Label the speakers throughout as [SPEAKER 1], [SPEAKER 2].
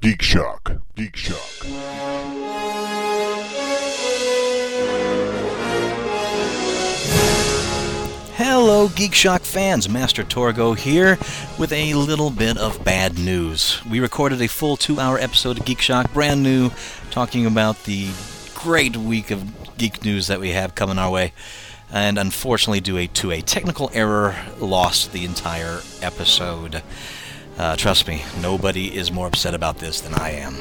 [SPEAKER 1] Geek Shock. Geek Shock.
[SPEAKER 2] Hello, Geek Shock fans. Master Torgo here with a little bit of bad news. We recorded a full two hour episode of Geek Shock, brand new, talking about the great week of geek news that we have coming our way. And unfortunately, due to a technical error, lost the entire episode. Uh, trust me, nobody is more upset about this than I am.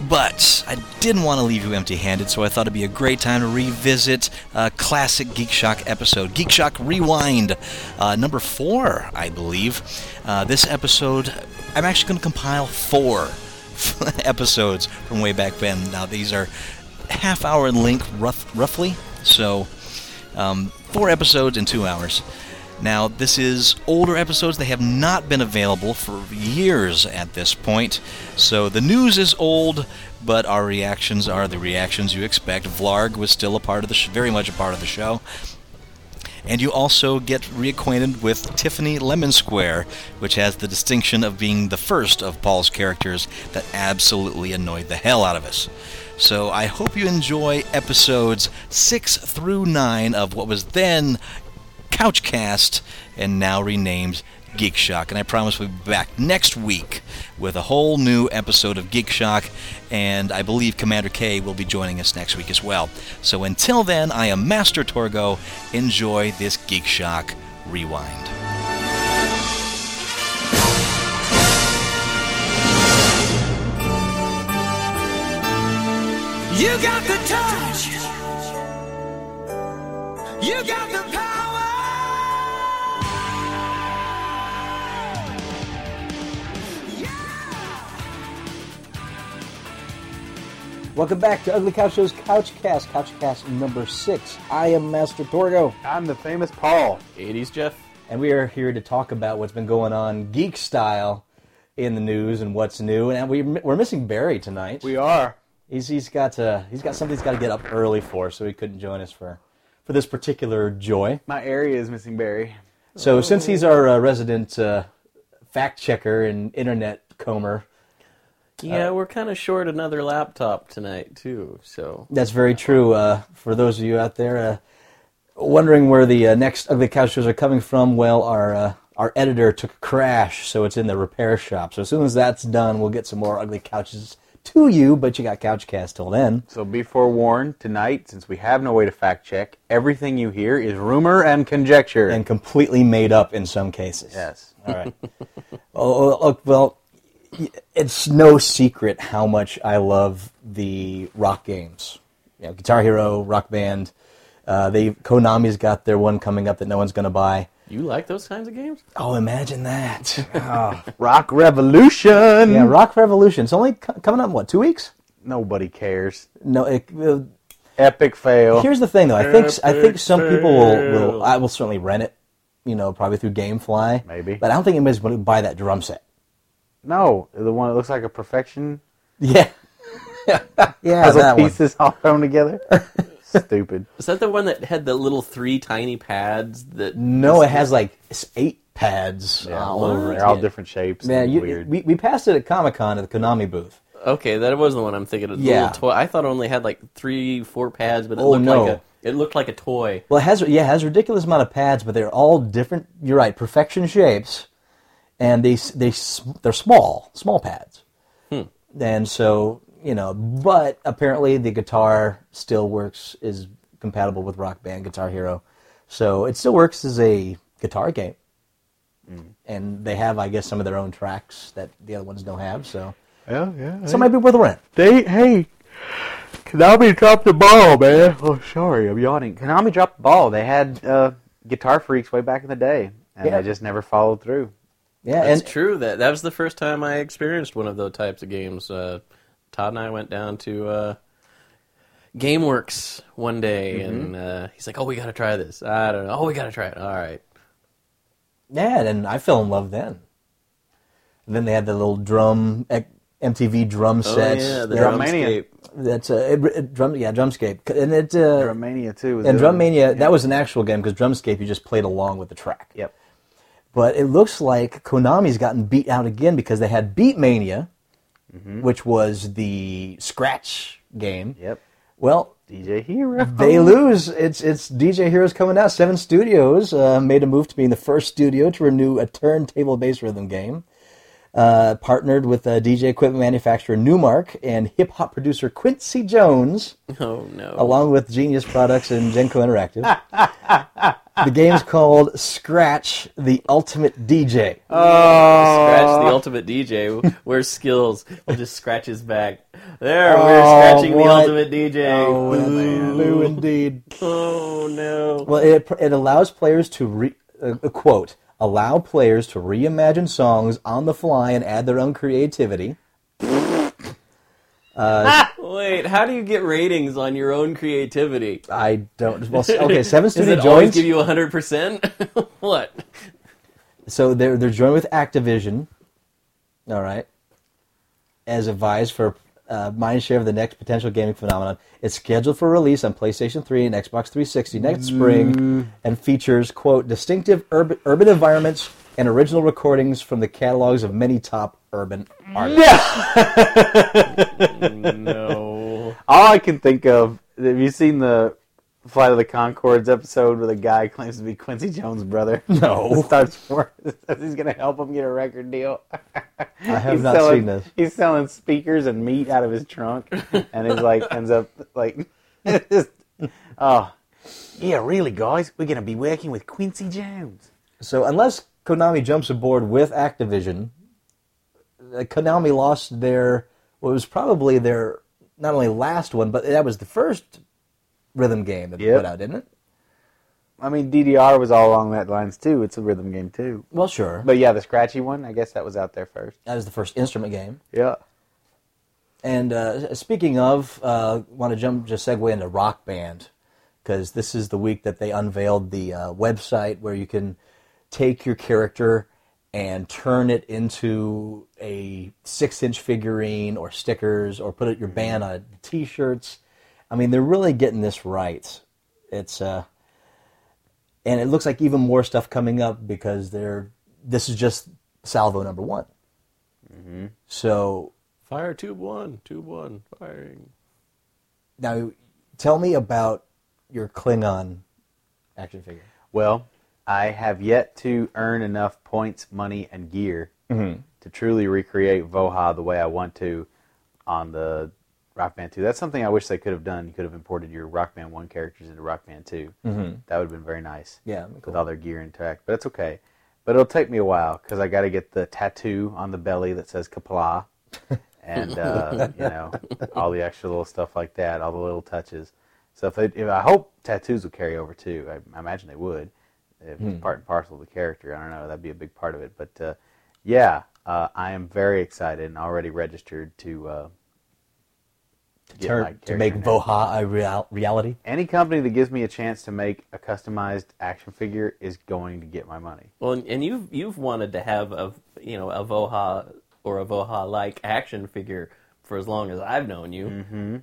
[SPEAKER 2] But I didn't want to leave you empty handed, so I thought it'd be a great time to revisit a classic Geek Shock episode Geek Shock Rewind, uh, number four, I believe. Uh, this episode, I'm actually going to compile four episodes from way back then. Now, these are half hour in length, rough, roughly, so um, four episodes in two hours. Now, this is older episodes. They have not been available for years at this point. So the news is old, but our reactions are the reactions you expect. Vlarg was still a part of the sh- very much a part of the show. And you also get reacquainted with Tiffany Lemon Square, which has the distinction of being the first of Paul's characters that absolutely annoyed the hell out of us. So I hope you enjoy episodes 6 through 9 of what was then Couchcast and now renamed Geek Shock. And I promise we'll be back next week with a whole new episode of Geek Shock. And I believe Commander K will be joining us next week as well. So until then, I am Master Torgo. Enjoy this Geek Shock rewind.
[SPEAKER 3] You got the touch. You got the power.
[SPEAKER 4] Welcome back to Ugly Couch Show's Couchcast, Couchcast number six. I am Master Torgo,
[SPEAKER 5] I'm the famous Paul.
[SPEAKER 6] 80s Jeff.
[SPEAKER 4] and we are here to talk about what's been going on geek style in the news and what's new. And we, we're missing Barry tonight.
[SPEAKER 5] We are.
[SPEAKER 4] He's, he's got to, he's got something he's got to get up early for, so he couldn't join us for, for this particular joy.
[SPEAKER 5] My area is missing Barry.
[SPEAKER 4] So since he's our uh, resident uh, fact checker and internet comber, Uh,
[SPEAKER 6] Yeah, we're kind of short another laptop tonight too. So
[SPEAKER 4] That's very true. Uh, for those of you out there uh, wondering where the uh, next Ugly Couch shows are coming from, well, our uh, our editor took a crash, so it's in the repair shop. So as soon as that's done, we'll get some more Ugly Couches to you. But you got Couchcast till then.
[SPEAKER 5] So be forewarned tonight, since we have no way to fact check, everything you hear is rumor and conjecture.
[SPEAKER 4] and completely made up in some cases.
[SPEAKER 5] yes.
[SPEAKER 4] All right. oh, oh, look, well, y- it's no secret how much I love the rock games. You know, Guitar Hero, Rock Band. Uh, they Konami's got their one coming up that no one's going to buy.
[SPEAKER 6] you like those kinds of games?
[SPEAKER 4] Oh, imagine that! Oh,
[SPEAKER 5] Rock Revolution.
[SPEAKER 4] yeah, Rock Revolution. It's only co- coming up in, what two weeks?
[SPEAKER 5] Nobody cares.
[SPEAKER 4] No. It, uh,
[SPEAKER 5] Epic fail.
[SPEAKER 4] here's the thing, though. I think I think some people will, will. I will certainly rent it. You know, probably through GameFly.
[SPEAKER 5] Maybe.
[SPEAKER 4] But I don't think anybody's going to buy that drum set.
[SPEAKER 5] no, the one that looks like a perfection
[SPEAKER 4] Yeah. yeah,
[SPEAKER 5] puzzle
[SPEAKER 4] that one.
[SPEAKER 5] pieces all thrown together. Stupid.
[SPEAKER 6] Is that the one that had the little three tiny pads that?
[SPEAKER 4] No, it has like s- eight pads
[SPEAKER 7] Uh,
[SPEAKER 4] all
[SPEAKER 6] what?
[SPEAKER 4] over it.
[SPEAKER 5] They're all
[SPEAKER 6] Yeah.
[SPEAKER 5] different shapes.
[SPEAKER 4] Man,
[SPEAKER 5] and
[SPEAKER 4] you,
[SPEAKER 5] weird.
[SPEAKER 4] We, we passed it at Comic Con at the Konami booth.
[SPEAKER 6] Okay, that wasn't the one I'm thinking of. The
[SPEAKER 4] Yeah.
[SPEAKER 6] little toy. I thought it only had like three, four pads, but it
[SPEAKER 4] Oh,
[SPEAKER 6] looked like
[SPEAKER 4] no.
[SPEAKER 6] a it looked like a toy.
[SPEAKER 4] Well, it has yeah, it has a ridiculous amount of pads, but they're all different. You're right, perfection shapes, and they s- they s- they're small, small pads. And so you know, but apparently the guitar still works is compatible with Rock Band, Guitar Hero, so it still works as a guitar game. And they have, I guess, some of their own tracks that the other ones don't have. So,
[SPEAKER 5] yeah, yeah.
[SPEAKER 4] so it might be worth a rent.
[SPEAKER 5] They hey, Konami dropped the ball, man. Oh, sorry, I'm yawning. Konami dropped the ball. They had uh, Guitar Freaks way back in the day, and
[SPEAKER 4] Yeah.
[SPEAKER 5] they just never followed through.
[SPEAKER 4] Yeah,
[SPEAKER 6] That's
[SPEAKER 4] and
[SPEAKER 6] true. That that was the first time I experienced one of those types of games. Uh, Todd and I went down to uh, GameWorks one day,
[SPEAKER 4] Mm-hmm.
[SPEAKER 6] and uh, he's like, "Oh, we got to try this." I don't know. Oh, we got to try it. All right.
[SPEAKER 4] Yeah, and I fell in love then. And then they had the little drum eh, ec- MTV drum sets.
[SPEAKER 6] oh yeah, the
[SPEAKER 4] They're-
[SPEAKER 5] drum-
[SPEAKER 6] drumscape.
[SPEAKER 5] Drumania.
[SPEAKER 4] That's a it, it- drum. Yeah, drumscape, and it uh,
[SPEAKER 5] Drum Mania too. Was
[SPEAKER 4] and
[SPEAKER 5] the other
[SPEAKER 4] drum
[SPEAKER 5] one.
[SPEAKER 4] mania. That was an actual game because drumscape you just played along with the track.
[SPEAKER 5] Yep.
[SPEAKER 4] But it looks like Konami's gotten beat out again because they had Beat Mania,
[SPEAKER 7] which was the scratch game.
[SPEAKER 5] Yep.
[SPEAKER 7] Well,
[SPEAKER 5] DJ Hero.
[SPEAKER 7] they lose. It's it's DJ Heroes coming out. Seven Studios uh, made a move to being the first studio to renew a turntable-based rhythm game. Uh, partnered with uh, DJ equipment manufacturer Newmark and hip hop producer Quincy Jones,
[SPEAKER 6] Oh no.
[SPEAKER 7] along with Genius Products and Genko Interactive. the game's called Scratch: The Ultimate DJ.
[SPEAKER 5] Uh,
[SPEAKER 6] Scratch the ultimate DJ. Where's skills? We'll just scratch his back. There, we're scratching the
[SPEAKER 7] what? Oh,
[SPEAKER 6] ultimate DJ.
[SPEAKER 7] well,
[SPEAKER 6] Boo.
[SPEAKER 7] Lou, indeed.
[SPEAKER 6] Oh no.
[SPEAKER 7] Well, it, it allows players to re, uh, uh, quote allow players to reimagine songs on the fly and add their own creativity.
[SPEAKER 6] Wait, how do you get ratings on your own creativity?
[SPEAKER 7] I don't. Well, s- okay, Seven
[SPEAKER 6] Does
[SPEAKER 7] Studio
[SPEAKER 6] it always
[SPEAKER 7] joins.
[SPEAKER 6] give you 100%? what?
[SPEAKER 7] so they're they're joined with Activision. All right, as a vies for uh, mind share of the next potential gaming phenomenon. It's scheduled for release on PlayStation 3 and Xbox 360 next spring, and features quote distinctive urban urban environments and original recordings from the catalogs of many top urban artists.
[SPEAKER 6] No.
[SPEAKER 5] All I can think of. Have you seen the Flight of the Concords episode where the guy claims to be Quincy Jones' brother?
[SPEAKER 7] No.
[SPEAKER 5] Starts for says he's gonna help him get a record deal.
[SPEAKER 7] I have
[SPEAKER 5] he's
[SPEAKER 7] not
[SPEAKER 5] selling,
[SPEAKER 7] seen this.
[SPEAKER 5] He's selling speakers and meat out of his trunk, and he's like ends up like, just, oh, yeah, really, guys, we're gonna be working with Quincy Jones.
[SPEAKER 7] So unless Konami jumps aboard with Activision, uh, Konami lost their what was probably their not only last one, but that was the first rhythm game that they
[SPEAKER 5] Yep.
[SPEAKER 7] put out, didn't it?
[SPEAKER 5] I mean, DDR was all along that lines too. It's a rhythm game too.
[SPEAKER 7] Well, sure.
[SPEAKER 5] But yeah, the scratchy one, I guess that was out there first.
[SPEAKER 7] that was the first instrument game.
[SPEAKER 5] Yeah.
[SPEAKER 7] And uh, speaking of, uh, want to jump just segue into Rock Band because this is the week that they unveiled the uh, website where you can take your character and turn it into a six-inch figurine or stickers or put it your band on T-shirts. I mean, they're really getting this right. It's uh, and it looks like even more stuff coming up because they're this is just salvo number one. So
[SPEAKER 6] Fire tube one, tube one, firing.
[SPEAKER 7] Now, tell me about your Klingon action figure.
[SPEAKER 5] Well, I have yet to earn enough points, money, and gear to truly recreate Voha the way I want to on the Rock Band 2. That's something I wish they could have done. You could have imported your Rock Band 1 characters into Rock Band 2. Mm-hmm. That would have been very nice.
[SPEAKER 7] Yeah, that'd be cool.
[SPEAKER 5] With all their gear intact. But it's okay. But it'll take me a while because I got to get the tattoo on the belly that says Kapla and, uh, you know, all the extra little stuff like that, all the little touches. So if, they, if I hope tattoos will carry over too, I, I imagine they would. If it's part and parcel of the character, I don't know. That'd be a big part of it. But uh, yeah, uh, I am very excited and already registered to uh, to, get my
[SPEAKER 7] Turn, to make
[SPEAKER 5] character name.
[SPEAKER 7] Voha a real, reality.
[SPEAKER 5] Any company that gives me a chance to make a customized action figure is going to get my money.
[SPEAKER 6] Well, and, and you've you've wanted to have a you know a Voha or a Voha like action figure for as long as I've known you.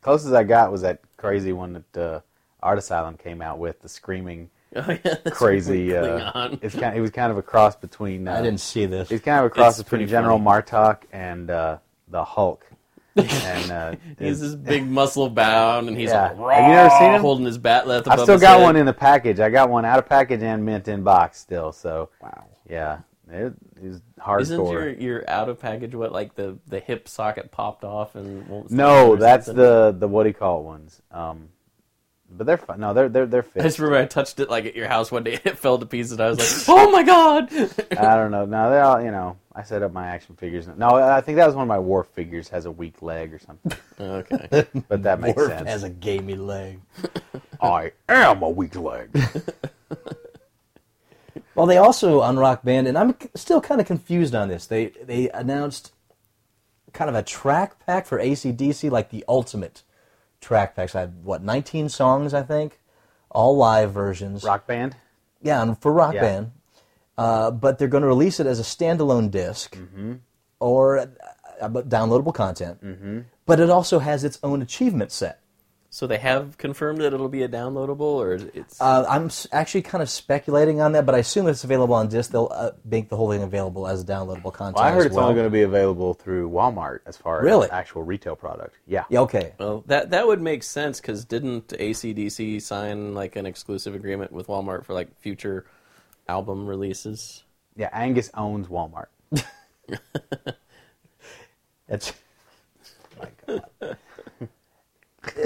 [SPEAKER 5] Closest I got was that crazy one that uh, Art Asylum came out with, the screaming
[SPEAKER 6] Oh, yeah, that's
[SPEAKER 5] crazy.
[SPEAKER 6] really
[SPEAKER 5] Uh,
[SPEAKER 6] Klingon.
[SPEAKER 5] it's kind. It was kind of a cross between. Uh,
[SPEAKER 7] I didn't see this.
[SPEAKER 5] He's kind of a cross
[SPEAKER 6] It's
[SPEAKER 5] between
[SPEAKER 6] pretty
[SPEAKER 5] General
[SPEAKER 6] funny.
[SPEAKER 5] Martok and uh, the Hulk. and uh,
[SPEAKER 6] He's
[SPEAKER 5] it-
[SPEAKER 6] this big muscle bound, and he's
[SPEAKER 5] Yeah.
[SPEAKER 6] like, raw,
[SPEAKER 5] Have you never seen him?
[SPEAKER 6] holding his batleth above
[SPEAKER 5] I've still
[SPEAKER 6] his
[SPEAKER 5] got
[SPEAKER 6] head.
[SPEAKER 5] one in the package. I got one out of package and mint in box still. So wow, yeah, it is hardcore.
[SPEAKER 6] Isn't your your out of package what like the the hip socket popped off and won't stay on
[SPEAKER 5] no,
[SPEAKER 6] or
[SPEAKER 5] that's
[SPEAKER 6] something?
[SPEAKER 5] the the what do you call it ones? Um, but they're fun. No, they're they're they're
[SPEAKER 6] I
[SPEAKER 5] fixed.
[SPEAKER 6] just remember I touched it like at your house one day and it fell to pieces. and I was like, "Oh my god!"
[SPEAKER 5] I don't know. No, they're all you know. I set up my action figures. No, I think that was one of my war figures has a weak leg or something.
[SPEAKER 6] okay,
[SPEAKER 5] But that makes
[SPEAKER 7] Worf
[SPEAKER 5] sense.
[SPEAKER 7] has a gamey leg.
[SPEAKER 5] I am a weak leg.
[SPEAKER 7] Well, they also on Rock Band, and I'm c- still kind of confused on this. They they announced kind of a track pack for ACDC, like the ultimate track packs. I had what 19 songs, I think, all live versions.
[SPEAKER 5] Rock band.
[SPEAKER 7] Yeah, and for Rock
[SPEAKER 5] Yeah.
[SPEAKER 7] Band. Uh, but they're going to release it as a standalone disk
[SPEAKER 5] Mm-hmm.
[SPEAKER 7] or uh, uh, downloadable content. Mm-hmm. But it also has its own achievement set.
[SPEAKER 6] So they have confirmed that it'll be a downloadable, or is- it's
[SPEAKER 7] Uh, I'm s- actually kind of speculating on that, but I assume that it's available on disc. They'll uh, make the whole thing available as downloadable content.
[SPEAKER 5] Well, I heard
[SPEAKER 7] as
[SPEAKER 5] it's
[SPEAKER 7] well.
[SPEAKER 5] only going to be available through Walmart as far
[SPEAKER 7] Really?
[SPEAKER 5] as actual retail product. Yeah.
[SPEAKER 7] Yeah, okay.
[SPEAKER 6] well that that would make sense because didn't ACDC sign like an exclusive agreement with Walmart for like future album releases?
[SPEAKER 5] Yeah. Angus owns Walmart.
[SPEAKER 7] That's.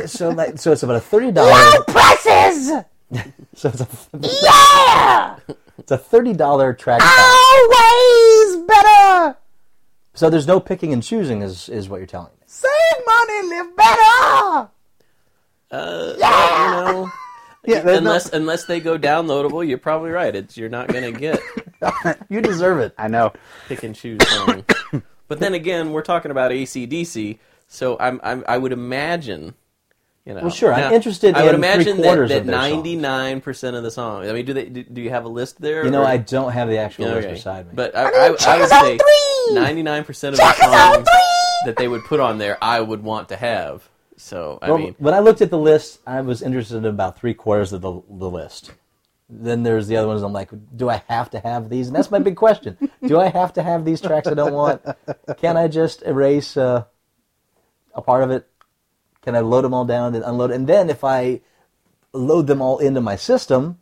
[SPEAKER 7] so like, so it's about a thirty dollars. prices. so it's a yeah. It's a thirty dollar track. Always better. So there's no picking and choosing, is is what you're telling me.
[SPEAKER 5] Save money, live better.
[SPEAKER 6] Uh, You know,
[SPEAKER 5] Yeah. there's no-
[SPEAKER 6] unless unless they go downloadable, you're probably right. It's you're not gonna get
[SPEAKER 7] You deserve it.
[SPEAKER 5] I know.
[SPEAKER 6] pick and choose song. but then again, we're talking about ACDC, so I'm, I'm I would imagine. You know,
[SPEAKER 7] Well, sure, I'm interested
[SPEAKER 6] I would
[SPEAKER 7] in
[SPEAKER 6] imagine that,
[SPEAKER 7] three-quarters
[SPEAKER 6] that
[SPEAKER 7] of their songs.
[SPEAKER 6] 99% of the songs. I mean, do they do, do you have a list there?
[SPEAKER 7] You know,
[SPEAKER 6] or-
[SPEAKER 7] I don't have the actual
[SPEAKER 6] Okay.
[SPEAKER 7] list beside me.
[SPEAKER 6] But I, I, I would say 99% of the songs that they would put on there, I would want to have. So I
[SPEAKER 7] Well,
[SPEAKER 6] mean,
[SPEAKER 7] when I looked at the list, I was interested in about three quarters of the, the list. Then there's the other ones. I'm like, do I have to have these? And that's my big question: Do I have to have these tracks I don't want? Can I just erase uh, a part of it? Can I load them all down and unload? And then if I load them all into my system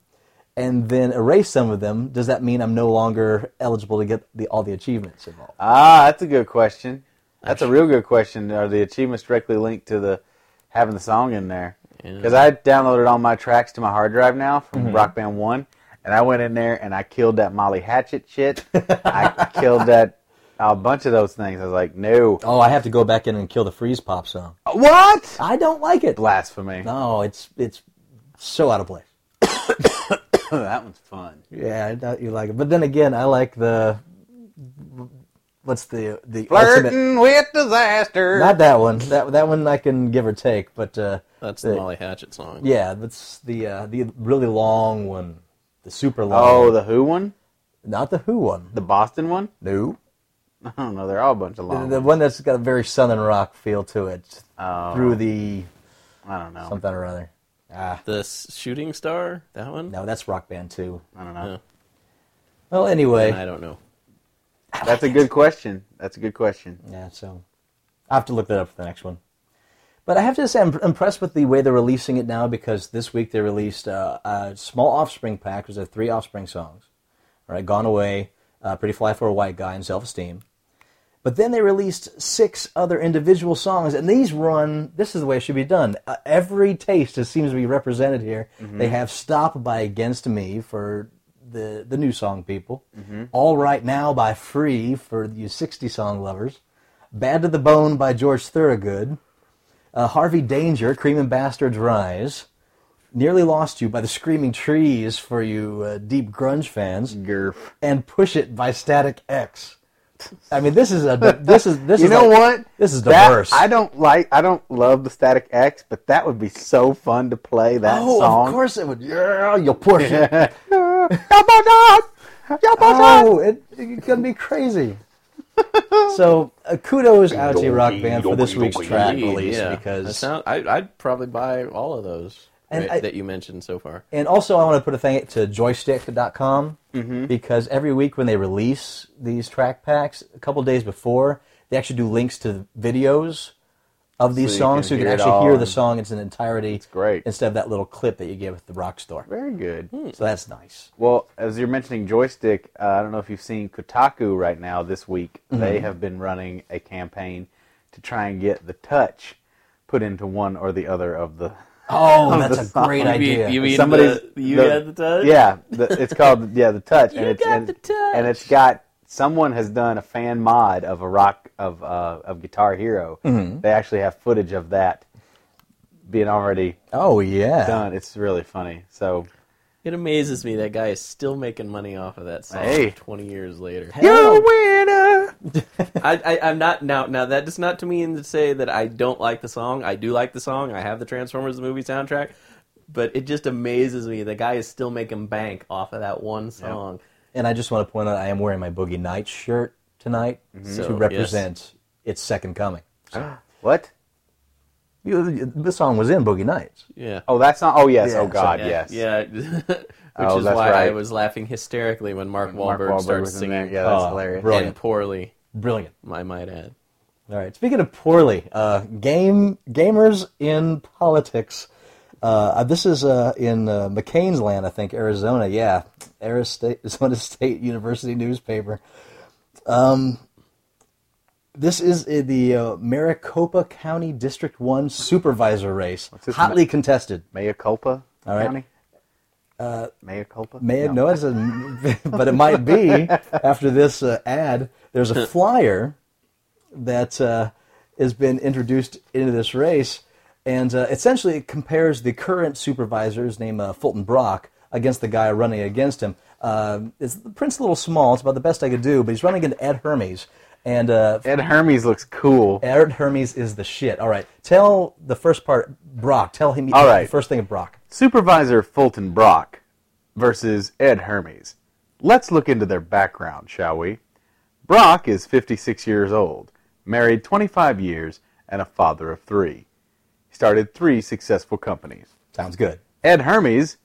[SPEAKER 7] and then erase some of them, does that mean I'm no longer eligible to get the, all the achievements involved?
[SPEAKER 5] Ah, that's a good question. That's a real good question. Are the achievements directly linked to the having the song in there? Because I downloaded all my tracks to my hard drive now from
[SPEAKER 7] Mm-hmm.
[SPEAKER 5] Rock Band One, and I went in there and I killed that Molly Hatchet shit. I killed that a bunch of those things. I was like, no,
[SPEAKER 7] Oh, I have to go back in and kill the freeze pop song.
[SPEAKER 5] what?
[SPEAKER 7] I don't like it.
[SPEAKER 5] Blasphemy.
[SPEAKER 7] No, it's it's so out of place.
[SPEAKER 5] that one's fun.
[SPEAKER 7] Yeah, I doubt you like it. But then again, I like the what's the the ultimate.
[SPEAKER 5] Flirting with disaster.
[SPEAKER 7] Not that one. That that one I can give or take. But uh,
[SPEAKER 6] that's the Molly Hatchet song.
[SPEAKER 7] yeah, that's the uh, the really long one, the super long.
[SPEAKER 5] oh,
[SPEAKER 7] one.
[SPEAKER 5] the Who one,
[SPEAKER 7] not the Who one.
[SPEAKER 5] the Boston one.
[SPEAKER 7] No,
[SPEAKER 5] I don't know. They're all a bunch of long.
[SPEAKER 7] the, the
[SPEAKER 5] ones.
[SPEAKER 7] one that's got a very southern rock feel to it
[SPEAKER 5] Oh.
[SPEAKER 7] through the
[SPEAKER 5] I don't know.
[SPEAKER 7] something or other. Ah,
[SPEAKER 6] The S- Shooting Star, that one?
[SPEAKER 7] no, that's Rock Band too.
[SPEAKER 5] I don't know.
[SPEAKER 7] Well, anyway,
[SPEAKER 6] I don't know.
[SPEAKER 5] That's a good question. That's a good question.
[SPEAKER 7] Yeah, so I have to look that up for the next one. But I have to say, I'm impressed with the way they're releasing it now because this week they released uh, a small Offspring pack. It was the three Offspring songs. All right, Gone Away, uh, Pretty Fly for a White Guy, and Self Esteem. But then they released six other individual songs, and these run. This is the way it should be done. Uh, every taste is, seems to be represented here. They have "Stop" by Against Me for the the new song people. "All Right Now" by Free for you sixty song lovers. "Bad to the Bone" by George Thorogood. Uh, Harvey Danger, "Cream and Bastards Rise." "Nearly Lost You" by the Screaming Trees for you uh, deep grunge fans
[SPEAKER 5] Gerf.
[SPEAKER 7] and push it by Static X. I mean, this is a this is this
[SPEAKER 5] You
[SPEAKER 7] is
[SPEAKER 5] know
[SPEAKER 7] like-
[SPEAKER 5] what?
[SPEAKER 7] This is
[SPEAKER 5] That-
[SPEAKER 7] diverse.
[SPEAKER 5] I don't like. I don't love the Static X, but that would be so fun to play that
[SPEAKER 7] oh,
[SPEAKER 5] song.
[SPEAKER 7] of course it would. Yeah, you'll push it.
[SPEAKER 5] oh,
[SPEAKER 7] Oh, it, it's gonna be crazy. so uh, kudos out to Rock Band for this week's track
[SPEAKER 6] Indeed,
[SPEAKER 7] release
[SPEAKER 6] yeah. That
[SPEAKER 7] because
[SPEAKER 6] sound- I, I'd probably buy all of those
[SPEAKER 7] And
[SPEAKER 6] that,
[SPEAKER 7] I-
[SPEAKER 6] that you mentioned so far.
[SPEAKER 7] And also, I want to put a thank to joystick.com
[SPEAKER 5] Mm-hmm.
[SPEAKER 7] because every week when they release these track packs, a couple days before, they actually do links to videos of these
[SPEAKER 5] So you
[SPEAKER 7] songs
[SPEAKER 5] can
[SPEAKER 7] so you can
[SPEAKER 5] hear it
[SPEAKER 7] actually
[SPEAKER 5] all
[SPEAKER 7] hear the
[SPEAKER 5] and-
[SPEAKER 7] song in its entirety. It's
[SPEAKER 5] great.
[SPEAKER 7] Instead of that little clip that you gave at the rock store.
[SPEAKER 5] very good.
[SPEAKER 7] So that's nice.
[SPEAKER 5] Well, as you're mentioning joystick, uh, I don't know if you've seen Kotaku right now this week.
[SPEAKER 7] Mm-hmm.
[SPEAKER 5] They have been running a campaign to try and get the touch put into one or the other of the.
[SPEAKER 7] Oh,
[SPEAKER 5] that's
[SPEAKER 7] that's
[SPEAKER 5] a
[SPEAKER 7] a great
[SPEAKER 5] song.
[SPEAKER 6] You mean,
[SPEAKER 7] idea.
[SPEAKER 6] you mean
[SPEAKER 5] Somebody's-
[SPEAKER 6] the, you
[SPEAKER 5] the-
[SPEAKER 6] had the touch?
[SPEAKER 5] Yeah, the, it's called yeah the touch. and it's,
[SPEAKER 6] got
[SPEAKER 5] and,
[SPEAKER 6] the touch.
[SPEAKER 5] and it's got someone has done a fan mod of a rock of uh, of Guitar Hero.
[SPEAKER 7] Mm-hmm.
[SPEAKER 5] They actually have footage of that being already
[SPEAKER 7] oh, yeah.
[SPEAKER 5] done. It's really funny. So
[SPEAKER 6] It amazes me that guy is still making money off of that song
[SPEAKER 5] Hey.
[SPEAKER 6] 20 years later.
[SPEAKER 7] Hell,
[SPEAKER 5] winner.
[SPEAKER 6] I, I, I'm not now. Now that does not to mean to say that I don't like the song. I do like the song. I have the Transformers the movie soundtrack, but it just amazes me the guy is still making bank off of that one song.
[SPEAKER 7] And I just want to point out I am wearing my Boogie Nights shirt tonight
[SPEAKER 5] Mm-hmm.
[SPEAKER 6] So,
[SPEAKER 7] to represent its second coming.
[SPEAKER 5] What?
[SPEAKER 7] You- This song was in Boogie Nights.
[SPEAKER 6] Yeah.
[SPEAKER 5] Oh, that's not. Oh, yes.
[SPEAKER 7] Yeah,
[SPEAKER 5] oh, God,
[SPEAKER 6] yeah,
[SPEAKER 5] yes.
[SPEAKER 6] Yeah. Which
[SPEAKER 5] Oh,
[SPEAKER 6] is
[SPEAKER 5] that's
[SPEAKER 6] why I
[SPEAKER 5] right.
[SPEAKER 6] was laughing hysterically when Mark Wahlberg,
[SPEAKER 5] Mark Wahlberg
[SPEAKER 6] starts
[SPEAKER 5] was in there.
[SPEAKER 6] singing
[SPEAKER 5] Yeah, that's
[SPEAKER 7] Oh,
[SPEAKER 5] hilarious.
[SPEAKER 7] bro.
[SPEAKER 6] and poorly,
[SPEAKER 7] Brilliant.
[SPEAKER 6] I might add.
[SPEAKER 7] All right. Speaking of poorly, uh, game gamers in politics. Uh, this is uh, in uh, McCain's land, I think, Arizona. Yeah, Arizona State University newspaper. Um, this is uh, the uh, Maricopa County District One supervisor race,
[SPEAKER 5] this
[SPEAKER 7] hotly contested.
[SPEAKER 5] Maya culpa.
[SPEAKER 7] All right.
[SPEAKER 5] County? Uh, Maya culpa.
[SPEAKER 7] May no, it doesn't- but it might be after this uh, ad. There's a flyer that uh, has been introduced into this race, and uh, essentially it compares the current supervisor's name uh, Fulton Brock against the guy running against him. Uh, it's the print's a little small. It's about the best I could do, but he's running into Ed Hermes, and uh,
[SPEAKER 5] Ed Hermes looks cool.
[SPEAKER 7] Ed Hermes is the shit. All right, tell the first part, Brock. Tell him
[SPEAKER 5] All right.
[SPEAKER 7] the first thing of Brock.
[SPEAKER 5] Supervisor Fulton Brock versus Ed Hermes. Let's look into their background, shall we? Brock is 56 years old, married 25 years, and a father of three. He started three successful companies.
[SPEAKER 7] Sounds good.
[SPEAKER 5] Ed Hermes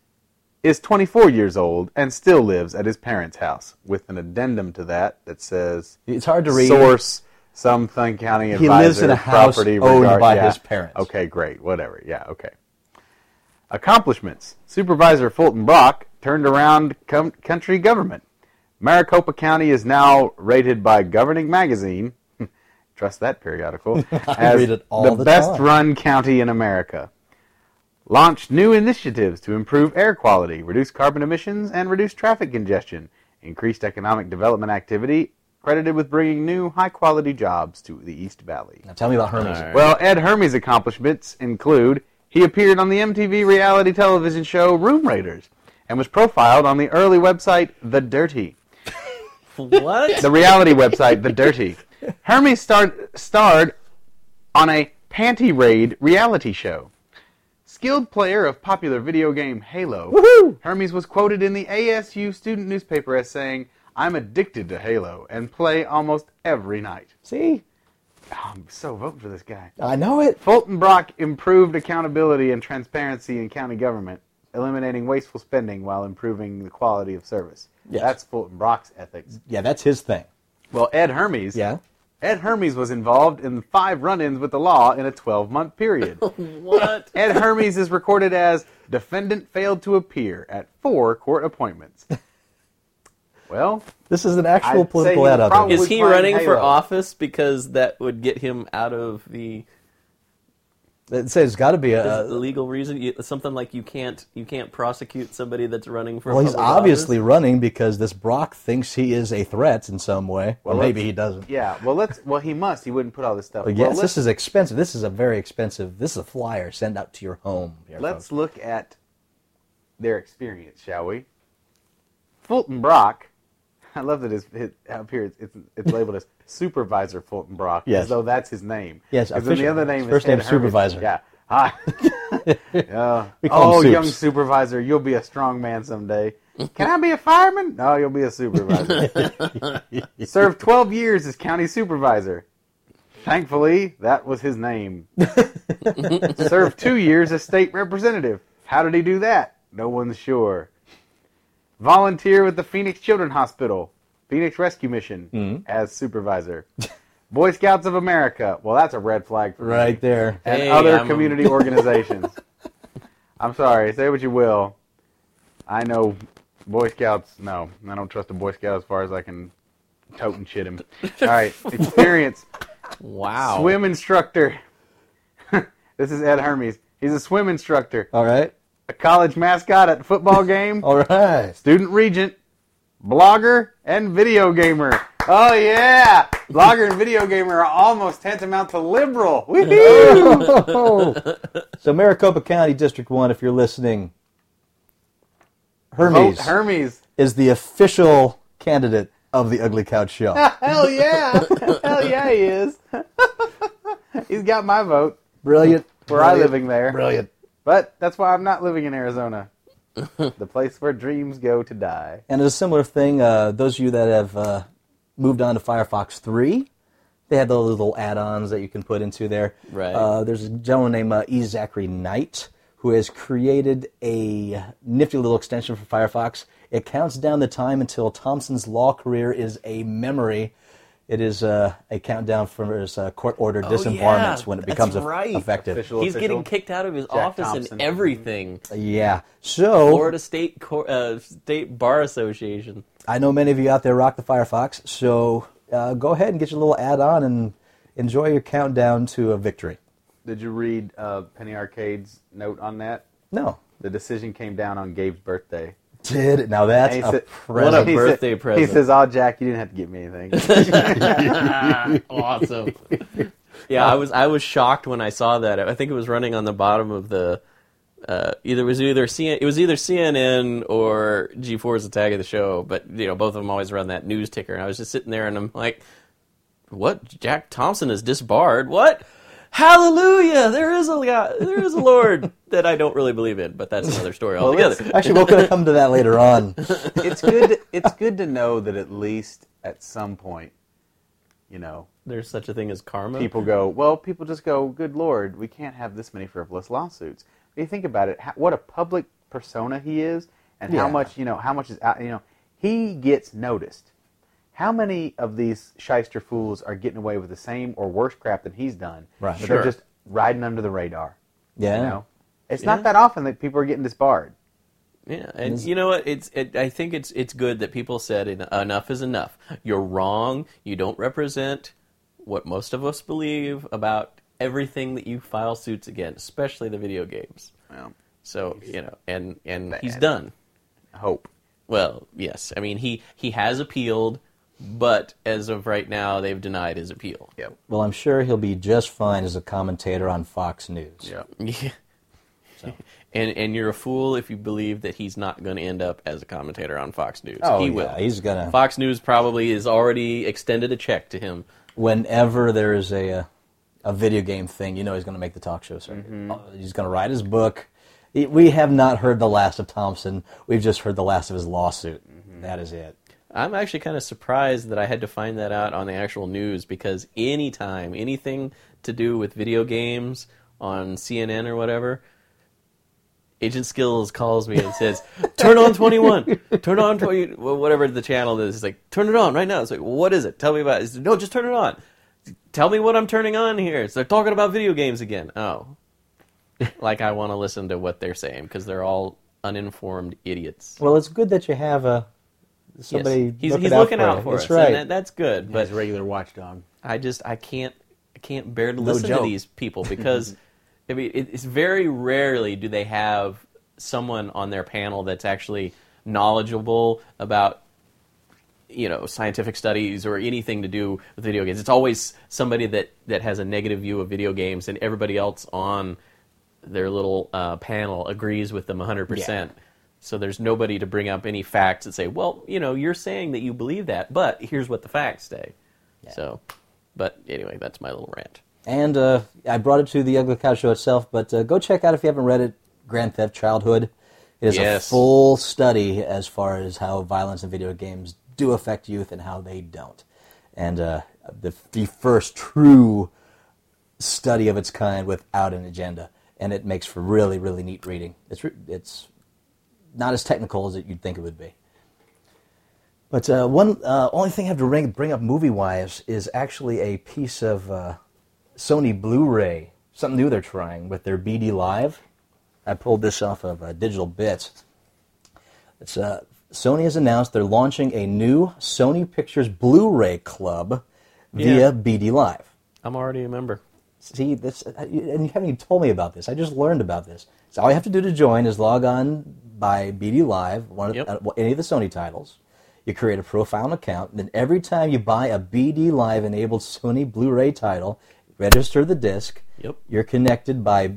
[SPEAKER 5] is 24 years old and still lives at his parents' house, with an addendum to that that says
[SPEAKER 7] It's hard to read.
[SPEAKER 5] source some thing county advisor
[SPEAKER 7] He lives in a house
[SPEAKER 5] property
[SPEAKER 7] owned
[SPEAKER 5] regard-
[SPEAKER 7] by
[SPEAKER 5] yeah.
[SPEAKER 7] his parents.
[SPEAKER 5] Okay, great, whatever. Yeah, okay. Accomplishments: Supervisor Fulton Brock turned around com- country government. Maricopa County is now rated by Governing Magazine. Trust that periodical. as
[SPEAKER 7] read it all the
[SPEAKER 5] best
[SPEAKER 7] time.
[SPEAKER 5] run county in America launched new initiatives to improve air quality, reduce carbon emissions, and reduce traffic congestion, increased economic development activity, credited with bringing new high quality jobs to the East Valley.
[SPEAKER 7] Now tell me about Hermes.
[SPEAKER 5] Well, Ed Hermes' accomplishments include he appeared on the MTV reality television show Room Raiders and was profiled on the early website The Dirty
[SPEAKER 6] What?
[SPEAKER 5] the reality website, The Dirty. Hermes starred, starred on a panty raid reality show. Skilled player of popular video game Halo, Hermes was quoted in the ASU student newspaper as saying, I'm addicted to Halo and play almost every night. Oh,
[SPEAKER 7] See,
[SPEAKER 5] I'm so voting for this guy.
[SPEAKER 7] I know it.
[SPEAKER 5] Fulton Brock improved accountability and transparency in county government, eliminating wasteful spending while improving the quality of service.
[SPEAKER 7] Yes.
[SPEAKER 5] That's Fulton Brock's ethics.
[SPEAKER 7] Yeah, that's his thing.
[SPEAKER 5] Well, Ed Hermes.
[SPEAKER 7] Yeah.
[SPEAKER 5] Ed Hermes was involved in five run ins with the law in a 12 month period.
[SPEAKER 6] what?
[SPEAKER 5] Ed Hermes is recorded as defendant failed to appear at four court appointments. Well,
[SPEAKER 7] This is an actual
[SPEAKER 5] I'd
[SPEAKER 7] political
[SPEAKER 5] say
[SPEAKER 7] ad out
[SPEAKER 5] probably-
[SPEAKER 7] there.
[SPEAKER 6] Is
[SPEAKER 5] was
[SPEAKER 6] he
[SPEAKER 5] playing
[SPEAKER 6] running for
[SPEAKER 5] Halo.
[SPEAKER 6] office because that would get him out of the
[SPEAKER 7] It says it's got to be
[SPEAKER 6] the
[SPEAKER 7] a.
[SPEAKER 6] legal reason? You, something like you can't you can't prosecute somebody that's running for.
[SPEAKER 7] well, he's
[SPEAKER 6] public
[SPEAKER 7] obviously
[SPEAKER 6] office?
[SPEAKER 7] running because this Brock thinks he is a threat in some way. Well,
[SPEAKER 5] Well,
[SPEAKER 7] maybe
[SPEAKER 5] let's-
[SPEAKER 7] he doesn't.
[SPEAKER 5] yeah, well, let's. Well, he must. He wouldn't put all this stuff.
[SPEAKER 7] But
[SPEAKER 5] well,
[SPEAKER 7] yes,
[SPEAKER 5] let's,
[SPEAKER 7] this is expensive. This is a very expensive. This is a flyer sent out to your home. here,
[SPEAKER 5] let's
[SPEAKER 7] folks.
[SPEAKER 5] look at their experience, shall we? Fulton Brock. I love that his, his up here it's, it's, it's labeled as Supervisor Fulton Brock,
[SPEAKER 7] Yes.
[SPEAKER 5] as though that's his name.
[SPEAKER 7] Yes,
[SPEAKER 5] because then the
[SPEAKER 7] official-
[SPEAKER 5] other name
[SPEAKER 7] his
[SPEAKER 5] is
[SPEAKER 7] first
[SPEAKER 5] Ed Hermes.
[SPEAKER 7] name's Supervisor.
[SPEAKER 5] Yeah. Hi.
[SPEAKER 7] We call
[SPEAKER 5] oh,
[SPEAKER 7] him Supes.
[SPEAKER 5] young supervisor, you'll be a strong man someday. Can I be a fireman? No, you'll be a supervisor. Served 12 years as county supervisor. Thankfully, that was his name. Served two years as state representative. How did he do that? No one's sure. Volunteer with the Phoenix Children Hospital, Phoenix Rescue Mission
[SPEAKER 6] Hmm.
[SPEAKER 5] as supervisor. Boy Scouts of America. Well, that's a red flag for me
[SPEAKER 7] right there.
[SPEAKER 5] and
[SPEAKER 6] Hey,
[SPEAKER 5] other
[SPEAKER 6] I'm-
[SPEAKER 5] community organizations. I'm sorry, say what you will. I know Boy Scouts. No, I don't trust a Boy Scout as far as I can tote and shit him. All right, experience
[SPEAKER 6] wow.
[SPEAKER 5] swim instructor. this is Ed Hermes. He's a swim instructor,
[SPEAKER 7] All right.
[SPEAKER 5] a college mascot at football game,
[SPEAKER 7] All right.
[SPEAKER 5] student regent, blogger, and video gamer. Oh yeah, blogger and video gamer are almost tantamount to liberal. Woohoo!
[SPEAKER 7] so Maricopa County District One, if you're listening,
[SPEAKER 5] Vote
[SPEAKER 7] Hermes
[SPEAKER 5] Oh, Hermes.
[SPEAKER 7] is the official candidate of the Ugly Couch Show.
[SPEAKER 5] Hell yeah. Hell yeah, he is. He's got my vote.
[SPEAKER 7] Brilliant.
[SPEAKER 5] Were I living there?
[SPEAKER 7] Brilliant.
[SPEAKER 5] But that's why I'm not living in Arizona. the place where dreams go to die.
[SPEAKER 7] And it's a similar thing. Uh, those of you that have uh, moved on to Firefox 3, They had the little add-ons that you can put into there.
[SPEAKER 6] Right.
[SPEAKER 7] Uh, there's a gentleman named uh, E. Zachary Knight who has created a nifty little extension for Firefox. It counts down the time until Thompson's law career is a memory. It is uh, a countdown for his uh, court-ordered disembarments when it
[SPEAKER 6] Oh, that's
[SPEAKER 7] becomes eff-
[SPEAKER 6] right.
[SPEAKER 7] effective.
[SPEAKER 5] Official,
[SPEAKER 6] He's
[SPEAKER 5] official.
[SPEAKER 6] getting kicked out of his office
[SPEAKER 5] Thompson.
[SPEAKER 6] and everything.
[SPEAKER 7] Yeah. So
[SPEAKER 6] Florida State Cor- uh, State Bar Association.
[SPEAKER 7] I know many of you out there rock the Firefox, so uh, go ahead and get your little add-on and enjoy your countdown to a victory.
[SPEAKER 5] Did you read uh, Penny Arcade's note on that?
[SPEAKER 7] No,
[SPEAKER 5] The decision came down on Gabe's birthday.
[SPEAKER 7] did it. now that's
[SPEAKER 5] And
[SPEAKER 7] a
[SPEAKER 5] said-
[SPEAKER 7] present.
[SPEAKER 6] What a
[SPEAKER 5] He said-
[SPEAKER 6] birthday present.
[SPEAKER 5] He says, "Oh, Jack, you didn't have to get me anything."
[SPEAKER 6] awesome. yeah, I was I was shocked when I saw that. I think it was running on the bottom of the uh, either it was either CN, it was either CNN or G4 is the tag of the show, but you know both of them always run that news ticker. And I was just sitting there and I'm like, what? Jack Thompson is disbarred? What? Hallelujah! There is a God, there is a Lord that I don't really believe in, but that's another story altogether.
[SPEAKER 7] Actually, we're going to come to that later on.
[SPEAKER 5] it's good. To, it's good to know that at least at some point, you know,
[SPEAKER 6] There's such a thing as karma.
[SPEAKER 5] people go. Well, people just go. Good lord, we can't have this many frivolous lawsuits. If you think about it, how, what a public persona he is, and how
[SPEAKER 7] Yeah.
[SPEAKER 5] much you know. How much is out? You know, he gets noticed. How many of these shyster fools are getting away with the same or worse crap than he's done?
[SPEAKER 7] Right.
[SPEAKER 5] But
[SPEAKER 6] Sure.
[SPEAKER 5] They're just riding under the radar.
[SPEAKER 7] Yeah.
[SPEAKER 5] You know, it's
[SPEAKER 6] Yeah.
[SPEAKER 5] not that often that people are getting disbarred.
[SPEAKER 6] Yeah, and you know what? It's it, I think it's it's good that people said en- enough is enough. You're wrong. You don't represent what most of us believe about everything that you file suits against, especially the video games.
[SPEAKER 5] Well,
[SPEAKER 6] So you know, and and he's
[SPEAKER 5] Bad.
[SPEAKER 6] done.
[SPEAKER 5] hope.
[SPEAKER 6] Well, yes, I mean he he has appealed, but as of right now, they've denied his appeal.
[SPEAKER 5] Yep.
[SPEAKER 7] Well, I'm sure he'll be just fine as a commentator on Fox News.
[SPEAKER 5] Yep.
[SPEAKER 6] Yeah. And and you're a fool if you believe that he's not going to end up as a commentator on Fox News.
[SPEAKER 7] Oh,
[SPEAKER 6] he
[SPEAKER 7] yeah,
[SPEAKER 6] will.
[SPEAKER 7] he's gonna-
[SPEAKER 6] Fox News probably has already extended a check to him.
[SPEAKER 7] Whenever there is a uh, a video game thing, you know he's going to make the talk show circuit.
[SPEAKER 6] Mm-hmm.
[SPEAKER 7] Uh, He's going to write his book. He- We have not heard the last of Thompson. We've just heard the last of his lawsuit.
[SPEAKER 6] Mm-hmm.
[SPEAKER 7] That is it.
[SPEAKER 6] I'm actually kind of surprised that I had to find that out on the actual news because anytime anything to do with video games on CNN or whatever, Agent Skills calls me and says, "Turn on 21. Turn on 20, wh- whatever the channel is." He's like, "Turn it on right now." It's like, "What is it? Tell me about it." He said, "No, just turn it on. Tell me what I'm turning on here." So they're talking about video games again. Oh, like I want to listen to what they're saying because they're all uninformed idiots.
[SPEAKER 7] Well, it's good that you have a
[SPEAKER 6] Yes.
[SPEAKER 7] somebody.
[SPEAKER 6] he's
[SPEAKER 7] looking
[SPEAKER 6] he's
[SPEAKER 7] out
[SPEAKER 6] looking
[SPEAKER 7] for
[SPEAKER 6] out
[SPEAKER 7] you.
[SPEAKER 6] for
[SPEAKER 7] That's
[SPEAKER 6] us,
[SPEAKER 7] right.
[SPEAKER 6] and that, that's good. But
[SPEAKER 5] As regular watchdog.
[SPEAKER 6] I just I can't I can't bear to listen to
[SPEAKER 7] joke.
[SPEAKER 6] these people because I mean it, it's very rarely do they have someone on their panel that's actually knowledgeable about you know scientific studies or anything to do with video games. It's always somebody that that has a negative view of video games, and everybody else on their little uh, panel agrees with them 100%. So there's nobody to bring up any facts and say, well, you know, you're saying that you believe that, but here's what the facts say. So, but anyway, that's my little rant.
[SPEAKER 7] And uh, I brought it to the Ugly Cow Show itself, but uh, go check out if you haven't read it. Grand Theft Childhood. It is
[SPEAKER 6] Yes.
[SPEAKER 7] a full study as far as how violence in video games do affect youth and how they don't. And uh, the the first true study of its kind without an agenda, and it makes for really really neat reading. It's re- it's not as technical as it, you'd think it would be. But uh, one uh, only thing I have to bring, bring up movie wise is actually a piece of uh, Sony Blu-ray, something new they're trying with their BD Live. I pulled this off of uh, Digital Bits. It's uh, Sony has announced they're launching a new Sony Pictures Blu-ray club
[SPEAKER 6] Yeah.
[SPEAKER 7] via BD Live.
[SPEAKER 6] I'm already a member.
[SPEAKER 7] See this, and you haven't even told me about this. I just learned about this. So all you have to do to join is log on by BD Live, one of
[SPEAKER 6] Yep.
[SPEAKER 7] uh, any of the Sony titles. You create a profile and account, and then every time you buy a BD Live enabled Sony Blu-ray title, register the disc.
[SPEAKER 6] Yep.
[SPEAKER 7] You're connected by.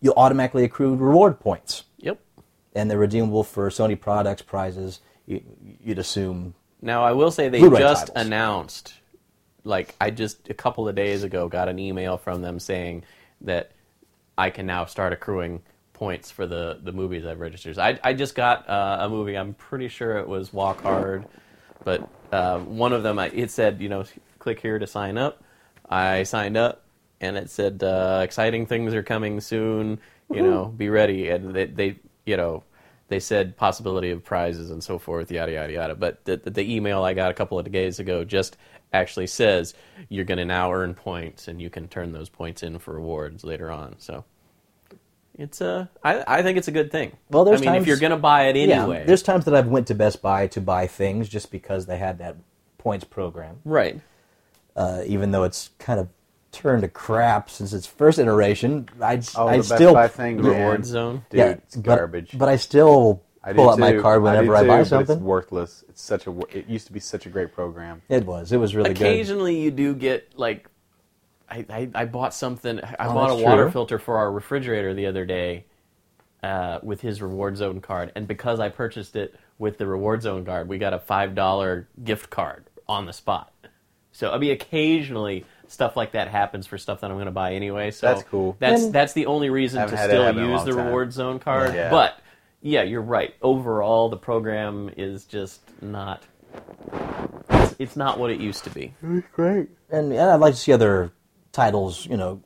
[SPEAKER 7] You'll automatically accrue reward points,
[SPEAKER 6] Yep.
[SPEAKER 7] and they're redeemable for Sony products, prizes. You, you'd assume.
[SPEAKER 6] Now, I will say they
[SPEAKER 7] Blu-ray
[SPEAKER 6] just
[SPEAKER 7] titles.
[SPEAKER 6] announced, like, I just a couple of days ago got an email from them saying that I can now start accruing points for the, the movies I've registered. I, I just got uh, a movie, I'm pretty sure it was Walk Hard, but uh, one of them, I, it said, you know, click here to sign up. I signed up, and it said, uh, "Exciting things are coming soon. You know, be ready." And they, they, you know, they said possibility of prizes and so forth, yada yada yada. But the, the, the email I got a couple of days ago just actually says you're going to now earn points, and you can turn those points in for rewards later on. So. It's a. I, I think it's a good thing.
[SPEAKER 7] Well,
[SPEAKER 6] I
[SPEAKER 7] there's
[SPEAKER 6] mean,
[SPEAKER 7] times-
[SPEAKER 6] if you're going to buy it
[SPEAKER 7] Yeah,
[SPEAKER 6] anyway,
[SPEAKER 7] there's times that I've went to Best Buy to buy things just because they had that points program.
[SPEAKER 6] right.
[SPEAKER 7] Uh, even though it's kind of turned to crap since its first iteration, I
[SPEAKER 5] Oh,
[SPEAKER 7] I
[SPEAKER 5] the Best
[SPEAKER 7] still
[SPEAKER 5] Buy thing,
[SPEAKER 6] The
[SPEAKER 5] man.
[SPEAKER 6] reward zone.
[SPEAKER 5] dude,
[SPEAKER 7] yeah,
[SPEAKER 5] it's
[SPEAKER 7] but-
[SPEAKER 5] garbage.
[SPEAKER 7] But, I still
[SPEAKER 5] I do
[SPEAKER 7] pull out my
[SPEAKER 5] too.
[SPEAKER 7] card whenever I,
[SPEAKER 5] do
[SPEAKER 7] buy
[SPEAKER 5] too, but It's
[SPEAKER 7] something.
[SPEAKER 5] worthless. It's such a. wor- It used to be such a great program.
[SPEAKER 7] It was. It was really good.
[SPEAKER 6] Occasionally, you do get like, I, I, I bought something. I
[SPEAKER 7] Oh,
[SPEAKER 6] bought a
[SPEAKER 7] that's
[SPEAKER 6] water
[SPEAKER 7] true.
[SPEAKER 6] filter for our refrigerator the other day, uh, with his reward zone card, and because I purchased it with the reward zone card, we got a five dollar gift card on the spot. So I mean, occasionally stuff like that happens for stuff that I'm going to buy anyway. So
[SPEAKER 5] That's cool.
[SPEAKER 6] That's
[SPEAKER 7] And-
[SPEAKER 6] that's the only reason
[SPEAKER 5] Haven't
[SPEAKER 6] to
[SPEAKER 5] had it
[SPEAKER 6] still
[SPEAKER 5] happen in a
[SPEAKER 6] use
[SPEAKER 5] long
[SPEAKER 6] the
[SPEAKER 5] time.
[SPEAKER 6] reward zone card,
[SPEAKER 5] Yeah.
[SPEAKER 6] but. Yeah, you're right. Overall, the program is just not. It's, it's not what it used to be.
[SPEAKER 5] Hmm. Great.
[SPEAKER 7] And, and I'd like to see other titles, you know,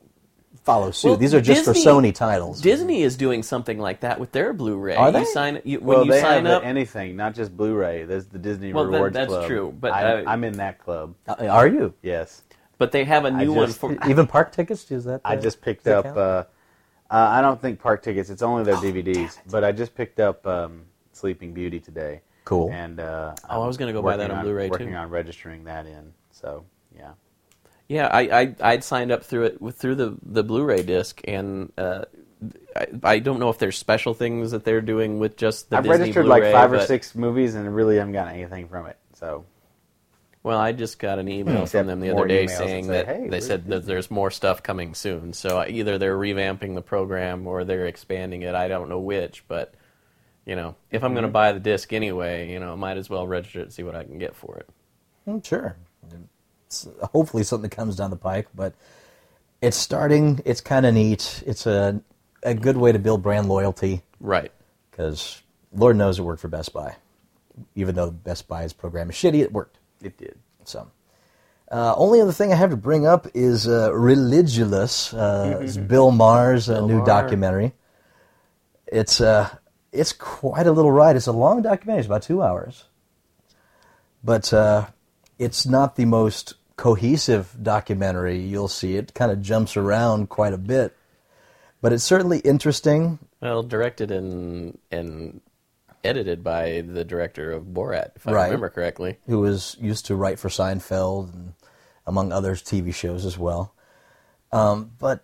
[SPEAKER 7] follow suit.
[SPEAKER 6] Well,
[SPEAKER 7] These are just for
[SPEAKER 6] Disney-
[SPEAKER 7] Sony titles.
[SPEAKER 6] Disney is doing something like that with their Blu-ray.
[SPEAKER 7] Are they?
[SPEAKER 6] You sign you, when
[SPEAKER 5] Well,
[SPEAKER 6] you
[SPEAKER 5] they
[SPEAKER 6] sign
[SPEAKER 5] have
[SPEAKER 6] up.
[SPEAKER 5] the anything, not just Blu-ray. There's the Disney
[SPEAKER 6] Well, that-
[SPEAKER 5] Rewards
[SPEAKER 6] that's
[SPEAKER 5] Club.
[SPEAKER 6] true, but,
[SPEAKER 5] I,
[SPEAKER 6] uh,
[SPEAKER 5] I'm in that club.
[SPEAKER 7] Uh, Are you? E-,
[SPEAKER 5] Yes,
[SPEAKER 6] but they have a
[SPEAKER 5] I
[SPEAKER 6] new
[SPEAKER 5] just-
[SPEAKER 6] one for.
[SPEAKER 7] Even park tickets? Is that?
[SPEAKER 5] I
[SPEAKER 7] the-
[SPEAKER 5] just picked up.
[SPEAKER 7] does that
[SPEAKER 5] Uh,
[SPEAKER 7] count?
[SPEAKER 5] uh, I don't think park tickets. It's only their DVDs. But I just picked up um, Sleeping Beauty today.
[SPEAKER 7] Cool.
[SPEAKER 5] And uh,
[SPEAKER 6] Oh, I was gonna go buy that
[SPEAKER 5] working
[SPEAKER 6] on Blu-ray, too.
[SPEAKER 5] Working on registering that in. So yeah,
[SPEAKER 6] Yeah, I, I I'd signed up through it with, through the the Blu-ray disc, and uh, I, I don't know if there's special things that they're doing with just the
[SPEAKER 5] I've
[SPEAKER 6] Disney
[SPEAKER 5] registered
[SPEAKER 6] Blu-ray,
[SPEAKER 5] like five or
[SPEAKER 6] but-
[SPEAKER 5] six movies, and really haven't gotten anything from it. So
[SPEAKER 6] Well, I just got an email from
[SPEAKER 5] Except
[SPEAKER 6] them the
[SPEAKER 5] Hmm. more
[SPEAKER 6] other day
[SPEAKER 5] emails that
[SPEAKER 6] saying
[SPEAKER 5] say,
[SPEAKER 6] that
[SPEAKER 5] "Hey,
[SPEAKER 6] they
[SPEAKER 5] we're
[SPEAKER 6] said that there's more stuff coming soon. So I- either they're revamping the program or they're expanding it. I don't know which, but you know, if I'm
[SPEAKER 5] Hmm.
[SPEAKER 6] going to buy the disc anyway, you know, I might as well register it and see what I can get for it.
[SPEAKER 7] Mm, Sure. It's- hopefully something comes down the pike, but it's starting. It's kind of neat. It's a a good way to build brand loyalty
[SPEAKER 6] Right.
[SPEAKER 7] because Lord knows it worked for Best Buy, even though Best Buy's program is shitty. It worked.
[SPEAKER 5] it did.
[SPEAKER 7] So, uh, only other thing I have to bring up is uh, Religulous, uh, it's Bill Maher's uh, new
[SPEAKER 6] Maher.
[SPEAKER 7] documentary. It's uh, it's quite a little ride. It's a long documentary. It's about two hours, but uh, it's not the most cohesive documentary you'll see. It kind of jumps around quite a bit, but it's certainly interesting.
[SPEAKER 6] Well, directed and and edited by the director of Borat, if I
[SPEAKER 7] Right.
[SPEAKER 6] remember correctly.
[SPEAKER 7] who was used to write for Seinfeld and among other TV shows as well. Um, but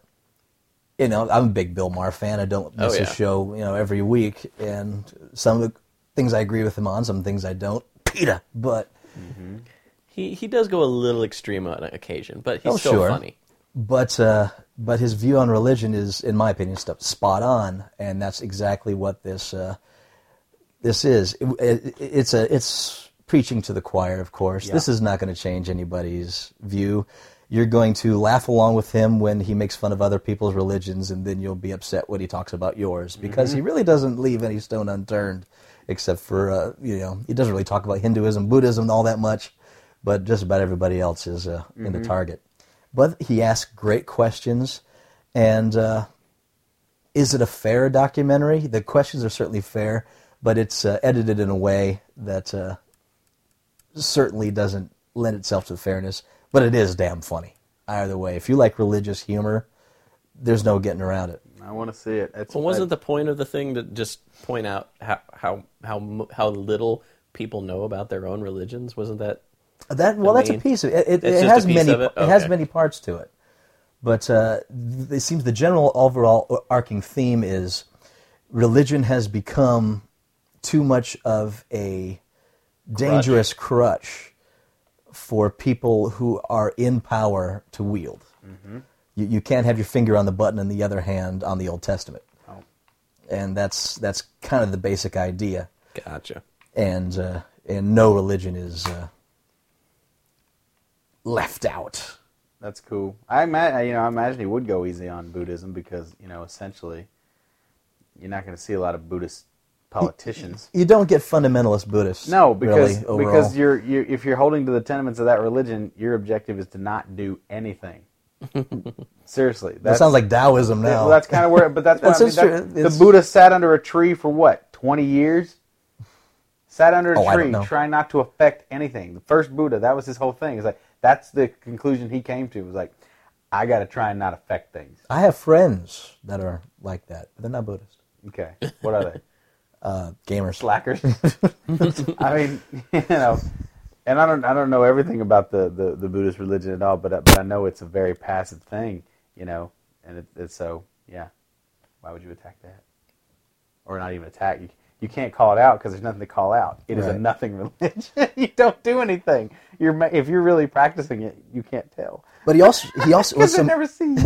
[SPEAKER 7] you know, I'm a big Bill Maher fan. I don't
[SPEAKER 6] Oh,
[SPEAKER 7] miss
[SPEAKER 6] yeah.
[SPEAKER 7] his show, you know, every week. And some of the things I agree with him on, some things I don't. Peter, but
[SPEAKER 6] He he does go a little extreme on occasion, but he's
[SPEAKER 7] Oh,
[SPEAKER 6] still
[SPEAKER 7] sure.
[SPEAKER 6] funny.
[SPEAKER 7] but uh, but his view on religion is, in my opinion, stuff spot on, and that's exactly what this uh, this is. It, it, it's a it's preaching to the choir, of course. This is not going to change anybody's view. You're going to laugh along with him when he makes fun of other people's religions, and then you'll be upset when he talks about yours because he really doesn't leave any stone unturned, except for uh, you know he doesn't really talk about Hinduism, Buddhism, all that much, but just about everybody else is uh, in the target. But he asks great questions, and uh, is it a fair documentary? The questions are certainly fair, but it's uh, edited in a way that uh, certainly doesn't lend itself to fairness. But it is damn funny either way. If you like religious humor, there's no getting around it.
[SPEAKER 5] I want to see it. It's,
[SPEAKER 6] Well, wasn't the point of the thing to just point out how how how mu- how little people know about their own religions? Wasn't that
[SPEAKER 7] That well, that's a
[SPEAKER 6] mean,
[SPEAKER 7] piece of it.
[SPEAKER 6] it's
[SPEAKER 7] It, it
[SPEAKER 6] just
[SPEAKER 7] has
[SPEAKER 6] a piece
[SPEAKER 7] many.
[SPEAKER 6] of it?
[SPEAKER 7] has
[SPEAKER 6] Okay.
[SPEAKER 7] many parts to it, but uh, th- it seems the general overall arcing theme is religion has become too much of a dangerous crutch for people who are in power to wield.
[SPEAKER 6] Mm-hmm.
[SPEAKER 7] You, you can't have your finger on the button and the other hand on the Old Testament,
[SPEAKER 6] Oh.
[SPEAKER 7] and that's that's kind of the basic idea
[SPEAKER 6] gotcha?
[SPEAKER 7] and uh, and no religion is uh, left out.
[SPEAKER 5] That's cool. I ima- you know, I imagine he would go easy on Buddhism because you know, essentially, you're not going to see a lot of Buddhist politicians.
[SPEAKER 7] You don't get fundamentalist Buddhists.
[SPEAKER 5] No, because
[SPEAKER 7] really, overall.
[SPEAKER 5] because you're you if you're holding to the tenements of that religion, your objective is to not do anything. Seriously,
[SPEAKER 7] that sounds like Taoism now.
[SPEAKER 5] Well, that's kind of where, but that's
[SPEAKER 7] Well,
[SPEAKER 5] I mean,
[SPEAKER 7] it's
[SPEAKER 5] that,
[SPEAKER 7] interesting.
[SPEAKER 5] the
[SPEAKER 7] It's-
[SPEAKER 5] Buddha sat under a tree for what twenty years. Sat under a
[SPEAKER 7] Oh, I don't
[SPEAKER 5] tree,
[SPEAKER 7] know.
[SPEAKER 5] trying not to affect anything. The first Buddha, that was his whole thing. It's like that's the conclusion he came to. Was like, I got to try and not affect things.
[SPEAKER 7] I have friends that are like that, but they're not Buddhist. Uh,
[SPEAKER 5] Okay, what are they?
[SPEAKER 7] Gamers.
[SPEAKER 5] slackers. I mean, you know, and I don't, I don't know everything about the, the, the Buddhist religion at all, but I- but I know it's a very passive thing, you know, and it, it's so yeah. Why would you attack that, or not even attack? You, you can't call it out because there's nothing to call out. It is a
[SPEAKER 7] Right.
[SPEAKER 5] nothing religion. you don't do anything. You're ma- if you're really practicing it, you can't tell
[SPEAKER 7] But he also he also well,
[SPEAKER 5] because
[SPEAKER 7] some,
[SPEAKER 5] I never see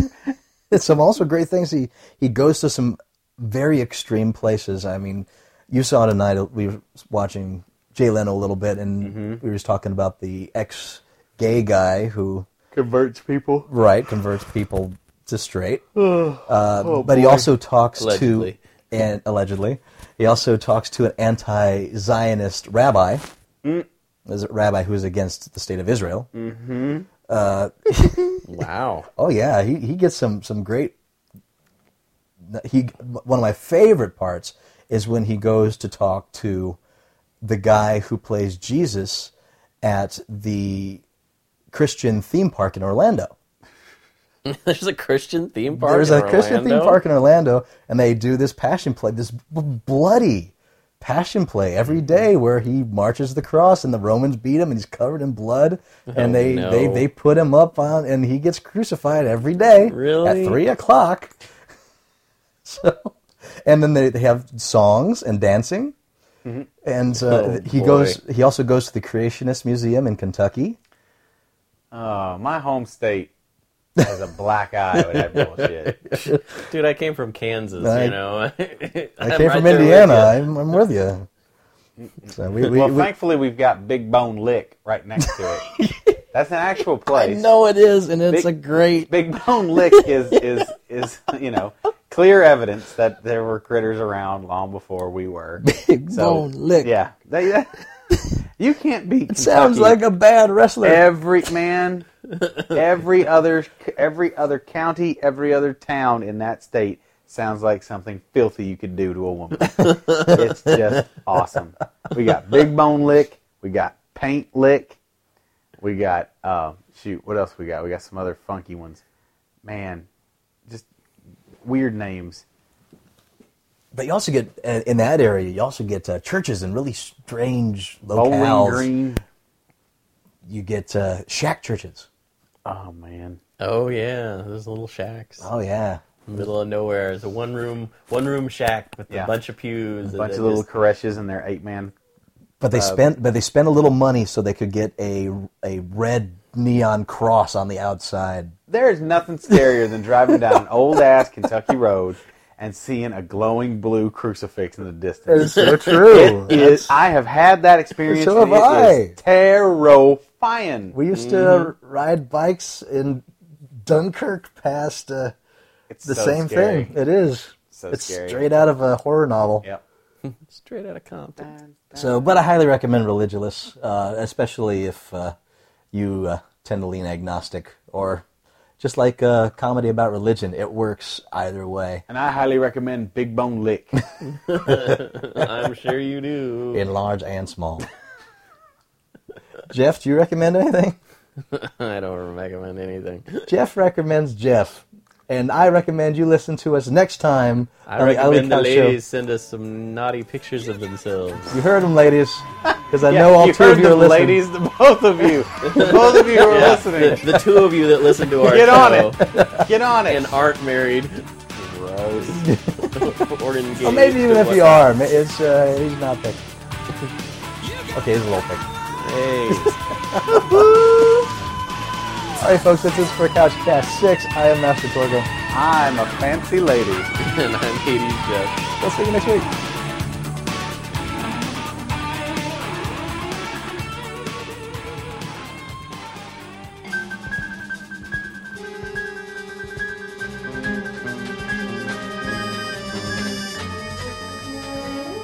[SPEAKER 5] you.
[SPEAKER 7] some also great things. He he goes to some very extreme places. I mean, you saw tonight. uh, We were watching Jay Leno a little bit, and
[SPEAKER 5] Mm-hmm.
[SPEAKER 7] we were just talking about the ex gay guy who
[SPEAKER 5] Converts people.
[SPEAKER 7] right converts people to straight. Uh, but he also talks
[SPEAKER 6] Allegedly.
[SPEAKER 7] to and allegedly he also talks to an anti-Zionist rabbi. Is it rabbi who is against the state of Israel?
[SPEAKER 6] Wow.
[SPEAKER 7] Oh yeah, he, he gets some some great. He one of my favorite parts is when he goes to talk to the guy who plays Jesus at the Christian theme park in Orlando.
[SPEAKER 6] There's a Christian theme park.
[SPEAKER 7] There's
[SPEAKER 6] in
[SPEAKER 7] a Christian theme
[SPEAKER 6] Orlando?
[SPEAKER 7] park in Orlando, and they do this passion play, this b- bloody passion play every
[SPEAKER 6] Mm-hmm.
[SPEAKER 7] day, where he marches the cross, and the Romans beat him, and he's covered in blood, and they,
[SPEAKER 6] Oh, no.
[SPEAKER 7] they they put him up on, and he gets crucified every day
[SPEAKER 6] Really?
[SPEAKER 7] at three o'clock. So, and then they, they have songs and dancing, and uh,
[SPEAKER 6] Mm-hmm. Oh,
[SPEAKER 7] he
[SPEAKER 6] boy.
[SPEAKER 7] goes. He also goes to the Creationist Museum in Kentucky.
[SPEAKER 5] Oh, my home state has a black eye with that bullshit.
[SPEAKER 6] Dude, I came from Kansas,
[SPEAKER 7] I-
[SPEAKER 6] you know. I
[SPEAKER 7] I came from Indiana. I'm, I'm with you. So we, we,
[SPEAKER 5] well,
[SPEAKER 7] we-
[SPEAKER 5] thankfully, we've got Big Bone Lick right next to it. That's an actual place.
[SPEAKER 7] No, it is, and it's
[SPEAKER 5] Big-
[SPEAKER 7] a great.
[SPEAKER 5] Big Bone Lick is is is you know clear evidence that there were critters around long before we were.
[SPEAKER 7] Big
[SPEAKER 5] So,
[SPEAKER 7] Bone Lick.
[SPEAKER 5] Yeah, they, that- you can't beat.
[SPEAKER 7] It sounds
[SPEAKER 5] Kentucky.
[SPEAKER 7] like a bad wrestler.
[SPEAKER 5] every man, every other every other county, every other town in that state sounds like something filthy you could do to a woman. it's just awesome. We got Big Bone Lick, we got Paint Lick, we got uh, shoot, what else we got? We got some other funky ones. Man, just weird names.
[SPEAKER 7] but you also get uh, in that area. You also get uh, churches in really strange
[SPEAKER 5] Bowling
[SPEAKER 7] locales.
[SPEAKER 5] Green.
[SPEAKER 7] You get uh, shack churches.
[SPEAKER 5] Oh man.
[SPEAKER 6] Oh yeah, there's little shacks.
[SPEAKER 7] Oh yeah,
[SPEAKER 6] Middle of nowhere. It's a one room one room shack with
[SPEAKER 5] Yeah.
[SPEAKER 6] a bunch of pews.
[SPEAKER 5] A bunch of little creches and their eight man
[SPEAKER 7] but they
[SPEAKER 5] Uh,
[SPEAKER 7] spent but they spent a little money so they could get a a red neon cross on the outside.
[SPEAKER 5] There is nothing scarier than driving down an old ass Kentucky road and seeing a glowing blue crucifix in the distance.
[SPEAKER 7] so true.
[SPEAKER 5] It- I have had that experience.
[SPEAKER 7] So
[SPEAKER 5] and
[SPEAKER 7] have
[SPEAKER 5] it is
[SPEAKER 7] I.
[SPEAKER 5] terrifying.
[SPEAKER 7] we used to
[SPEAKER 5] mm-hmm.
[SPEAKER 7] ride bikes in Dunkirk past. Uh,
[SPEAKER 5] it's
[SPEAKER 7] the
[SPEAKER 5] so
[SPEAKER 7] same
[SPEAKER 5] scary.
[SPEAKER 7] thing. It is.
[SPEAKER 5] So
[SPEAKER 7] it's
[SPEAKER 5] scary.
[SPEAKER 7] straight out of a horror novel.
[SPEAKER 5] Yep.
[SPEAKER 6] straight out of Compton.
[SPEAKER 7] So, but I highly recommend Religious, uh, especially if uh, you uh, tend to lean agnostic or just like uh, comedy about religion. It works either way.
[SPEAKER 5] And I highly recommend Big Bone Lick.
[SPEAKER 6] I'm sure you do.
[SPEAKER 7] in large and small. Jeff, do you recommend anything?
[SPEAKER 6] I don't recommend anything.
[SPEAKER 7] Jeff recommends Jeff. And I recommend you listen to us next time
[SPEAKER 6] I
[SPEAKER 7] on the Ugly
[SPEAKER 6] recommend the
[SPEAKER 7] Couch
[SPEAKER 6] ladies send us some naughty pictures of themselves.
[SPEAKER 7] Show. You heard them, ladies, because I
[SPEAKER 5] Yeah,
[SPEAKER 7] know all
[SPEAKER 5] you
[SPEAKER 7] two
[SPEAKER 5] heard
[SPEAKER 7] of you are
[SPEAKER 5] them,
[SPEAKER 7] listening.
[SPEAKER 5] ladies, the both of you. The both of you who are listening.
[SPEAKER 6] The two of you that listen to our
[SPEAKER 5] Get on
[SPEAKER 6] show
[SPEAKER 5] Get on it.
[SPEAKER 6] and aren't married
[SPEAKER 5] Gross.
[SPEAKER 6] or engaged.
[SPEAKER 7] Or maybe even
[SPEAKER 6] or
[SPEAKER 7] if you
[SPEAKER 6] whatnot.
[SPEAKER 7] are, ma- it's uh, he's not picked. Okay, he's a little picked.
[SPEAKER 6] Hey.
[SPEAKER 7] All right, folks, that's it for Couch Cast Six. I am Master Torgo.
[SPEAKER 5] I'm a fancy lady.
[SPEAKER 6] and I'm Hades Jeff.
[SPEAKER 7] We'll see you next week.
[SPEAKER 5] I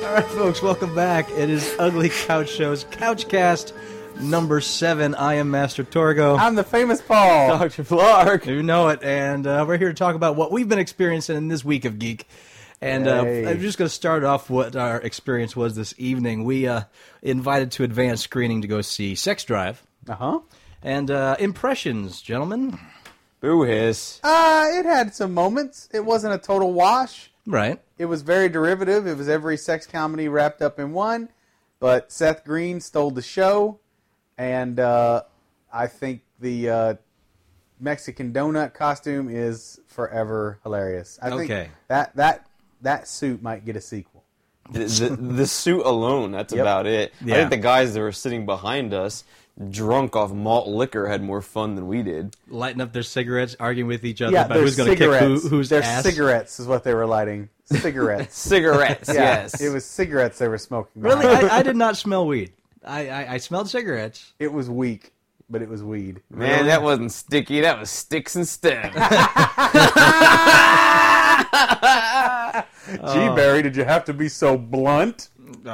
[SPEAKER 7] All right, folks, welcome back. It is Ugly Couch Show's Couchcast number seven. I am Master Torgo.
[SPEAKER 5] I'm the famous Paul.
[SPEAKER 8] Dr. Flark.
[SPEAKER 7] You know it, and uh, we're here to talk about what we've been experiencing in this week of geek. And uh,
[SPEAKER 5] Yay.
[SPEAKER 7] I'm just going to start off what our experience was this evening. We uh, invited to advanced screening to go see Sex Drive
[SPEAKER 5] Uh huh.
[SPEAKER 7] and uh, Impressions, gentlemen.
[SPEAKER 8] Boo hiss.
[SPEAKER 5] Uh, it had some moments. It wasn't a total wash.
[SPEAKER 7] Right?
[SPEAKER 5] It was very derivative. It was every sex comedy wrapped up in one. But Seth Green stole the show, and uh, I think the uh, Mexican donut costume is forever hilarious. I think
[SPEAKER 7] Okay.
[SPEAKER 5] that that that suit might get a sequel.
[SPEAKER 9] the, the suit alone, that's about it. I
[SPEAKER 7] Yeah.
[SPEAKER 9] think the guys that were sitting behind us, drunk off malt liquor, had more fun than we did.
[SPEAKER 7] Lighting up their cigarettes, arguing with each other
[SPEAKER 5] Yeah,
[SPEAKER 7] about
[SPEAKER 5] there's
[SPEAKER 7] who's going to kick who,
[SPEAKER 5] cigarettes.
[SPEAKER 7] who's
[SPEAKER 5] there's
[SPEAKER 7] ass.
[SPEAKER 5] cigarettes is what they were lighting. Cigarettes.
[SPEAKER 9] Cigarettes, yes.
[SPEAKER 5] it was cigarettes they were smoking.
[SPEAKER 7] Really?
[SPEAKER 5] behind.
[SPEAKER 7] I, I did not smell weed. I, I, I smelled cigarettes.
[SPEAKER 5] it was weak, but it was weed.
[SPEAKER 9] Man, that wasn't sticky. That was sticks and stems.
[SPEAKER 5] Gee, Barry, did you have to be so blunt?
[SPEAKER 9] Made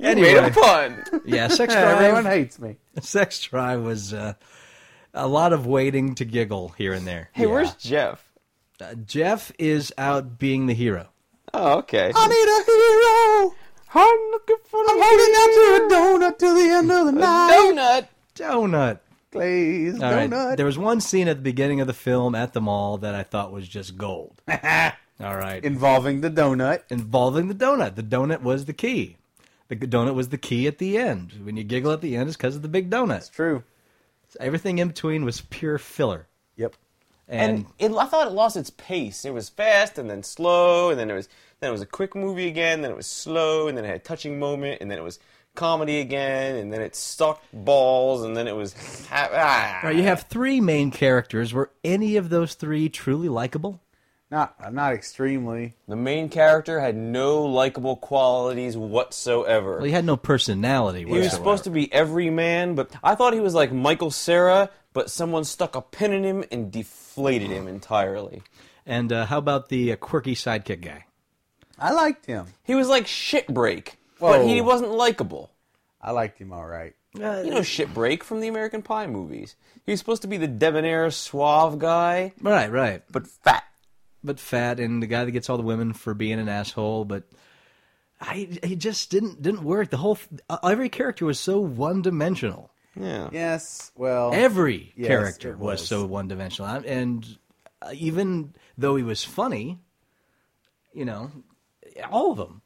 [SPEAKER 7] Anyway,
[SPEAKER 9] a pun.
[SPEAKER 7] yeah, Sex
[SPEAKER 5] Everyone
[SPEAKER 7] Drive.
[SPEAKER 5] hates me.
[SPEAKER 7] Sex Drive was uh, a lot of waiting to giggle here and there.
[SPEAKER 9] Hey, where's Jeff?
[SPEAKER 7] Uh, Jeff is out being the hero.
[SPEAKER 9] Oh, okay.
[SPEAKER 5] I need a hero.
[SPEAKER 9] I'm looking for
[SPEAKER 5] I'm holding out to a donut till the end of the night.
[SPEAKER 9] donut.
[SPEAKER 7] Donut.
[SPEAKER 5] Glaze
[SPEAKER 7] All right,
[SPEAKER 5] donut.
[SPEAKER 7] There was one scene at the beginning of the film at the mall that I thought was just gold. All right.
[SPEAKER 5] Involving the donut.
[SPEAKER 7] Involving the donut. The donut was the key. The g- donut was the key at the end. When you giggle at the end, it's because of the big donut.
[SPEAKER 5] True.
[SPEAKER 7] Everything in between was pure filler.
[SPEAKER 5] Yep.
[SPEAKER 9] And it, I thought it lost its pace. It was fast and then slow, and then it was then it was a quick movie again. Then it was slow, and then it had a touching moment, and then it was comedy again, and then it sucked balls, and then it was. Ha- ah.
[SPEAKER 7] All right, you have three main characters. Were any of those three truly likable?
[SPEAKER 5] Not not extremely.
[SPEAKER 9] The main character had no likable qualities whatsoever.
[SPEAKER 7] Well, he had no personality.
[SPEAKER 9] He was supposed to be every man, but I thought he was like Michael Sarah, but someone stuck a pin in him and deflated him entirely.
[SPEAKER 7] And uh, how about the uh, quirky sidekick guy?
[SPEAKER 5] I liked him.
[SPEAKER 9] He was like shitbreak,
[SPEAKER 5] Whoa.
[SPEAKER 9] but he wasn't likable.
[SPEAKER 5] I liked him all right.
[SPEAKER 9] You know shitbreak from the American Pie movies. He was supposed to be the debonair, suave guy,
[SPEAKER 7] Right, right.
[SPEAKER 9] but fat.
[SPEAKER 7] But fat and the guy that gets all the women for being an asshole. But I, he just didn't didn't work. The whole uh, every character was so one dimensional.
[SPEAKER 9] Yeah.
[SPEAKER 5] Yes. Well.
[SPEAKER 7] Every
[SPEAKER 5] Yes,
[SPEAKER 7] character
[SPEAKER 5] it
[SPEAKER 7] was.
[SPEAKER 5] was.
[SPEAKER 7] so one dimensional, and uh, even though he was funny, you know, all of them.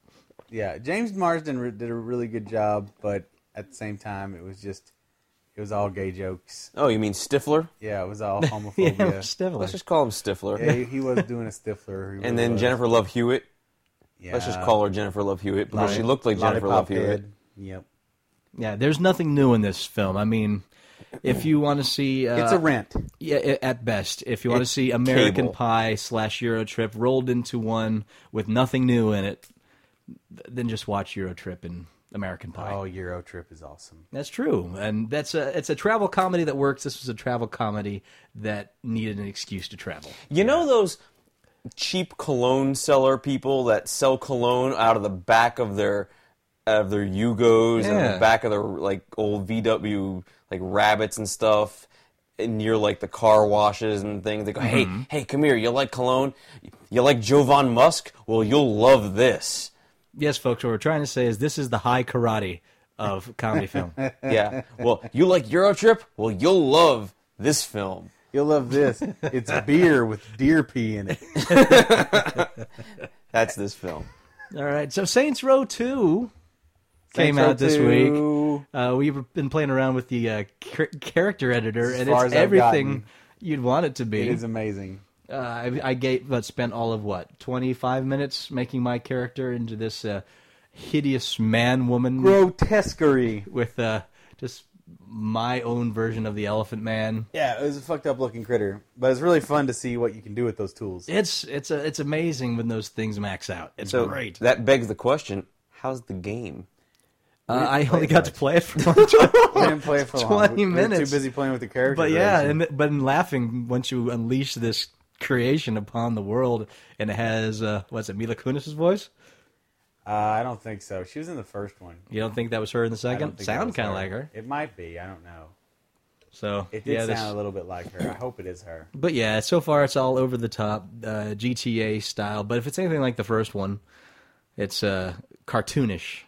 [SPEAKER 5] yeah. James Marsden re- did a really good job, but at the same time, it was just it was all gay jokes.
[SPEAKER 9] Oh, you mean Stifler?
[SPEAKER 5] Yeah. It was all
[SPEAKER 7] Yeah,
[SPEAKER 5] homophobia.
[SPEAKER 7] Stifler.
[SPEAKER 9] Let's just call him Stifler.
[SPEAKER 5] Yeah, he, he was doing a stiffler. He really
[SPEAKER 9] And then
[SPEAKER 5] was.
[SPEAKER 9] Jennifer Love Hewitt.
[SPEAKER 5] Yeah.
[SPEAKER 9] Let's just call her Jennifer Love Hewitt because she looked like Jennifer Love
[SPEAKER 5] Lollipop
[SPEAKER 9] Hewitt.
[SPEAKER 5] Head. Yep.
[SPEAKER 7] Yeah, there's nothing new in this film. I mean, if you want to see, uh,
[SPEAKER 5] It's a rent.
[SPEAKER 7] Yeah, i- at best. If you want to see American Pie slash Eurotrip rolled into one with nothing new in it, th- then just watch Eurotrip and American Pie.
[SPEAKER 5] Oh, Euro Trip is awesome.
[SPEAKER 7] That's true, and that's a it's a travel comedy that works. This was a travel comedy that needed an excuse to travel.
[SPEAKER 9] You know those cheap cologne seller people that sell cologne out of the back of their out of their Yugos and
[SPEAKER 7] Yeah.
[SPEAKER 9] the back of their like old VW like rabbits and stuff and near like the car washes and things. They go, "Hey, hey, come here. You like cologne? You like Jovan Musk? Well, you'll love this."
[SPEAKER 7] Yes, folks, what we're trying to say is this is the high karate of comedy film.
[SPEAKER 9] Yeah. well, you like Eurotrip? Well, you'll love this film.
[SPEAKER 5] You'll love this. It's beer with deer pee in it.
[SPEAKER 9] That's this film.
[SPEAKER 7] All right, so Saints Row Two came
[SPEAKER 5] Saints Row
[SPEAKER 7] out this
[SPEAKER 5] 2.
[SPEAKER 7] week. Uh, we've been playing around with the uh, char- character editor, and
[SPEAKER 5] far
[SPEAKER 7] it's
[SPEAKER 5] as I've
[SPEAKER 7] everything
[SPEAKER 5] gotten.
[SPEAKER 7] you'd want it to
[SPEAKER 5] It
[SPEAKER 7] be.
[SPEAKER 5] is amazing.
[SPEAKER 7] uh, I, I gave, but spent all of what twenty five minutes making my character into this uh, hideous man woman
[SPEAKER 5] Grotesquerie.
[SPEAKER 7] with uh, just my own version of the Elephant Man.
[SPEAKER 5] Yeah, it was a fucked up looking critter, but it's really fun to see what you can do with those tools.
[SPEAKER 7] It's it's a, it's amazing when those things max out. It's
[SPEAKER 9] So
[SPEAKER 7] great.
[SPEAKER 9] that begs the question, how's the game?
[SPEAKER 7] Uh, I only got to play it for one
[SPEAKER 5] We didn't play it for long.
[SPEAKER 7] 20
[SPEAKER 5] We- we were
[SPEAKER 7] minutes.
[SPEAKER 5] too busy playing with the character.
[SPEAKER 7] But yeah,
[SPEAKER 5] creation.
[SPEAKER 7] and but in laughing once you unleash this creation upon the world, and it has uh, what's it, Mila Kunis's voice?
[SPEAKER 5] Uh, I don't think so. She was in the first one.
[SPEAKER 7] You don't think that was her in the
[SPEAKER 5] I don't
[SPEAKER 7] second?
[SPEAKER 5] think
[SPEAKER 7] Sound
[SPEAKER 5] that
[SPEAKER 7] kind of
[SPEAKER 5] was
[SPEAKER 7] like her.
[SPEAKER 5] It might be. I don't know.
[SPEAKER 7] So
[SPEAKER 5] It did
[SPEAKER 7] yeah, this-
[SPEAKER 5] sound a little bit like her. I hope it is her.
[SPEAKER 7] but yeah, so far it's all over the top uh, GTA style. But if it's anything like the first one, it's uh, cartoonish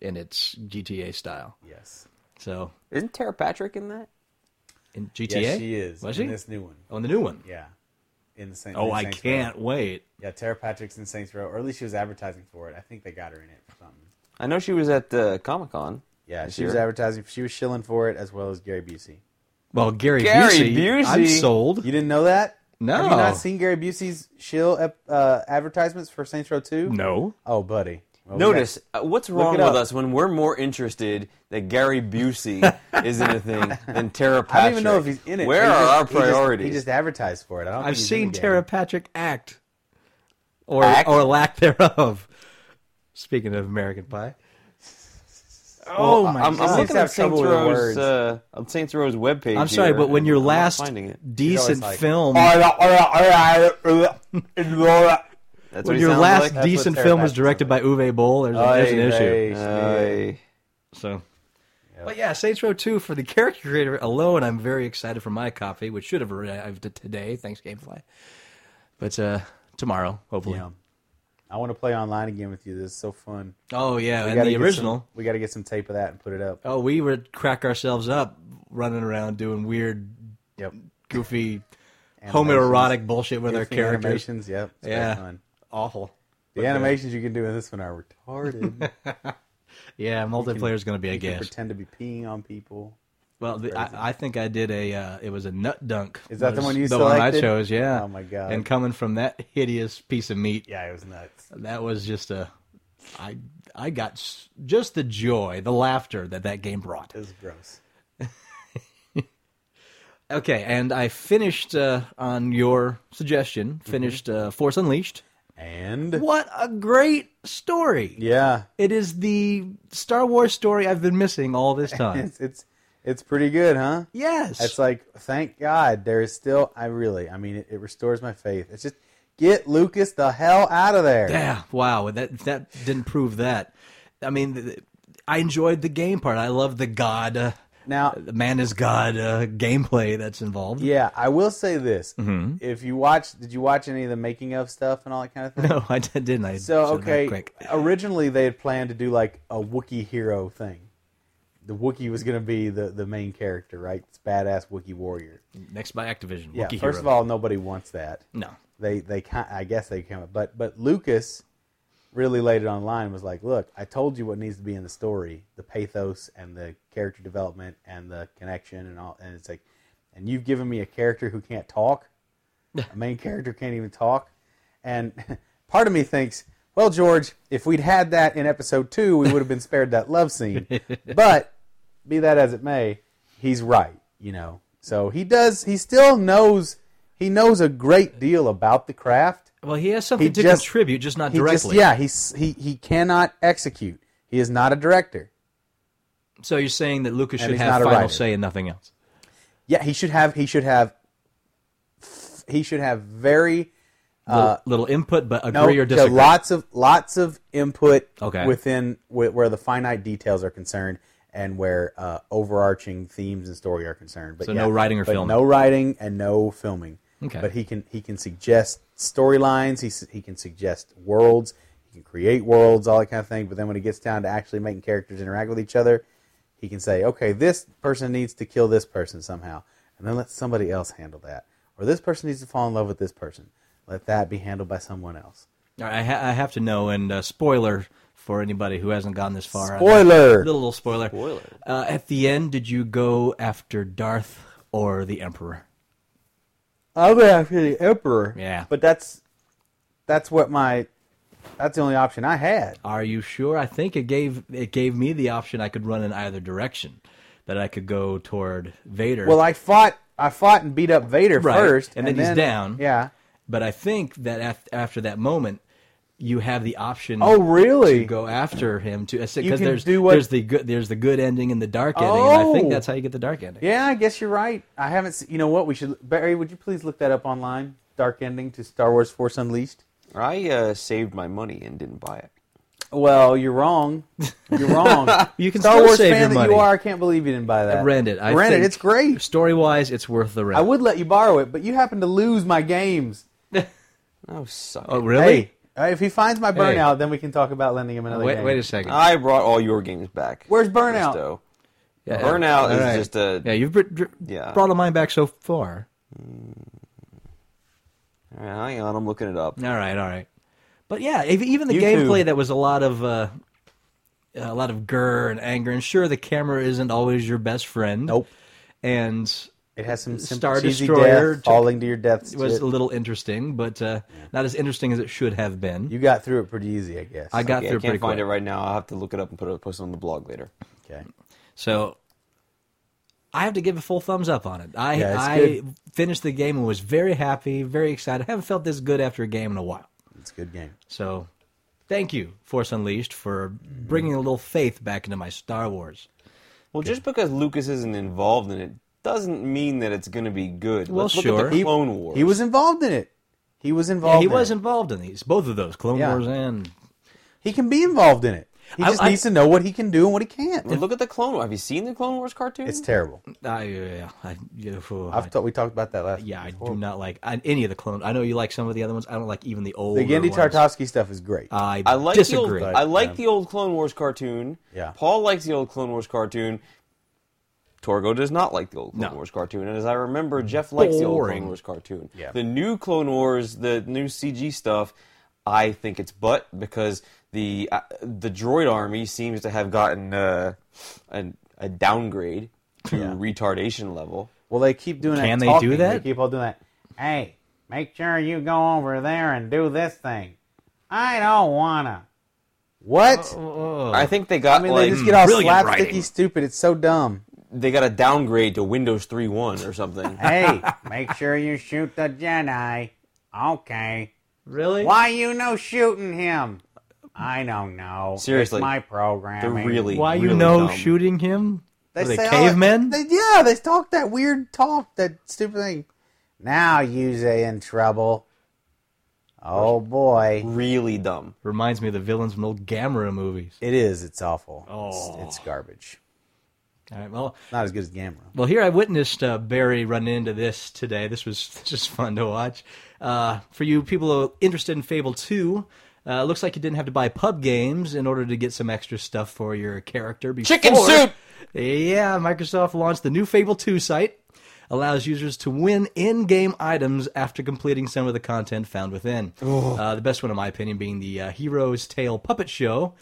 [SPEAKER 7] in its GTA style.
[SPEAKER 5] Yes.
[SPEAKER 7] So
[SPEAKER 9] Isn't Tara Patrick in that?
[SPEAKER 7] in GTA,
[SPEAKER 5] Yes, she is.
[SPEAKER 7] Was
[SPEAKER 5] in
[SPEAKER 7] she
[SPEAKER 5] this new one.
[SPEAKER 7] on the new one?
[SPEAKER 5] Yeah. In the same.
[SPEAKER 7] oh,
[SPEAKER 5] in
[SPEAKER 7] I
[SPEAKER 5] Saints
[SPEAKER 7] can't
[SPEAKER 5] Row.
[SPEAKER 7] wait.
[SPEAKER 5] Yeah, Tara Patrick's in Saints Row, or at least she was advertising for it. I think they got her in it or something.
[SPEAKER 9] I know she was at the Comic Con.
[SPEAKER 5] Yeah,
[SPEAKER 9] this
[SPEAKER 5] she was
[SPEAKER 9] year.
[SPEAKER 5] advertising. She was shilling for it as well as Gary Busey.
[SPEAKER 7] Well, Gary,
[SPEAKER 9] Gary
[SPEAKER 7] Busey, I'm
[SPEAKER 9] Busey.
[SPEAKER 7] sold.
[SPEAKER 5] You didn't know that?
[SPEAKER 7] No.
[SPEAKER 5] Have you not seen Gary Busey's shill ep- uh, advertisements for Saints Row Two?
[SPEAKER 7] No,
[SPEAKER 5] Oh, buddy. Well, we
[SPEAKER 9] Notice
[SPEAKER 5] got-
[SPEAKER 9] uh, what's wrong
[SPEAKER 5] it
[SPEAKER 9] with
[SPEAKER 5] up.
[SPEAKER 9] us when we're more interested that Gary Busey is in a thing than Tara Patrick.
[SPEAKER 5] I don't even know if he's in it.
[SPEAKER 9] Where
[SPEAKER 5] He
[SPEAKER 9] are
[SPEAKER 5] just-
[SPEAKER 9] our
[SPEAKER 5] he just-
[SPEAKER 9] priorities?
[SPEAKER 5] He just, advertised for it. I don't think
[SPEAKER 7] I've
[SPEAKER 5] he's
[SPEAKER 7] seen
[SPEAKER 5] in the
[SPEAKER 7] Tara
[SPEAKER 5] game.
[SPEAKER 7] Patrick act, or
[SPEAKER 9] Act?
[SPEAKER 7] or lack thereof. Speaking of American Pie, oh my
[SPEAKER 9] I'm,
[SPEAKER 5] God.
[SPEAKER 9] I'm
[SPEAKER 5] Seems
[SPEAKER 9] looking
[SPEAKER 5] to
[SPEAKER 9] at
[SPEAKER 5] have trouble
[SPEAKER 9] Saints
[SPEAKER 5] with
[SPEAKER 9] Row's,
[SPEAKER 5] words.
[SPEAKER 9] uh, on Saints Row's webpage.
[SPEAKER 7] I'm sorry,
[SPEAKER 9] here,
[SPEAKER 7] but when
[SPEAKER 9] and
[SPEAKER 7] your
[SPEAKER 9] uh, I'm not
[SPEAKER 7] last
[SPEAKER 9] finding it.
[SPEAKER 7] decent
[SPEAKER 5] like,
[SPEAKER 7] film,
[SPEAKER 9] That's what
[SPEAKER 7] when
[SPEAKER 9] he
[SPEAKER 7] your
[SPEAKER 9] sounds
[SPEAKER 7] last
[SPEAKER 9] like.
[SPEAKER 5] That's what
[SPEAKER 7] decent
[SPEAKER 5] Tara
[SPEAKER 7] film was
[SPEAKER 5] Patrick
[SPEAKER 7] directed by Uwe Boll, there's, Oh, there's an
[SPEAKER 5] Oy
[SPEAKER 7] issue. Uh,
[SPEAKER 5] vey, schnee.
[SPEAKER 9] Aye.
[SPEAKER 7] So, but yeah, Saints Row Two for the character creator alone, I'm very excited for my copy, which should have arrived today. Thanks, GameFly. But uh, tomorrow, hopefully.
[SPEAKER 5] Yeah. I want to play online again with you. This is so fun.
[SPEAKER 7] Oh yeah, and
[SPEAKER 5] gotta
[SPEAKER 7] the
[SPEAKER 5] get
[SPEAKER 7] original.
[SPEAKER 5] some- we got to get some tape of that and put it up.
[SPEAKER 7] Oh, we would crack ourselves up running around doing weird,
[SPEAKER 5] Yep.
[SPEAKER 7] goofy,
[SPEAKER 5] Animations.
[SPEAKER 7] homoerotic bullshit with our
[SPEAKER 5] Goofy
[SPEAKER 7] characters.
[SPEAKER 5] Animations. Yep. It's very
[SPEAKER 7] Yeah.
[SPEAKER 5] fun.
[SPEAKER 7] Awful.
[SPEAKER 5] The animations you can do in this one are retarded.
[SPEAKER 7] Yeah, multiplayer is going to be a
[SPEAKER 5] you can
[SPEAKER 7] guess.
[SPEAKER 5] pretend to be peeing on people.
[SPEAKER 7] well, the, I, I think I did a. Uh, it was a nut dunk.
[SPEAKER 5] Is that the
[SPEAKER 7] was
[SPEAKER 5] one you
[SPEAKER 7] The one I
[SPEAKER 5] selected?
[SPEAKER 7] chose. Yeah.
[SPEAKER 5] Oh, my God.
[SPEAKER 7] And coming from that hideous piece of meat,
[SPEAKER 5] Yeah, it was nuts.
[SPEAKER 7] that was just a. I I got s- just the joy, the laughter that that game brought.
[SPEAKER 5] It was gross.
[SPEAKER 7] Okay, and I finished uh, on your suggestion.
[SPEAKER 5] Mm-hmm.
[SPEAKER 7] Finished uh, Force Unleashed.
[SPEAKER 5] And
[SPEAKER 7] What a great story!
[SPEAKER 5] yeah,
[SPEAKER 7] It is the Star Wars story I've been missing all this time.
[SPEAKER 5] it's it's it's pretty good, huh?
[SPEAKER 7] yes.
[SPEAKER 5] It's like thank God there is still. I really, I mean, it, it restores my faith. It's just get Lucas the hell out of there.
[SPEAKER 7] yeah. Wow. That that didn't prove that. I mean, th- I enjoyed the game part. I love the God. Uh,
[SPEAKER 5] Now,
[SPEAKER 7] the man is God uh, gameplay that's involved.
[SPEAKER 5] yeah, I will say this:
[SPEAKER 7] Mm-hmm.
[SPEAKER 5] if you watch, did you watch any of the making of stuff and all that kind of thing?
[SPEAKER 7] No, I d- didn't. I
[SPEAKER 5] So
[SPEAKER 7] said that
[SPEAKER 5] okay,
[SPEAKER 7] Quick.
[SPEAKER 5] originally they had planned to do like a Wookiee hero thing. The Wookiee was going to be the, the main character, right? This badass Wookiee warrior.
[SPEAKER 7] Next by Activision.
[SPEAKER 5] Yeah.
[SPEAKER 7] Wookiee
[SPEAKER 5] first
[SPEAKER 7] Hero.
[SPEAKER 5] of all, nobody wants that.
[SPEAKER 7] no.
[SPEAKER 5] they they kind I guess they came up, but but Lucas really laid it on line was like, look, I told you what needs to be in the story, the pathos and the character development and the connection and all, and it's like, and you've given me a character who can't talk, a main character who can't even talk, and part of me thinks. Well, George, if we'd had that in episode two, we would have been spared that love scene. But be that as it may, he's right, you know. So he does he still knows he knows a great deal about the craft.
[SPEAKER 7] Well, he has something to
[SPEAKER 5] just-
[SPEAKER 7] contribute, just not
[SPEAKER 5] He just
[SPEAKER 7] directly.
[SPEAKER 5] yeah, he's he he cannot execute. He is not a director.
[SPEAKER 7] So you're saying that Lucas
[SPEAKER 5] And
[SPEAKER 7] should
[SPEAKER 5] he's
[SPEAKER 7] have
[SPEAKER 5] not a
[SPEAKER 7] final
[SPEAKER 5] writer.
[SPEAKER 7] say and nothing else.
[SPEAKER 5] Yeah, he should have he should have he should have very
[SPEAKER 7] Little, little input, but
[SPEAKER 5] Uh, no,
[SPEAKER 7] agree or
[SPEAKER 5] yeah,
[SPEAKER 7] disagree.
[SPEAKER 5] lots of lots of input
[SPEAKER 7] Okay.
[SPEAKER 5] within wh- where the finite details are concerned and where uh, overarching themes and story are concerned. But
[SPEAKER 7] So
[SPEAKER 5] yeah,
[SPEAKER 7] no writing or
[SPEAKER 5] but
[SPEAKER 7] filming.
[SPEAKER 5] No writing and no filming.
[SPEAKER 7] Okay.
[SPEAKER 5] But he can he can suggest storylines. He s- he can suggest worlds. He can create worlds, all that kind of thing. But then when it gets down to actually making characters interact with each other, he can say, okay, this person needs to kill this person somehow, and then let somebody else handle that. Or this person needs to fall in love with this person. Let that be handled by someone else.
[SPEAKER 7] All right, I, ha- I have to know, and uh, spoiler for anybody who hasn't gone this far.
[SPEAKER 5] Spoiler!
[SPEAKER 7] little, little spoiler. Spoiler. Uh, at the end, did you go after Darth or the Emperor?
[SPEAKER 5] I'll go after the emperor.
[SPEAKER 7] Yeah.
[SPEAKER 5] but that's that's what my that's the only option I had.
[SPEAKER 7] Are you sure? I think it gave it gave me the option I could run in either direction, that I could go toward Vader.
[SPEAKER 5] Well, I fought I fought and beat up Vader
[SPEAKER 7] Right,
[SPEAKER 5] first,
[SPEAKER 7] and then he's down.
[SPEAKER 5] Yeah,
[SPEAKER 7] but I think that af- after that moment, you have the option.
[SPEAKER 5] Oh, really?
[SPEAKER 7] To go after him to
[SPEAKER 5] You
[SPEAKER 7] because
[SPEAKER 5] can
[SPEAKER 7] there's
[SPEAKER 5] do what-
[SPEAKER 7] there's the good there's the good ending and the dark ending. and I think
[SPEAKER 5] Oh.
[SPEAKER 7] that's how you get the dark ending.
[SPEAKER 5] Yeah, I guess you're right. I haven't. Se- you know what? We should. Barry, would you please look that up online? Dark ending to Star Wars Force Unleashed.
[SPEAKER 9] I uh, saved my money and didn't buy it.
[SPEAKER 5] Well, you're wrong. You're wrong.
[SPEAKER 7] You can
[SPEAKER 5] Star
[SPEAKER 7] still
[SPEAKER 5] Wars
[SPEAKER 7] save
[SPEAKER 5] fan
[SPEAKER 7] your
[SPEAKER 5] that
[SPEAKER 7] money.
[SPEAKER 5] you are. I can't believe you didn't buy that.
[SPEAKER 7] Rent it. I
[SPEAKER 5] rent
[SPEAKER 7] think
[SPEAKER 5] it. It's great.
[SPEAKER 7] Story wise, it's worth the rent.
[SPEAKER 5] I would let you borrow it, but you happen to lose my games.
[SPEAKER 9] Oh, suck.
[SPEAKER 7] oh, really?
[SPEAKER 5] Hey, uh, if he finds my burnout, then we can talk about lending him another
[SPEAKER 7] wait,
[SPEAKER 5] game.
[SPEAKER 7] wait a second.
[SPEAKER 9] I brought all your games back.
[SPEAKER 5] Where's Burnout?
[SPEAKER 9] Though.
[SPEAKER 7] Yeah,
[SPEAKER 9] Burnout is
[SPEAKER 7] alright.
[SPEAKER 9] just a.
[SPEAKER 7] yeah, you've br- dr-
[SPEAKER 9] Yeah.
[SPEAKER 7] brought all mine back so far.
[SPEAKER 9] All right, hang on, I'm looking it up.
[SPEAKER 7] All right, all right. But yeah, ev- even the
[SPEAKER 5] You
[SPEAKER 7] gameplay
[SPEAKER 5] too.
[SPEAKER 7] that was a lot of uh, a lot of grr and anger, and sure, the camera isn't always your best friend.
[SPEAKER 5] Nope.
[SPEAKER 7] And
[SPEAKER 5] It has some simple,
[SPEAKER 7] Star
[SPEAKER 5] cheesy
[SPEAKER 7] Destroyer
[SPEAKER 5] death,
[SPEAKER 7] to-
[SPEAKER 5] falling to your death.
[SPEAKER 7] it was
[SPEAKER 5] shit.
[SPEAKER 7] a little interesting, but uh, not as interesting as it should have been.
[SPEAKER 5] you got through it pretty easy, I guess.
[SPEAKER 7] I got
[SPEAKER 9] Okay, I
[SPEAKER 7] through
[SPEAKER 9] can't
[SPEAKER 7] pretty
[SPEAKER 9] find
[SPEAKER 7] quick.
[SPEAKER 9] it right now. I'll have to look it up and put it post it on the blog later.
[SPEAKER 5] Okay.
[SPEAKER 7] So I have to give a full thumbs up on it. I
[SPEAKER 5] Yeah, it's
[SPEAKER 7] I
[SPEAKER 5] good.
[SPEAKER 7] finished the game and was very happy, very excited. I haven't felt this good after a game in a while.
[SPEAKER 5] It's a good game.
[SPEAKER 7] So thank you, Force Unleashed, for bringing a little faith back into my Star Wars.
[SPEAKER 9] Well, just because Lucas isn't involved in it doesn't mean that it's going to be good.
[SPEAKER 7] Well,
[SPEAKER 9] Let's
[SPEAKER 7] sure.
[SPEAKER 9] Look at the Clone Wars.
[SPEAKER 5] He was involved in it. He was
[SPEAKER 7] Yeah,
[SPEAKER 5] involved.
[SPEAKER 7] he
[SPEAKER 5] in
[SPEAKER 7] was
[SPEAKER 5] it.
[SPEAKER 7] involved in these, both of those, Clone
[SPEAKER 5] Yeah.
[SPEAKER 7] Wars and
[SPEAKER 5] He can be involved in it. He
[SPEAKER 7] I-
[SPEAKER 5] just
[SPEAKER 7] I-
[SPEAKER 5] needs to know what he can do and what he can't.
[SPEAKER 9] Well, look at the Clone Wars. Have you seen the Clone Wars cartoon?
[SPEAKER 5] It's terrible.
[SPEAKER 7] I, yeah, I, yeah, oh,
[SPEAKER 5] I've
[SPEAKER 7] I-
[SPEAKER 5] ta- we talked about that last.
[SPEAKER 7] yeah, I do not like I, any of the clone. I know you like some of the other ones. I don't like even the old.
[SPEAKER 5] The Gendy
[SPEAKER 7] ones.
[SPEAKER 5] Tartovsky stuff is great.
[SPEAKER 7] I,
[SPEAKER 9] I like
[SPEAKER 7] disagree.
[SPEAKER 9] the old. I like
[SPEAKER 5] Yeah.
[SPEAKER 9] the old Clone Wars cartoon.
[SPEAKER 5] Yeah.
[SPEAKER 9] Paul likes the old Clone Wars cartoon. Torgo does not like the old Clone
[SPEAKER 7] No.
[SPEAKER 9] Wars cartoon, and as I remember, Jeff likes the old
[SPEAKER 7] Boring.
[SPEAKER 9] Clone Wars cartoon.
[SPEAKER 5] Yeah.
[SPEAKER 9] The new Clone Wars, the new CG stuff, I think it's butt because the uh, the droid army seems to have gotten uh, a, a downgrade to retardation level.
[SPEAKER 5] well, they keep doing
[SPEAKER 7] Can
[SPEAKER 5] that.
[SPEAKER 7] they do
[SPEAKER 5] talking.
[SPEAKER 7] that?
[SPEAKER 5] They keep all doing that. Hey, make sure you go over there and do this thing. I don't wanna. What?
[SPEAKER 7] Uh, Oh.
[SPEAKER 9] I think they got
[SPEAKER 5] I mean,
[SPEAKER 9] like
[SPEAKER 5] they just get all
[SPEAKER 10] brilliant
[SPEAKER 5] slapsticky
[SPEAKER 10] writing.
[SPEAKER 5] stupid. It's so dumb.
[SPEAKER 9] they got a downgrade to Windows 3.1 or something.
[SPEAKER 5] Hey, make sure you shoot the Jedi. Okay.
[SPEAKER 7] really.
[SPEAKER 5] Why you no shooting him? I don't know.
[SPEAKER 9] Seriously.
[SPEAKER 5] it's my
[SPEAKER 9] They're
[SPEAKER 5] program.
[SPEAKER 9] really
[SPEAKER 7] Why you
[SPEAKER 9] really
[SPEAKER 7] know
[SPEAKER 9] dumb. oh,
[SPEAKER 7] shooting him? Are they
[SPEAKER 5] say all that-
[SPEAKER 7] cavemen?
[SPEAKER 5] They, yeah, they talk that weird talk, that stupid thing. Now Yuze in trouble. Oh boy,
[SPEAKER 9] really dumb.
[SPEAKER 7] Reminds me of the villains from old Gamera movies.
[SPEAKER 5] it is. It's awful.
[SPEAKER 7] Oh.
[SPEAKER 5] It's, it's garbage.
[SPEAKER 7] All right, well,
[SPEAKER 5] Not as good as Gamera.
[SPEAKER 7] well, here I witnessed uh, Barry run into this today. This was just fun to watch. Uh, for you people who are interested in Fable Two, uh, looks like you didn't have to buy pub games in order to get some extra stuff for your character. Before,
[SPEAKER 9] Chicken soup!
[SPEAKER 7] Yeah, Microsoft launched the new Fable Two site. Allows users to win in-game items after completing some of the content found within. Uh, the best one, in my opinion, being the uh, Hero's Tale puppet show,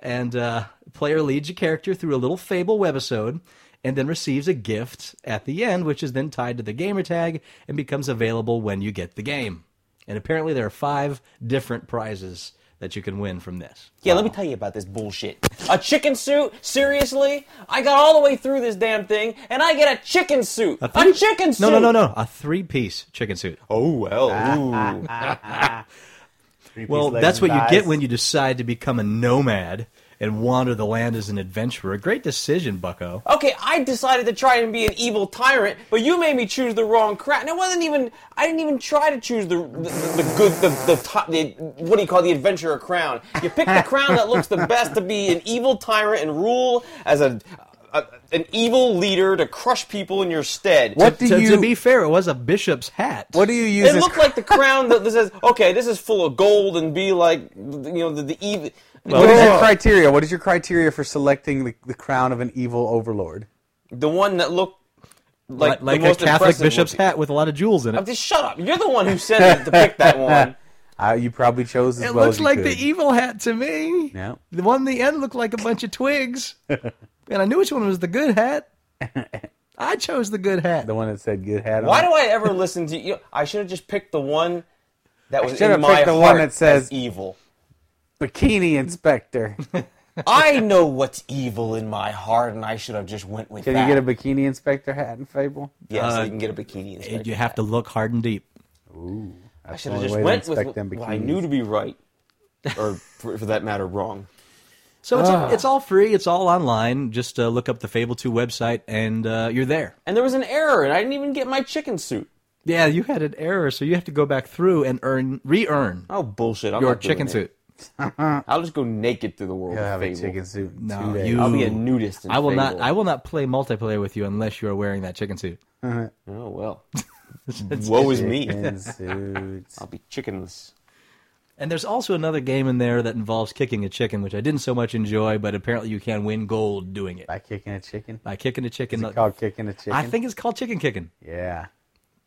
[SPEAKER 7] and uh, player leads your character through a little fable webisode and then receives a gift at the end which is then tied to the gamer tag and becomes available when you get the game and apparently there are five different prizes that you can win from this
[SPEAKER 9] Yeah, let me tell you about this bullshit. A chicken suit? Seriously? I got all the way through this damn thing, and I get a chicken suit. A,
[SPEAKER 7] three-
[SPEAKER 9] chicken suit.
[SPEAKER 7] no no no no a three-piece chicken suit
[SPEAKER 9] Oh well. Ooh.
[SPEAKER 7] well that's what you get when you decide to become a nomad and wander the land as an adventurer great decision bucko
[SPEAKER 9] okay, I decided to try and be an evil tyrant, but you made me choose the wrong crap. And it wasn't even. I didn't even try to choose the the, the good the the, top, the what do you call the adventurer crown? You pick the crown that looks the best to be an evil tyrant and rule as a. a an evil leader to crush people in your stead.
[SPEAKER 5] What do
[SPEAKER 7] to,
[SPEAKER 5] you?
[SPEAKER 7] to be fair it was a bishop's hat
[SPEAKER 5] what do you use?
[SPEAKER 9] It
[SPEAKER 5] as-
[SPEAKER 9] looked like the crown that that says, "Okay, this is full of gold," and be like, you know, the, the evil.
[SPEAKER 5] what is your criteria? What is your criteria for selecting the, the crown of an evil overlord?
[SPEAKER 9] the one that looked like
[SPEAKER 7] like,
[SPEAKER 9] the
[SPEAKER 7] like a
[SPEAKER 9] most
[SPEAKER 7] catholic
[SPEAKER 9] impressive
[SPEAKER 7] bishop's
[SPEAKER 9] looking.
[SPEAKER 7] hat with a lot of jewels in it
[SPEAKER 9] Just shut up! You're the one who said to pick that one.
[SPEAKER 5] Uh, you probably chose as
[SPEAKER 7] It
[SPEAKER 5] well
[SPEAKER 7] looks
[SPEAKER 5] as you
[SPEAKER 7] like
[SPEAKER 5] could.
[SPEAKER 7] the e- evil hat to me.
[SPEAKER 5] Yeah.
[SPEAKER 7] The one in the end looked like a bunch of twigs. and I knew which one was the good hat. I chose the good hat.
[SPEAKER 5] the one that said good hat.
[SPEAKER 9] Why
[SPEAKER 5] on.
[SPEAKER 9] do I ever listen to you? I should have just picked the one that was
[SPEAKER 5] should
[SPEAKER 9] in
[SPEAKER 5] have
[SPEAKER 9] my
[SPEAKER 5] picked the
[SPEAKER 9] heart
[SPEAKER 5] one that says-
[SPEAKER 9] as evil.
[SPEAKER 5] bikini inspector?
[SPEAKER 9] I know what's evil in my heart, and I should have just went with
[SPEAKER 5] Can
[SPEAKER 9] that.
[SPEAKER 5] you get a uh, bikini inspector hat in Fable?
[SPEAKER 9] yeah, so you can get a bikini. Inspector.
[SPEAKER 7] You have to look hard and deep.
[SPEAKER 9] I
[SPEAKER 5] That's
[SPEAKER 9] should have
[SPEAKER 5] the only
[SPEAKER 9] just
[SPEAKER 5] way to
[SPEAKER 9] went with
[SPEAKER 5] inspect them
[SPEAKER 9] what I
[SPEAKER 5] bikinis.
[SPEAKER 9] knew to be right. or for, for that matter, wrong.
[SPEAKER 7] So it's,
[SPEAKER 5] Ah.
[SPEAKER 7] all, it's all free. It's all online. Just uh, look up the Fable 2 website and uh, you're there.
[SPEAKER 9] And there was an error, and I didn't even get my chicken suit.
[SPEAKER 7] Yeah, you had an error, so you have to go back through and earn re-earn
[SPEAKER 9] Oh bullshit! I'm
[SPEAKER 7] your
[SPEAKER 9] not doing
[SPEAKER 7] chicken
[SPEAKER 9] it.
[SPEAKER 7] suit.
[SPEAKER 9] I'll just go naked through the world.
[SPEAKER 5] You'll
[SPEAKER 9] of
[SPEAKER 5] have a
[SPEAKER 9] Fable.
[SPEAKER 5] chicken suit. in
[SPEAKER 7] No,
[SPEAKER 5] two days.
[SPEAKER 7] you-
[SPEAKER 9] I'll be a nudist. In
[SPEAKER 7] I will not.
[SPEAKER 9] Fable.
[SPEAKER 7] I will not play multiplayer with you unless you are wearing that chicken suit.
[SPEAKER 9] Oh well. Woe is me.
[SPEAKER 5] Chicken suits.
[SPEAKER 9] I'll be chickenless.
[SPEAKER 7] And there's also another game in there that involves kicking a chicken, which I didn't so much enjoy, but apparently you can win gold doing it
[SPEAKER 5] By kicking a chicken.
[SPEAKER 7] by kicking a chicken.
[SPEAKER 5] Is it called kicking a chicken?
[SPEAKER 7] I think it's called chicken kicking.
[SPEAKER 5] Yeah.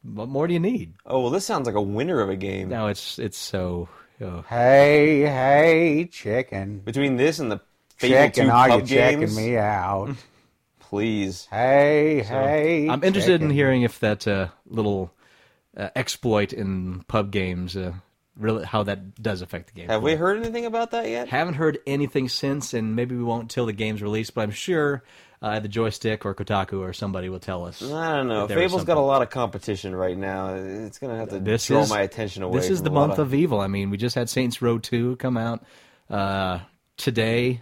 [SPEAKER 7] What more do you need?
[SPEAKER 9] Oh well, this sounds like a winner of a game.
[SPEAKER 7] No, it's it's so. Oh.
[SPEAKER 5] Hey, hey, chicken.
[SPEAKER 9] Between this and the Fable
[SPEAKER 5] Chicken,
[SPEAKER 9] Two
[SPEAKER 5] are you
[SPEAKER 9] pub games,
[SPEAKER 5] checking me out?
[SPEAKER 9] please.
[SPEAKER 5] Hey, hey.
[SPEAKER 7] I'm interested
[SPEAKER 5] chicken.
[SPEAKER 7] in hearing if that uh, little uh, exploit in pub games uh, really how that does affect the game.
[SPEAKER 9] Have we heard anything about that yet?
[SPEAKER 7] Haven't heard anything since, and maybe we won't till the game's released. But I'm sure uh, the joystick or Kotaku or somebody will tell us.
[SPEAKER 5] Ah,
[SPEAKER 9] I don't know.
[SPEAKER 7] If there was
[SPEAKER 9] Fable's got a
[SPEAKER 7] something.
[SPEAKER 9] lot of competition right now. It's gonna have to
[SPEAKER 7] This
[SPEAKER 9] draw
[SPEAKER 7] is
[SPEAKER 9] my attention away.
[SPEAKER 7] This is
[SPEAKER 9] from
[SPEAKER 7] the
[SPEAKER 9] a lot
[SPEAKER 7] month of evil. I mean, we just had Saints Row Two come out. Uh, today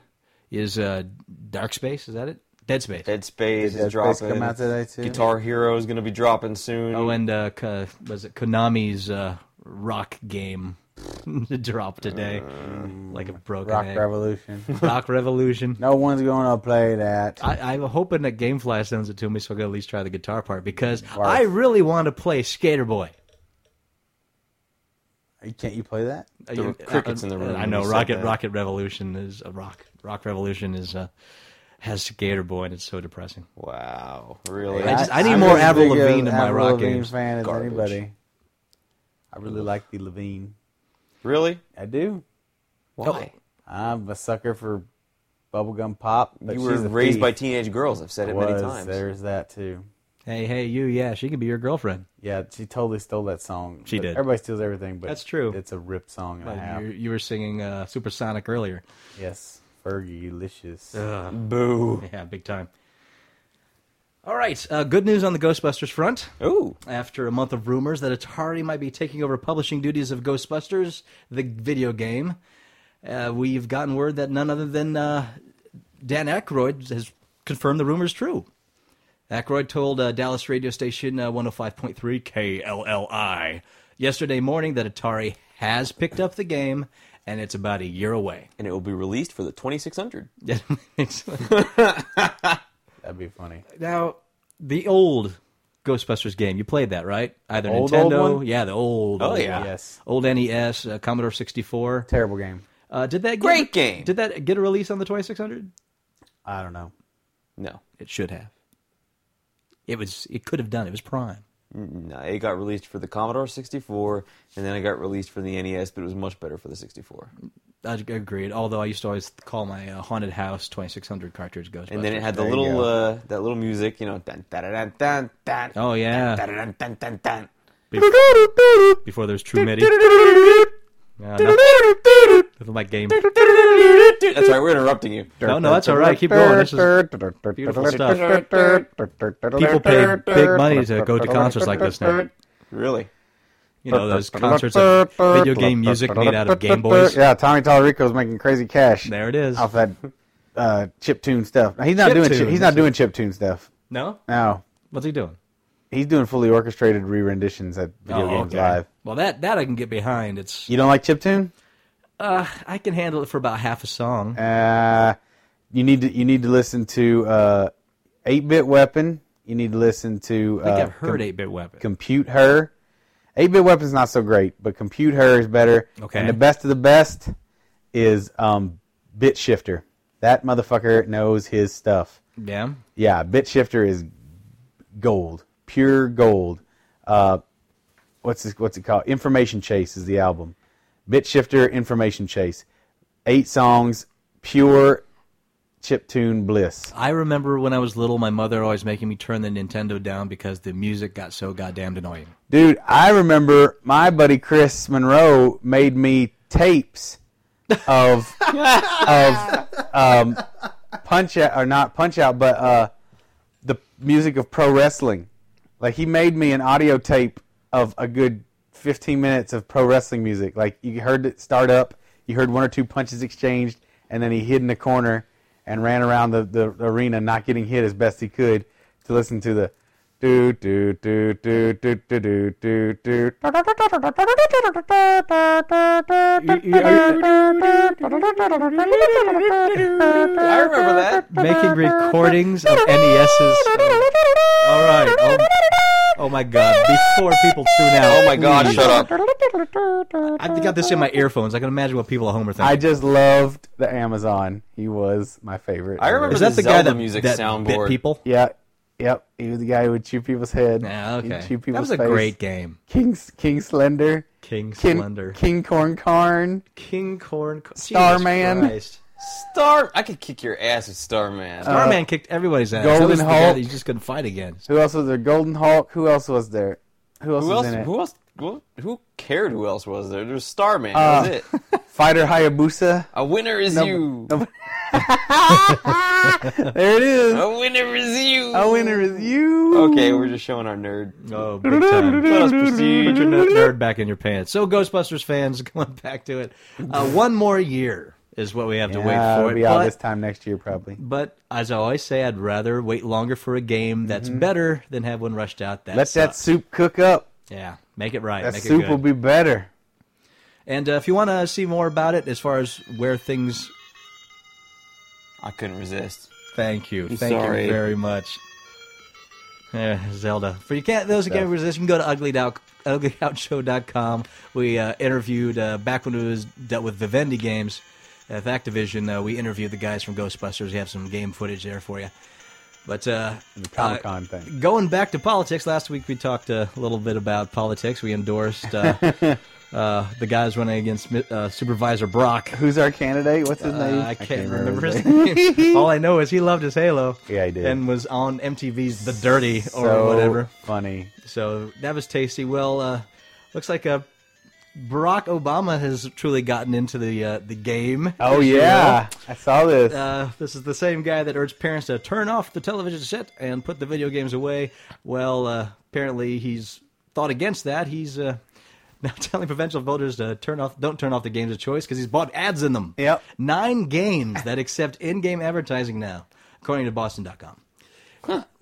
[SPEAKER 7] is uh, Dark Space. Is that it? Dead Space.
[SPEAKER 9] Dead Space
[SPEAKER 5] Did Dead
[SPEAKER 9] is
[SPEAKER 5] Space
[SPEAKER 9] dropping.
[SPEAKER 5] come out today, too?
[SPEAKER 9] Guitar Hero is gonna be dropping soon.
[SPEAKER 7] Oh, and uh, Ko- was it Konami's uh, rock game dropped today?
[SPEAKER 9] Um,
[SPEAKER 7] like a broken
[SPEAKER 5] Rock
[SPEAKER 7] egg.
[SPEAKER 5] Revolution.
[SPEAKER 7] rock Revolution.
[SPEAKER 5] no one's going to play that.
[SPEAKER 7] I, I'm hoping that GameFly sends it to me so I can at least try the guitar part because I really want to play Skater Boy.
[SPEAKER 5] Can't you play that?
[SPEAKER 7] There
[SPEAKER 9] were crickets in the room
[SPEAKER 7] uh, I
[SPEAKER 9] when
[SPEAKER 7] know
[SPEAKER 9] you said
[SPEAKER 7] Rocket
[SPEAKER 9] that.
[SPEAKER 7] Rocket Revolution is a rock. Rock Revolution is uh, has Skater Boy and it's so depressing.
[SPEAKER 9] Wow, really?
[SPEAKER 7] I just- I need
[SPEAKER 5] I'm
[SPEAKER 7] more
[SPEAKER 5] as
[SPEAKER 7] Avril
[SPEAKER 5] big a
[SPEAKER 7] Lavigne in my
[SPEAKER 5] Avril
[SPEAKER 7] rock
[SPEAKER 5] Lavigne
[SPEAKER 7] games.
[SPEAKER 5] fan as
[SPEAKER 9] Garbage.
[SPEAKER 5] anybody. I really like the Levine.
[SPEAKER 9] really?
[SPEAKER 5] I do.
[SPEAKER 9] Why?
[SPEAKER 5] I'm a sucker for bubblegum pop. But
[SPEAKER 9] you
[SPEAKER 5] she's
[SPEAKER 9] were
[SPEAKER 5] a
[SPEAKER 9] raised
[SPEAKER 5] thief.
[SPEAKER 9] by teenage girls. I've said it many
[SPEAKER 5] Was.
[SPEAKER 9] times.
[SPEAKER 5] There's that too.
[SPEAKER 7] Hey, hey, you, yeah, she can be your girlfriend.
[SPEAKER 5] Yeah, she totally stole that song.
[SPEAKER 7] She
[SPEAKER 5] But
[SPEAKER 7] did.
[SPEAKER 5] Everybody steals everything, but
[SPEAKER 7] That's true.
[SPEAKER 5] It's a rip song and a
[SPEAKER 7] But
[SPEAKER 5] half.
[SPEAKER 7] you, you were singing uh, Supersonic earlier.
[SPEAKER 5] Yes, Fergie, Licious.
[SPEAKER 9] Boo.
[SPEAKER 7] Yeah, big time. All right, uh, good news on the Ghostbusters front.
[SPEAKER 9] Ooh.
[SPEAKER 7] After a month of rumors that Atari might be taking over publishing duties of Ghostbusters, the video game, uh, we've gotten word that none other than uh, Dan Aykroyd has confirmed the rumors true. Aykroyd told uh, Dallas radio station uh, 105.3 KLLI yesterday morning that Atari has picked up the game and it's about a year away.
[SPEAKER 9] And it will be released for the 2600.
[SPEAKER 5] That'd be funny.
[SPEAKER 7] Now, the old Ghostbusters game, you played that, right? Either
[SPEAKER 5] Old, old
[SPEAKER 7] Nintendo,
[SPEAKER 5] one?
[SPEAKER 7] yeah, the old,
[SPEAKER 9] Oh,
[SPEAKER 7] old
[SPEAKER 9] yeah.
[SPEAKER 7] one.
[SPEAKER 5] Yes.
[SPEAKER 7] old NES, uh, Commodore 64.
[SPEAKER 5] Terrible game.
[SPEAKER 7] Uh, did that get,
[SPEAKER 9] Great game.
[SPEAKER 7] Did that get a release on the 2600?
[SPEAKER 5] I don't know.
[SPEAKER 9] No.
[SPEAKER 7] It should have. It was. It could have done. It was Prime.
[SPEAKER 9] No, it got released for the Commodore 64, and then it got released for the NES, but it was much better for the 64.
[SPEAKER 7] I agreed. Although I used to always call my uh, haunted house 2600 cartridge Ghostbusters.
[SPEAKER 9] And then it had the
[SPEAKER 5] There you
[SPEAKER 9] little
[SPEAKER 5] go.
[SPEAKER 9] uh, that little music, you know, dun, dun, dun, dun, dun,
[SPEAKER 7] Oh, yeah.
[SPEAKER 9] dun, dun, dun, dun, dun.
[SPEAKER 7] before there was True MIDI. Yeah, nothing- nothing like game.
[SPEAKER 9] That's right, we're interrupting you.
[SPEAKER 7] No, no, that's all right. Keep going. This is beautiful stuff. People pay big money to go to concerts like this now.
[SPEAKER 9] Really?
[SPEAKER 7] You know, those concerts of video game music made out of Game Boys.
[SPEAKER 5] Yeah, Tommy Tallarico's making crazy cash
[SPEAKER 7] There it is.
[SPEAKER 5] off that uh, chip tune stuff. Now, He's not doing
[SPEAKER 7] Chiptune,
[SPEAKER 5] chip, he's not
[SPEAKER 7] that's
[SPEAKER 5] doing chip tune stuff.
[SPEAKER 7] No?
[SPEAKER 5] No,
[SPEAKER 7] What's he doing?
[SPEAKER 5] he's doing fully orchestrated re-renditions at
[SPEAKER 7] Oh,
[SPEAKER 5] video games live.
[SPEAKER 7] Well, that, that I can get behind. It's
[SPEAKER 5] You don't like chip tune?
[SPEAKER 7] I can handle it for about half a song.
[SPEAKER 5] Uh, you need to you need to listen to uh, 8-bit weapon. You need to listen to
[SPEAKER 7] I
[SPEAKER 5] uh,
[SPEAKER 7] think I've heard
[SPEAKER 5] Com-
[SPEAKER 7] 8-Bit Weapon.
[SPEAKER 5] compute her. 8-bit weapon's not so great, but compute her is better.
[SPEAKER 7] Okay.
[SPEAKER 5] And the best of the best is um, bit shifter. That motherfucker knows his stuff.
[SPEAKER 7] yeah?
[SPEAKER 5] Yeah, bit shifter is gold, pure gold. Uh, what's this, what's it called? Information Chase is the album. Bit shifter, Information Chase, eight songs, pure chiptune bliss.
[SPEAKER 7] I remember when I was little, my mother always making me turn the Nintendo down because the music got so goddamn annoying.
[SPEAKER 5] Dude, I remember my buddy Chris Monroe made me tapes of of um, punch out or not punch out, but uh, the music of pro wrestling. Like he made me an audio tape of a good fifteen minutes of pro wrestling music. Like you heard it start up, You heard one or two punches exchanged, and then he hid in the corner and ran around the, the arena, not getting hit as best he could, to listen to the do do do do do do do do do.
[SPEAKER 9] I remember that. Oh
[SPEAKER 7] Making recordings of E NES's. All right. Oh, oh my God. Before people tune out.
[SPEAKER 9] Oh my God!
[SPEAKER 7] please.
[SPEAKER 9] Shut up.
[SPEAKER 7] I've got this in my earphones. I can imagine what people at home are thinking.
[SPEAKER 5] I just loved the Amazon. He was my favorite.
[SPEAKER 9] I remember
[SPEAKER 7] Is that
[SPEAKER 9] the
[SPEAKER 7] the guy
[SPEAKER 9] Zelda
[SPEAKER 7] that
[SPEAKER 9] music
[SPEAKER 7] that
[SPEAKER 9] soundboard.
[SPEAKER 7] bit people?
[SPEAKER 5] Yeah, yep. He was the guy who would chew people's head.
[SPEAKER 7] Yeah,
[SPEAKER 5] He'd
[SPEAKER 7] okay.
[SPEAKER 5] chew
[SPEAKER 7] That
[SPEAKER 5] people's
[SPEAKER 7] was a
[SPEAKER 5] face.
[SPEAKER 7] great game.
[SPEAKER 5] King King Slender.
[SPEAKER 7] King
[SPEAKER 5] Kin-
[SPEAKER 7] Slender.
[SPEAKER 5] King Corn Carn.
[SPEAKER 7] King Corn. Jesus
[SPEAKER 5] Starman.
[SPEAKER 7] Christ.
[SPEAKER 9] Star. I could kick your ass with Starman.
[SPEAKER 7] Starman kicked everybody's ass.
[SPEAKER 5] Uh, Golden
[SPEAKER 7] that was the guy
[SPEAKER 5] Hulk.
[SPEAKER 7] that you just couldn't fight against.
[SPEAKER 5] Who else was there? Golden Hulk. Who else was there? Who else
[SPEAKER 9] who
[SPEAKER 5] was
[SPEAKER 9] else?
[SPEAKER 5] in it?
[SPEAKER 9] Who else? Who, who cared? Who else was there? There was Starman. That was
[SPEAKER 5] Uh,
[SPEAKER 9] it.
[SPEAKER 5] Fighter Hayabusa.
[SPEAKER 9] A winner is you.
[SPEAKER 5] There it is.
[SPEAKER 7] Oh.
[SPEAKER 9] A winner is you.
[SPEAKER 5] A winner is you.
[SPEAKER 9] Okay, we're just showing our nerd.
[SPEAKER 7] Oh, big time.
[SPEAKER 9] Let us proceed.
[SPEAKER 7] Put your ner- nerd back in your pants. So, Ghostbusters fans, going back to it, uh, one more year is what we have to
[SPEAKER 5] Yeah,
[SPEAKER 7] wait
[SPEAKER 5] it'll
[SPEAKER 7] for. It.
[SPEAKER 5] be out
[SPEAKER 7] But-
[SPEAKER 5] this time next year probably.
[SPEAKER 7] But as I always say, I'd rather wait longer for a game that's better than have one rushed out. That
[SPEAKER 5] Mm-hmm. Let that
[SPEAKER 7] sucks.
[SPEAKER 5] soup cook up.
[SPEAKER 7] yeah, make it right.
[SPEAKER 5] That
[SPEAKER 7] make
[SPEAKER 5] soup
[SPEAKER 7] it
[SPEAKER 5] will
[SPEAKER 7] good.
[SPEAKER 5] be better.
[SPEAKER 7] and uh, if you want to see more about it, as far as where things,
[SPEAKER 9] I couldn't resist.
[SPEAKER 7] thank you, thank
[SPEAKER 9] sorry.
[SPEAKER 7] you very much. Eh, Zelda. For you can't those who can't resist, you can go to ugly Dou- uglydoutshow.com. We uh, interviewed uh, back when it was dealt with Vivendi games at Activision. Uh, we interviewed the guys from Ghostbusters. We have some game footage there for you. But uh, the
[SPEAKER 5] Comic Con thing.
[SPEAKER 7] Going back to politics, last week we talked uh, a little bit about politics. We endorsed uh, uh, the guys running against uh, Supervisor Brock.
[SPEAKER 5] Who's our candidate? What's his
[SPEAKER 7] Uh,
[SPEAKER 5] name?
[SPEAKER 7] I can't remember his name. All I know is he loved his Halo.
[SPEAKER 5] Yeah, he did.
[SPEAKER 7] And was on MTV's The Dirty or
[SPEAKER 5] So
[SPEAKER 7] whatever.
[SPEAKER 5] Funny.
[SPEAKER 7] So that was tasty. Well, uh, looks like uh, Barack Obama has truly gotten into the uh, the game.
[SPEAKER 5] Oh
[SPEAKER 7] if you
[SPEAKER 5] yeah, I saw this.
[SPEAKER 7] uh, this is the same guy that urged parents to turn off the television set and put the video games away. Well, uh, apparently he's thought against that. He's uh, now telling provincial voters to turn off, don't turn off the games of choice because he's bought ads in them.
[SPEAKER 5] Yep.
[SPEAKER 7] Nine games that accept in-game advertising now, according to Boston.com.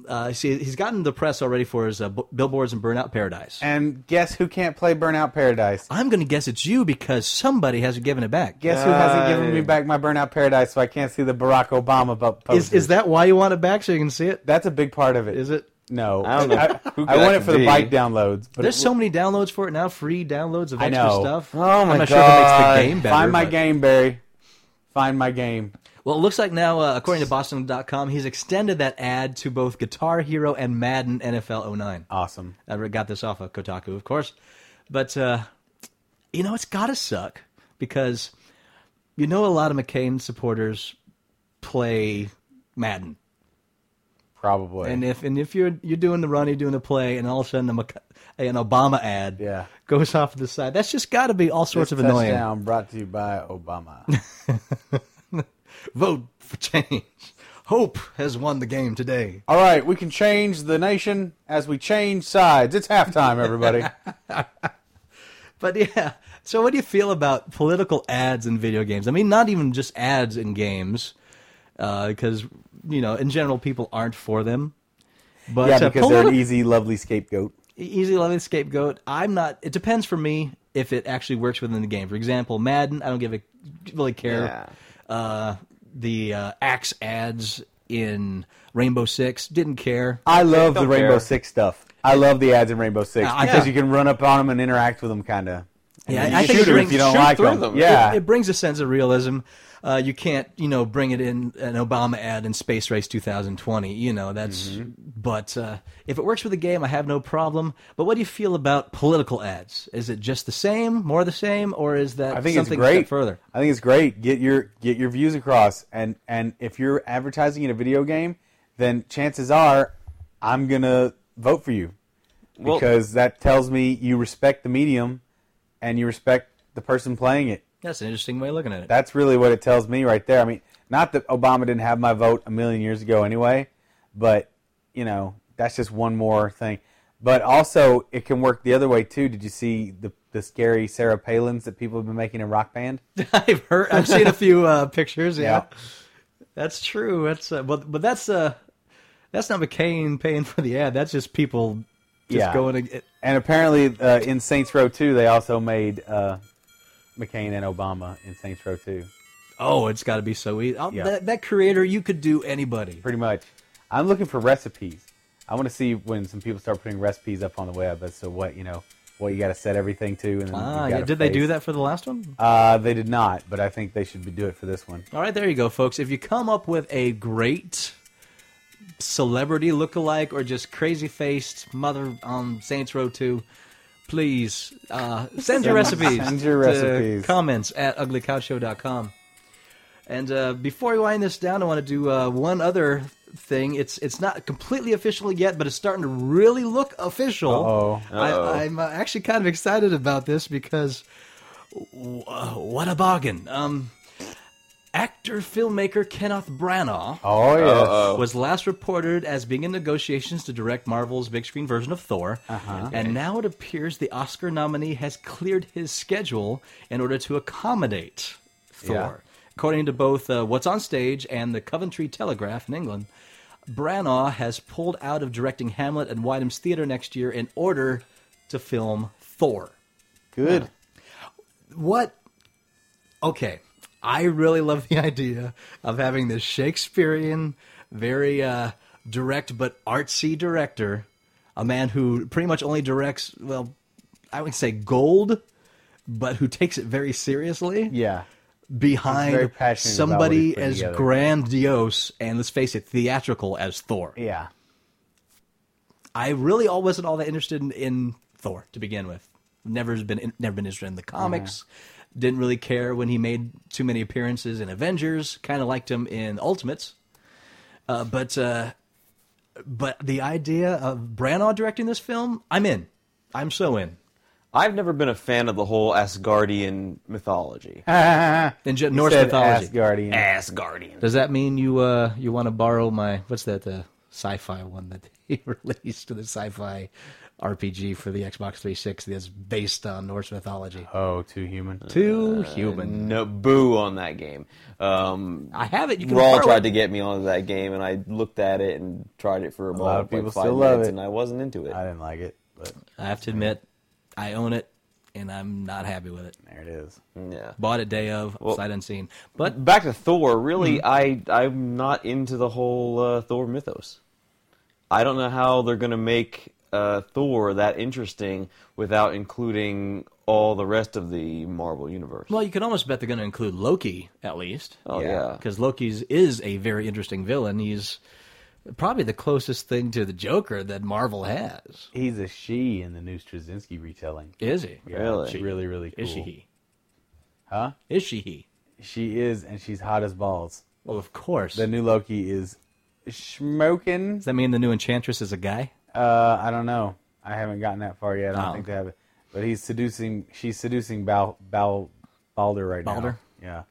[SPEAKER 7] Uh, see, he's gotten the press already for his uh, b- billboards and Burnout Paradise.
[SPEAKER 5] and guess who can't play Burnout Paradise?
[SPEAKER 7] I'm going to guess it's you because somebody hasn't given it back.
[SPEAKER 5] Guess who hasn't given me back my Burnout Paradise so I can't see the Barack Obama bu-
[SPEAKER 7] Uh, Is,
[SPEAKER 5] posters?
[SPEAKER 7] is that why you want it back so you can see it?
[SPEAKER 5] That's a big part of it.
[SPEAKER 7] Is it?
[SPEAKER 5] No,
[SPEAKER 9] I don't know
[SPEAKER 5] I,
[SPEAKER 9] who
[SPEAKER 5] I want
[SPEAKER 9] that
[SPEAKER 5] it for
[SPEAKER 9] could
[SPEAKER 5] the
[SPEAKER 9] be.
[SPEAKER 5] bike downloads. But
[SPEAKER 7] There's
[SPEAKER 5] it-
[SPEAKER 7] so many downloads for it now, free downloads of
[SPEAKER 5] I
[SPEAKER 7] extra
[SPEAKER 5] know.
[SPEAKER 7] stuff.
[SPEAKER 5] Oh my
[SPEAKER 7] I'm
[SPEAKER 5] god!
[SPEAKER 7] not sure if it makes the game better.
[SPEAKER 5] Find my
[SPEAKER 7] but-
[SPEAKER 5] game, Barry. Find my game.
[SPEAKER 7] Well, it looks like now, uh, according to Boston.com, he's extended that ad to both Guitar Hero and Madden NFL 09.
[SPEAKER 5] Awesome.
[SPEAKER 7] I re- got this off of Kotaku, of course. But, uh, you know, it's got to suck because you know a lot of McCain supporters play Madden.
[SPEAKER 5] Probably.
[SPEAKER 7] And if and if you're you're doing the run, you're doing the play, and all of a sudden a, Mc- an Obama ad
[SPEAKER 5] Yeah.
[SPEAKER 7] goes off to the side, that's just got to be all sorts
[SPEAKER 5] This
[SPEAKER 7] of annoying.
[SPEAKER 5] touchdown brought to you by Obama.
[SPEAKER 7] Vote for change. Hope has won the game today.
[SPEAKER 5] All right, we can change the nation as we change sides. It's halftime, everybody.
[SPEAKER 7] But yeah, so what do you feel about political ads in video games? I mean, not even just ads in games, because you know, in general, people aren't for them. But
[SPEAKER 5] yeah,
[SPEAKER 7] uh,
[SPEAKER 5] because they're an
[SPEAKER 7] politi-
[SPEAKER 5] easy, lovely scapegoat.
[SPEAKER 7] easy loving scapegoat. I'm not. It depends for me if it actually works within the game. For example, Madden, I don't give a really care. Uh, the uh, axe ads in Rainbow Six didn't care.
[SPEAKER 5] I love the
[SPEAKER 9] don't
[SPEAKER 5] Rainbow
[SPEAKER 9] care.
[SPEAKER 5] Six stuff. I love the ads in Rainbow Six
[SPEAKER 7] I-
[SPEAKER 5] because
[SPEAKER 7] Yeah.
[SPEAKER 5] you can run up on them and interact with them, kind of.
[SPEAKER 7] Yeah,
[SPEAKER 5] you
[SPEAKER 7] I
[SPEAKER 5] can
[SPEAKER 7] think
[SPEAKER 5] shoot
[SPEAKER 7] it
[SPEAKER 5] 'em if
[SPEAKER 7] brings-
[SPEAKER 5] you don't
[SPEAKER 9] shoot
[SPEAKER 5] like
[SPEAKER 9] through
[SPEAKER 5] them.
[SPEAKER 9] them.
[SPEAKER 5] Yeah,
[SPEAKER 7] it, it brings a sense of realism. Uh, you can't, you know, bring it in an Obama ad in Space Race 2020. You know, that's.
[SPEAKER 5] Mm-hmm.
[SPEAKER 7] But uh, if it works with the game, I have no problem. But what do you feel about political ads? Is it just the same, more the same, or is that
[SPEAKER 5] I think it's
[SPEAKER 7] something a
[SPEAKER 5] great.
[SPEAKER 7] step further?
[SPEAKER 5] I think it's great. Get your get your views across, and and if you're advertising in a video game, then chances are, I'm gonna vote for you
[SPEAKER 9] Well-
[SPEAKER 5] because that tells me you respect the medium, and you respect the person playing it.
[SPEAKER 7] That's an interesting way of looking at it.
[SPEAKER 5] That's really what it tells me right there. I mean, not that Obama didn't have my vote a million years ago anyway, but you know, that's just one more thing. But also, it can work the other way too. Did you see the the scary Sarah Palins that people have been making in Rock Band?
[SPEAKER 7] I've heard. I've seen a few uh, pictures. Yeah.
[SPEAKER 5] Yeah.
[SPEAKER 7] that's true. That's uh, but but that's uh that's not McCain paying for the ad. That's just people just
[SPEAKER 5] Yeah.
[SPEAKER 7] going. To, get-
[SPEAKER 5] And apparently, uh, in Saints Row Two, they also made uh, McCain and Obama in Saints Row Two.
[SPEAKER 7] oh, it's got to be so easy. Oh,
[SPEAKER 5] Yeah.
[SPEAKER 7] That that creator, you could do anybody.
[SPEAKER 5] Pretty much. I'm looking for recipes. I want to see when some people start putting recipes up on the web as to what you know what you got to set everything to. And then
[SPEAKER 7] Ah,
[SPEAKER 5] you've
[SPEAKER 7] yeah.
[SPEAKER 5] got a
[SPEAKER 7] Did they do
[SPEAKER 5] face.
[SPEAKER 7] that for the last one?
[SPEAKER 5] Uh, they did not, but I think they should be, do it for this one.
[SPEAKER 7] All right, there you go, folks. If you come up with a great celebrity lookalike or just crazy faced mother on Saints Row 2, please uh, send your recipes.
[SPEAKER 5] send your
[SPEAKER 7] to
[SPEAKER 5] recipes.
[SPEAKER 7] Comments at uglycouchshow.com. And uh, before we wind this down, I want to do uh, one other thing. It's it's not completely official yet, but it's starting to really look official.
[SPEAKER 5] Uh-oh.
[SPEAKER 7] I, I'm uh, actually kind of excited about this because uh, what a bargain! Um, actor filmmaker Kenneth Branagh
[SPEAKER 5] Oh yeah.
[SPEAKER 7] was last reported as being in negotiations to direct Marvel's big screen version of Thor, and now it appears the Oscar nominee has cleared his schedule in order to accommodate Thor. According to both uh, What's on Stage and the Coventry Telegraph in England, Branagh has pulled out of directing Hamlet and Wyndham's Theater next year in order to film Thor.
[SPEAKER 5] Good.
[SPEAKER 7] What? Okay, I really love the idea of having this Shakespearean, very uh, direct but artsy director, a man who pretty much only directs, well, I would say gold, but who takes it very seriously
[SPEAKER 5] Yeah. He's very passionate
[SPEAKER 7] behind
[SPEAKER 5] about what he's
[SPEAKER 7] somebody
[SPEAKER 5] putting
[SPEAKER 7] as
[SPEAKER 5] together.
[SPEAKER 7] grandiose and let's face it, theatrical as Thor.
[SPEAKER 5] Yeah.
[SPEAKER 7] I really all wasn't all that interested in, in Thor to begin with. Never has been in- never been interested in the comics. Didn't really care when he made too many appearances in Avengers. Kind of liked him in Ultimates, uh, but uh, but the idea of Branagh directing this film, I'm in. I'm so in.
[SPEAKER 9] I've never been a fan of the whole Asgardian mythology.
[SPEAKER 7] In Ge- Norse
[SPEAKER 5] Said
[SPEAKER 7] mythology,
[SPEAKER 5] Asgardian.
[SPEAKER 9] Asgardian.
[SPEAKER 7] does that mean you uh, you want to borrow my what's that uh, sci-fi one that they released to the sci-fi RPG for the Xbox 360 that's based on Norse mythology?
[SPEAKER 5] Oh, too human.
[SPEAKER 7] Too human.
[SPEAKER 9] No boo on that game. Um,
[SPEAKER 7] I have it. You can
[SPEAKER 9] Raw
[SPEAKER 7] borrow
[SPEAKER 9] tried
[SPEAKER 7] it.
[SPEAKER 9] to get me onto that game, and I looked at it and tried it for a
[SPEAKER 5] lot of
[SPEAKER 9] about
[SPEAKER 5] people
[SPEAKER 9] like five
[SPEAKER 5] still
[SPEAKER 9] minutes,
[SPEAKER 5] love it.
[SPEAKER 9] and I wasn't into it.
[SPEAKER 5] I didn't like it, but
[SPEAKER 7] I have to admit, I own it, and I'm not happy with it.
[SPEAKER 5] there it is.
[SPEAKER 7] Hmm.
[SPEAKER 9] yeah.
[SPEAKER 7] Bought it day of sight unseen, but
[SPEAKER 9] Back to Thor. Really,
[SPEAKER 7] Mm-hmm.
[SPEAKER 9] I I'm not into the whole uh, Thor mythos. I don't know how they're gonna make uh, Thor that interesting without including all the rest of the Marvel universe.
[SPEAKER 7] well, you can almost bet they're going to include Loki at least.
[SPEAKER 9] oh yeah,
[SPEAKER 7] because Loki's is a very interesting villain. He's probably the closest thing to the Joker that Marvel has.
[SPEAKER 5] He's a she in the new Straczynski retelling.
[SPEAKER 7] Is he?
[SPEAKER 5] Yeah,
[SPEAKER 9] Really?
[SPEAKER 5] It's really, really cool.
[SPEAKER 7] Is she he?
[SPEAKER 5] Huh?
[SPEAKER 7] Is she he?
[SPEAKER 5] She is, and she's hot as balls.
[SPEAKER 7] Well, of course.
[SPEAKER 5] The new Loki is smoking.
[SPEAKER 7] Does that mean the new Enchantress is a guy?
[SPEAKER 5] Uh, I don't know. I haven't gotten that far yet. I don't
[SPEAKER 7] Oh.
[SPEAKER 5] think they have it. But he's seducing. She's seducing Bal, Bal, Balder right
[SPEAKER 7] Balder?
[SPEAKER 5] now. Yeah,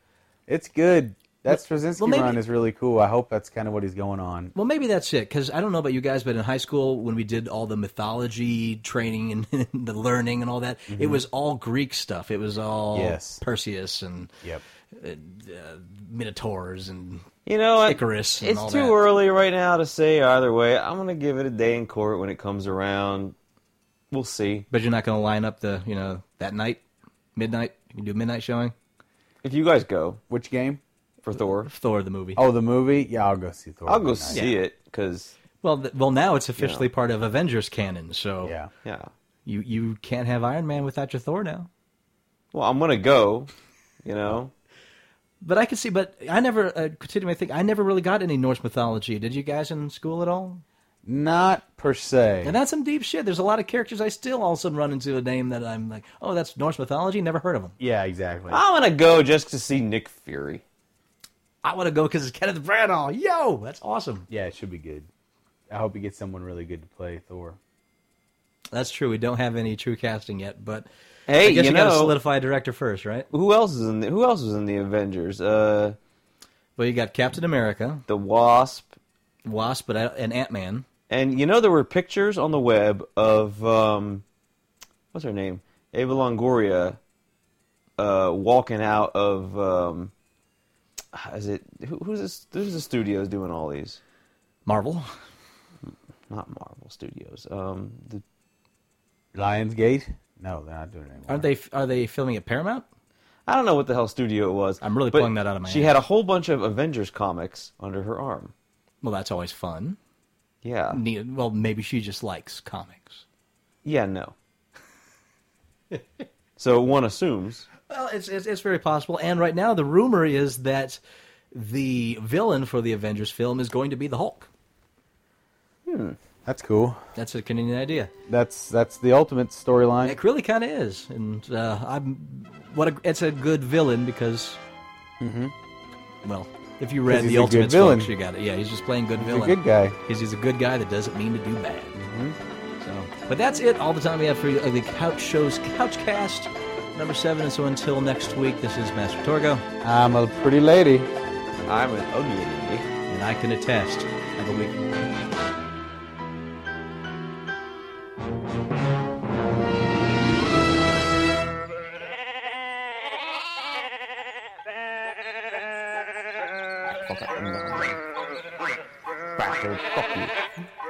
[SPEAKER 5] it's good. That Straczynski
[SPEAKER 7] well, maybe-
[SPEAKER 5] run is really cool. I hope that's kind of what he's going on.
[SPEAKER 7] Well, maybe that's it. Because I don't know about you guys, but in high school, when we did all the mythology training and the learning and all that, it was all Greek stuff. It was all
[SPEAKER 5] Mm-hmm. Yes.
[SPEAKER 7] Perseus and
[SPEAKER 5] Yep.
[SPEAKER 7] Minotaurs and
[SPEAKER 9] you know what?
[SPEAKER 7] Icarus and
[SPEAKER 9] It's
[SPEAKER 7] all
[SPEAKER 9] too
[SPEAKER 7] that.
[SPEAKER 9] early right now to say either way. I'm gonna give it a day in court when it comes around. We'll see.
[SPEAKER 7] But you're not going to line up the you know that night, midnight. You can do midnight showing.
[SPEAKER 9] If you guys go
[SPEAKER 5] Which game?
[SPEAKER 9] for Thor,
[SPEAKER 7] Thor the movie.
[SPEAKER 5] Oh, the movie. Yeah, I'll go see Thor.
[SPEAKER 9] I'll go
[SPEAKER 5] one night.
[SPEAKER 9] see it because
[SPEAKER 7] Well, th- well now it's officially part of Avengers canon. So
[SPEAKER 5] Yeah.
[SPEAKER 9] yeah.
[SPEAKER 7] you you can't have Iron Man without your Thor now.
[SPEAKER 9] Well, I'm gonna go. You know.
[SPEAKER 7] But I can see. But I never uh, continue my thing. I never really got any Norse mythology. Did you guys in school at all?
[SPEAKER 5] Not per se.
[SPEAKER 7] And that's some deep shit. There's a lot of characters I still all of a sudden run into a name that I'm like, oh, that's Norse mythology. Never heard of him.
[SPEAKER 5] yeah, exactly.
[SPEAKER 7] Ah!
[SPEAKER 9] I'm gonna go just to see Nick Fury.
[SPEAKER 7] I want to go because it's Kenneth Branagh. Yo, that's awesome.
[SPEAKER 5] Yeah, it should be good. I hope he gets someone really good to play Thor.
[SPEAKER 7] That's true. We don't have any true casting yet, but
[SPEAKER 9] Hey,
[SPEAKER 7] I guess
[SPEAKER 9] you
[SPEAKER 7] you, got to
[SPEAKER 9] know-
[SPEAKER 7] solidify a director first, right?
[SPEAKER 9] Who else is in the, Who else was in the Avengers? Uh,
[SPEAKER 7] Well, you got Captain America,
[SPEAKER 9] the Wasp
[SPEAKER 7] Wasp, but I, and Ant Man.
[SPEAKER 9] And you know there were pictures on the web of um, what's her name, Ava Longoria, uh, walking out of um, is it who, who's this? Who's the studios doing all these?
[SPEAKER 7] Marvel.
[SPEAKER 9] Not Marvel Studios. Um, the,
[SPEAKER 5] Lionsgate? No, they're not doing it anymore.
[SPEAKER 7] Aren't they? Are they filming at Paramount?
[SPEAKER 9] I don't know what the hell studio it was.
[SPEAKER 7] I'm really
[SPEAKER 9] but
[SPEAKER 7] pulling that out of my
[SPEAKER 9] She
[SPEAKER 7] ass.
[SPEAKER 9] had a whole bunch of Avengers comics under her arm.
[SPEAKER 7] Well, that's always fun.
[SPEAKER 9] Yeah.
[SPEAKER 7] Ne- Well, maybe she just likes comics.
[SPEAKER 9] Yeah. No. so one assumes.
[SPEAKER 7] Well, it's, it's it's very possible. And right now, the rumor is that the villain for the Avengers film is going to be the Hulk.
[SPEAKER 5] That's cool.
[SPEAKER 7] That's a convenient idea.
[SPEAKER 5] That's that's the ultimate storyline.
[SPEAKER 7] It really kind of is, and uh, I'm what a, it's a good villain because, well, if you read
[SPEAKER 5] Mm-hmm. he's
[SPEAKER 7] the
[SPEAKER 5] a good
[SPEAKER 7] Ultimate
[SPEAKER 5] villain.
[SPEAKER 7] folks, you got it. Yeah, he's just playing good
[SPEAKER 5] He's a
[SPEAKER 7] villain.
[SPEAKER 5] good guy. Mm-hmm.
[SPEAKER 7] He's, he's a good guy that doesn't mean to do bad. So, but that's it. All the time we have for you, Uh, the Couch Shows Couchcast number seven. And so until next week, this is Master Torgo,
[SPEAKER 5] I'm a pretty lady.
[SPEAKER 9] I'm an ugly lady.
[SPEAKER 7] and I can attest. Have a week.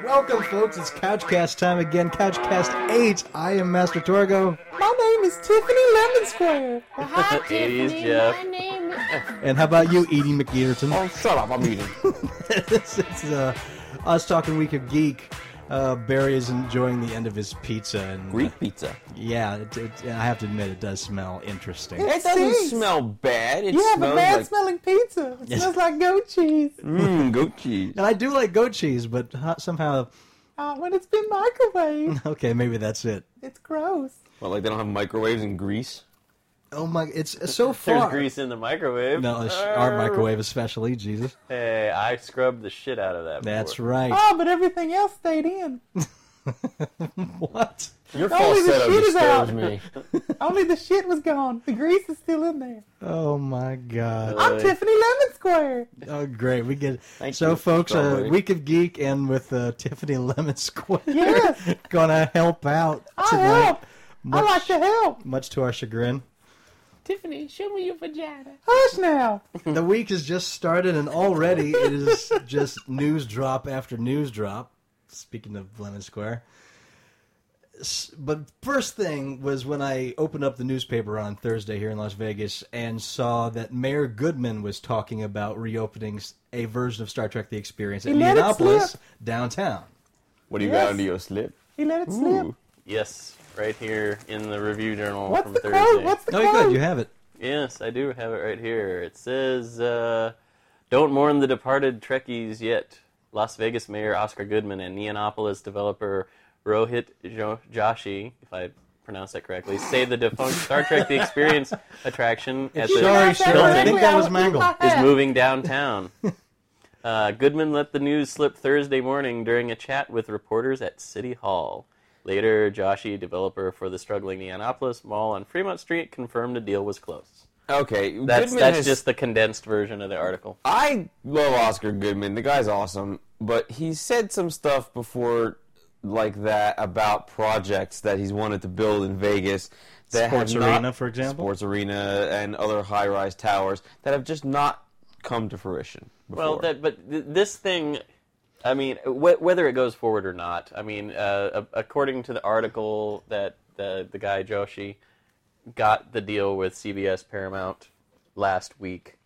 [SPEAKER 7] Welcome, folks. It's Couchcast time again. Couchcast 8. I am Master Torgo.
[SPEAKER 11] My name is Tiffany Lemon Square. Hi,
[SPEAKER 6] is
[SPEAKER 11] Tiffany.
[SPEAKER 6] Jeff.
[SPEAKER 11] My name is.
[SPEAKER 7] And how about you, Edie McEaterton?
[SPEAKER 9] Oh, shut up! I'm eating.
[SPEAKER 7] this is uh, Us Talking Week of Geek. Uh, Barry is enjoying the end of his pizza. and uh,
[SPEAKER 9] Greek pizza.
[SPEAKER 7] Yeah, it, it, I have to admit, it does smell interesting.
[SPEAKER 9] It doesn't
[SPEAKER 11] stinks.
[SPEAKER 9] smell bad. It
[SPEAKER 11] You have a
[SPEAKER 9] smells
[SPEAKER 11] bad
[SPEAKER 9] like
[SPEAKER 11] smelling pizza. It smells like goat cheese.
[SPEAKER 9] mm, goat cheese.
[SPEAKER 7] And I do like goat cheese, but ho- somehow,
[SPEAKER 11] Uh, when it's been microwaved,
[SPEAKER 7] okay, maybe that's it.
[SPEAKER 11] it's gross.
[SPEAKER 9] Well, like they don't have microwaves in Greece.
[SPEAKER 7] Oh my, it's so far.
[SPEAKER 6] There's grease in the microwave.
[SPEAKER 7] No, it's our microwave, especially, Jesus.
[SPEAKER 6] Hey, I scrubbed the shit out of that.
[SPEAKER 7] That's
[SPEAKER 6] before.
[SPEAKER 7] right.
[SPEAKER 11] Oh, but everything else stayed in.
[SPEAKER 7] What?
[SPEAKER 9] Your
[SPEAKER 11] Only the
[SPEAKER 9] falsetto
[SPEAKER 11] shit is out.
[SPEAKER 9] disturbs me.
[SPEAKER 11] Only the shit was gone. The grease is still in there.
[SPEAKER 7] Oh my God.
[SPEAKER 11] I'm Tiffany Lemon Square.
[SPEAKER 7] Oh, great. We get
[SPEAKER 9] Thank
[SPEAKER 7] so,
[SPEAKER 9] you,
[SPEAKER 7] folks. Uh,
[SPEAKER 9] Strawberry.
[SPEAKER 7] Week of Geek, and with uh, Tiffany Lemon Square,
[SPEAKER 11] Yes.
[SPEAKER 7] gonna help out
[SPEAKER 11] I
[SPEAKER 7] tonight.
[SPEAKER 11] help. I
[SPEAKER 7] Much,
[SPEAKER 11] like to help.
[SPEAKER 7] much to our chagrin.
[SPEAKER 11] Tiffany, show me your vagina. Hush now.
[SPEAKER 7] the week has just started, and already it is just news drop after news drop. Speaking of Lemon Square. S- But first thing was when I opened up the newspaper on Thursday here in Las Vegas and saw that Mayor Goodman was talking about reopening s- a version of Star Trek The Experience at
[SPEAKER 11] He let it
[SPEAKER 7] Indianapolis
[SPEAKER 11] slip.
[SPEAKER 7] downtown.
[SPEAKER 9] What do you
[SPEAKER 11] Yes.
[SPEAKER 9] got under your slip?
[SPEAKER 11] He let it slip.
[SPEAKER 9] Ooh.
[SPEAKER 6] Yes, right here in the review journal
[SPEAKER 11] What's
[SPEAKER 6] from
[SPEAKER 11] the
[SPEAKER 6] Thursday.
[SPEAKER 11] quote? What's the
[SPEAKER 7] Oh,
[SPEAKER 11] quote?
[SPEAKER 7] you're good. You have it.
[SPEAKER 6] Yes, I do have it right here. It says, uh, "Don't mourn the departed Trekkies yet." Las Vegas Mayor Oscar Goodman and Neonopolis developer Rohit jo- Joshi, if I pronounced that correctly, say the defunct Star Trek: The Experience attraction at the
[SPEAKER 7] Sorry,
[SPEAKER 11] That's
[SPEAKER 7] Sharon. I
[SPEAKER 11] correctly
[SPEAKER 7] think that
[SPEAKER 11] out
[SPEAKER 7] was
[SPEAKER 11] of
[SPEAKER 7] Mangle.
[SPEAKER 11] my
[SPEAKER 6] is
[SPEAKER 11] hat.
[SPEAKER 6] moving downtown. Uh, Goodman let the news slip Thursday morning during a chat with reporters at City Hall. Later, Joshi, developer for the struggling Neonopolis Mall on Fremont Street, confirmed the deal was closed.
[SPEAKER 9] Okay,
[SPEAKER 6] That's
[SPEAKER 9] Goodman
[SPEAKER 6] that's
[SPEAKER 9] has-
[SPEAKER 6] just the condensed version of the article.
[SPEAKER 9] I love Oscar Goodman. The guy's awesome, but he said some stuff before like that about projects that he's wanted to build in Vegas. That
[SPEAKER 7] Sports
[SPEAKER 9] have not-
[SPEAKER 7] arena, for example?
[SPEAKER 9] Sports arena and other high-rise towers that have just not come to fruition. Before.
[SPEAKER 6] Well, that but th- this thing, I mean, wh- whether it goes forward or not, I mean, uh, a- according to the article that the the guy Joshi got the deal with CBS Paramount last week,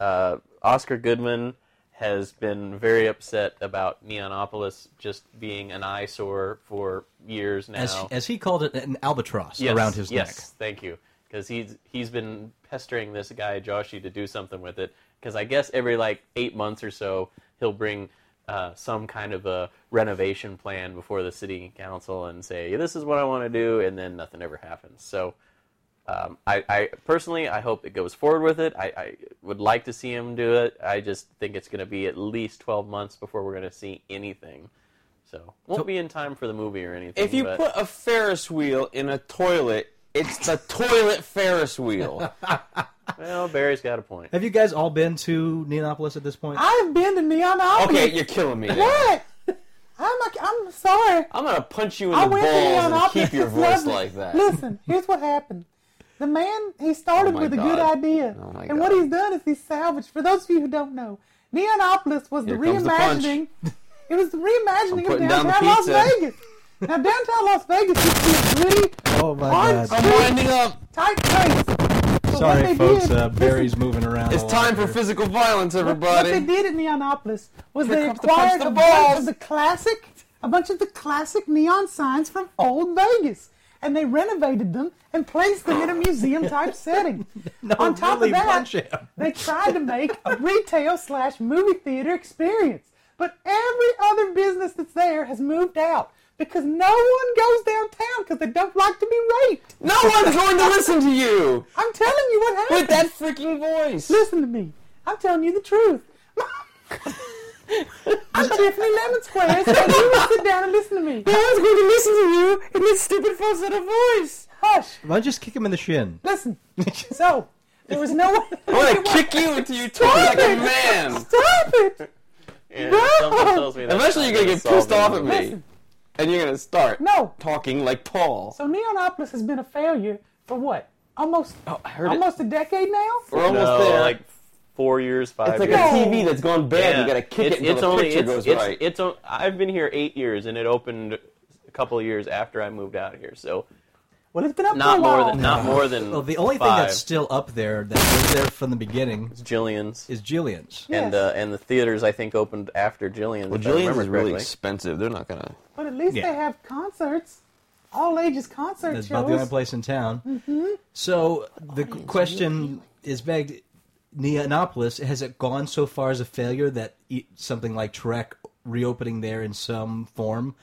[SPEAKER 6] uh, Oscar Goodman has been very upset about Neonopolis just being an eyesore for years now.
[SPEAKER 7] As, as he called it, an albatross
[SPEAKER 6] Yes,
[SPEAKER 7] around his
[SPEAKER 6] yes,
[SPEAKER 7] neck.
[SPEAKER 6] thank you. Because he's he's been pestering this guy Joshi to do something with it. Because I guess every like eight months or so, he'll bring uh, some kind of a renovation plan before the city council and say, "This is what I want to do," and then nothing ever happens. So. Um, I, I personally, I hope it goes forward with it. I, I would like to see him do it. I just think it's going to be at least twelve months before we're going to see anything. So won't be in time for the movie or anything.
[SPEAKER 9] if you
[SPEAKER 6] but-
[SPEAKER 9] put a Ferris wheel in a toilet, it's the toilet Ferris wheel.
[SPEAKER 6] well, Barry's got a point.
[SPEAKER 7] Have you guys all been to Neonopolis at this point?
[SPEAKER 11] I've been to Neonopolis.
[SPEAKER 9] Okay, you're killing me. now.
[SPEAKER 11] What?
[SPEAKER 12] I'm a, I'm sorry.
[SPEAKER 9] I'm gonna punch you in
[SPEAKER 12] I
[SPEAKER 9] the
[SPEAKER 12] went
[SPEAKER 9] balls
[SPEAKER 12] to him
[SPEAKER 9] and
[SPEAKER 12] off
[SPEAKER 9] keep your
[SPEAKER 12] the
[SPEAKER 9] voice
[SPEAKER 12] floor.
[SPEAKER 9] like that. Oh
[SPEAKER 12] Listen, here's what happened. The man, he started
[SPEAKER 9] my
[SPEAKER 12] with a
[SPEAKER 9] God.
[SPEAKER 12] good idea.
[SPEAKER 9] Oh my God.
[SPEAKER 12] and what he's done is he salvaged, for those of you who don't know, Neonopolis was
[SPEAKER 9] Here
[SPEAKER 12] the
[SPEAKER 9] comes the punch.
[SPEAKER 12] reimagining. it was the reimagining of
[SPEAKER 9] putting down the
[SPEAKER 12] downtown Las
[SPEAKER 9] pizza.
[SPEAKER 12] Vegas. now, downtown Las Vegas used to be a gritty,
[SPEAKER 7] Oh my God!
[SPEAKER 12] I'm winding up. tight place. But what
[SPEAKER 7] Sorry,
[SPEAKER 12] they
[SPEAKER 7] folks.
[SPEAKER 12] did-
[SPEAKER 7] Uh,
[SPEAKER 12] listen,
[SPEAKER 7] Barry's moving around.
[SPEAKER 9] It's
[SPEAKER 7] a lot
[SPEAKER 9] time for
[SPEAKER 7] here.
[SPEAKER 9] physical violence,
[SPEAKER 12] what they
[SPEAKER 9] everybody.
[SPEAKER 12] did at Neonopolis was they
[SPEAKER 9] comes the punch
[SPEAKER 12] acquired
[SPEAKER 9] to the
[SPEAKER 12] a bunch
[SPEAKER 9] balls.
[SPEAKER 12] of the classic, a bunch of the classic neon signs from old Vegas, and they renovated them and placed them in a museum type setting. On top
[SPEAKER 7] really,
[SPEAKER 12] of that,
[SPEAKER 7] punch him.
[SPEAKER 12] they tried to make a retail slash movie theater experience, but every other business that's there has moved out. Because no one goes downtown because they don't like to be raped.
[SPEAKER 9] No one's going to listen to you
[SPEAKER 12] I'm telling you what happened.
[SPEAKER 9] with that freaking voice.
[SPEAKER 12] Listen to me. I'm telling you the truth. I'm Tiffany Lemon Squares, and you will sit down and listen to me.
[SPEAKER 9] No one's going to listen to you in this stupid falsetto voice.
[SPEAKER 12] Hush.
[SPEAKER 7] Why don't you just kick him in the shin?
[SPEAKER 12] Listen. So, there was no way.
[SPEAKER 9] I'm gonna kick you until you talk like a man.
[SPEAKER 12] Stop it.
[SPEAKER 6] Something tells me that
[SPEAKER 9] Eventually, you're gonna get pissed off at me, and you're gonna start
[SPEAKER 12] No.
[SPEAKER 9] talking like Paul.
[SPEAKER 12] So, Neonopolis has been a failure for what? Almost
[SPEAKER 9] I Oh, heard it.
[SPEAKER 12] almost a decade now?
[SPEAKER 9] We're almost
[SPEAKER 6] No,
[SPEAKER 9] there.
[SPEAKER 6] like four years, five
[SPEAKER 9] it's like
[SPEAKER 6] years.
[SPEAKER 9] a TV that's gone bad. You gotta kick
[SPEAKER 6] it's,
[SPEAKER 9] it until
[SPEAKER 6] it's
[SPEAKER 9] the
[SPEAKER 6] only,
[SPEAKER 9] picture
[SPEAKER 6] it's,
[SPEAKER 9] goes
[SPEAKER 6] it's,
[SPEAKER 9] right.
[SPEAKER 6] It's, on- I've been here eight years, and it opened a couple of years after I moved out here. So
[SPEAKER 12] Well, it's been up
[SPEAKER 6] not
[SPEAKER 12] for a while.
[SPEAKER 6] more than not more than
[SPEAKER 7] Well, the only thing
[SPEAKER 6] five
[SPEAKER 7] that's still up there that was there from the beginning
[SPEAKER 6] Jillian's
[SPEAKER 7] is Jillian's.
[SPEAKER 12] Yes.
[SPEAKER 6] and uh, and the theaters I think opened after Jillian's.
[SPEAKER 9] Well,
[SPEAKER 6] if I
[SPEAKER 9] Jillian's
[SPEAKER 6] remember
[SPEAKER 9] is really
[SPEAKER 6] correctly.
[SPEAKER 9] expensive. They're not gonna.
[SPEAKER 12] But at least
[SPEAKER 7] Yeah.
[SPEAKER 12] they have concerts. All ages concert
[SPEAKER 7] That's
[SPEAKER 12] shows.
[SPEAKER 7] about the only place in town. So the question is begged: Neonopolis has it gone so far as a failure that e- something like Trek reopening there in some form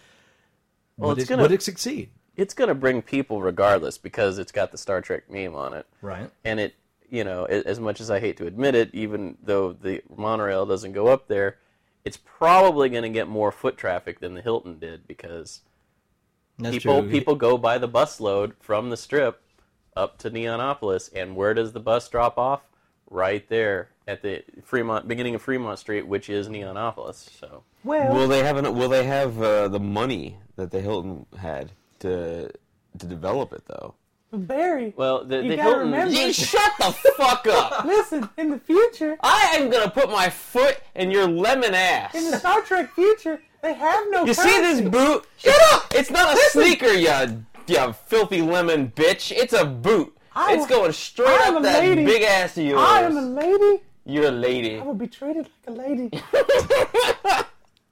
[SPEAKER 7] would,
[SPEAKER 6] it's
[SPEAKER 7] it,
[SPEAKER 6] gonna-
[SPEAKER 7] would it succeed?
[SPEAKER 6] it's going to bring people regardless because it's got the Star Trek meme on it.
[SPEAKER 7] Right.
[SPEAKER 6] And it, you know, a- as much as I hate to admit it, even though the monorail doesn't go up there, it's probably going to get more foot traffic than the Hilton did because
[SPEAKER 7] That's
[SPEAKER 6] people
[SPEAKER 7] true.
[SPEAKER 6] people go by the bus load from the strip up to Neonopolis and where does the bus drop off? Right there at the Fremont beginning of Fremont Street, which is Neonopolis. So
[SPEAKER 12] Well,
[SPEAKER 9] Will they have? An, will they have uh, the money that the Hilton had to to develop it though?
[SPEAKER 12] Barry,
[SPEAKER 6] well, the,
[SPEAKER 12] You
[SPEAKER 6] the
[SPEAKER 12] gotta
[SPEAKER 6] Hilton.
[SPEAKER 12] remember-
[SPEAKER 9] You shut the fuck up!
[SPEAKER 12] listen, in the future,
[SPEAKER 9] I am gonna put my foot in your lemon
[SPEAKER 12] in the
[SPEAKER 9] ass.
[SPEAKER 12] Star Trek future, they have no
[SPEAKER 9] You see this boot? Shut up! It's not a sneaker, you you filthy lemon bitch. It's a boot.
[SPEAKER 12] I-
[SPEAKER 9] it's going straight
[SPEAKER 12] I am
[SPEAKER 9] up
[SPEAKER 12] a
[SPEAKER 9] that
[SPEAKER 12] lady.
[SPEAKER 9] big ass of yours.
[SPEAKER 12] I am a lady.
[SPEAKER 9] You're a lady.
[SPEAKER 12] I will be treated like a lady.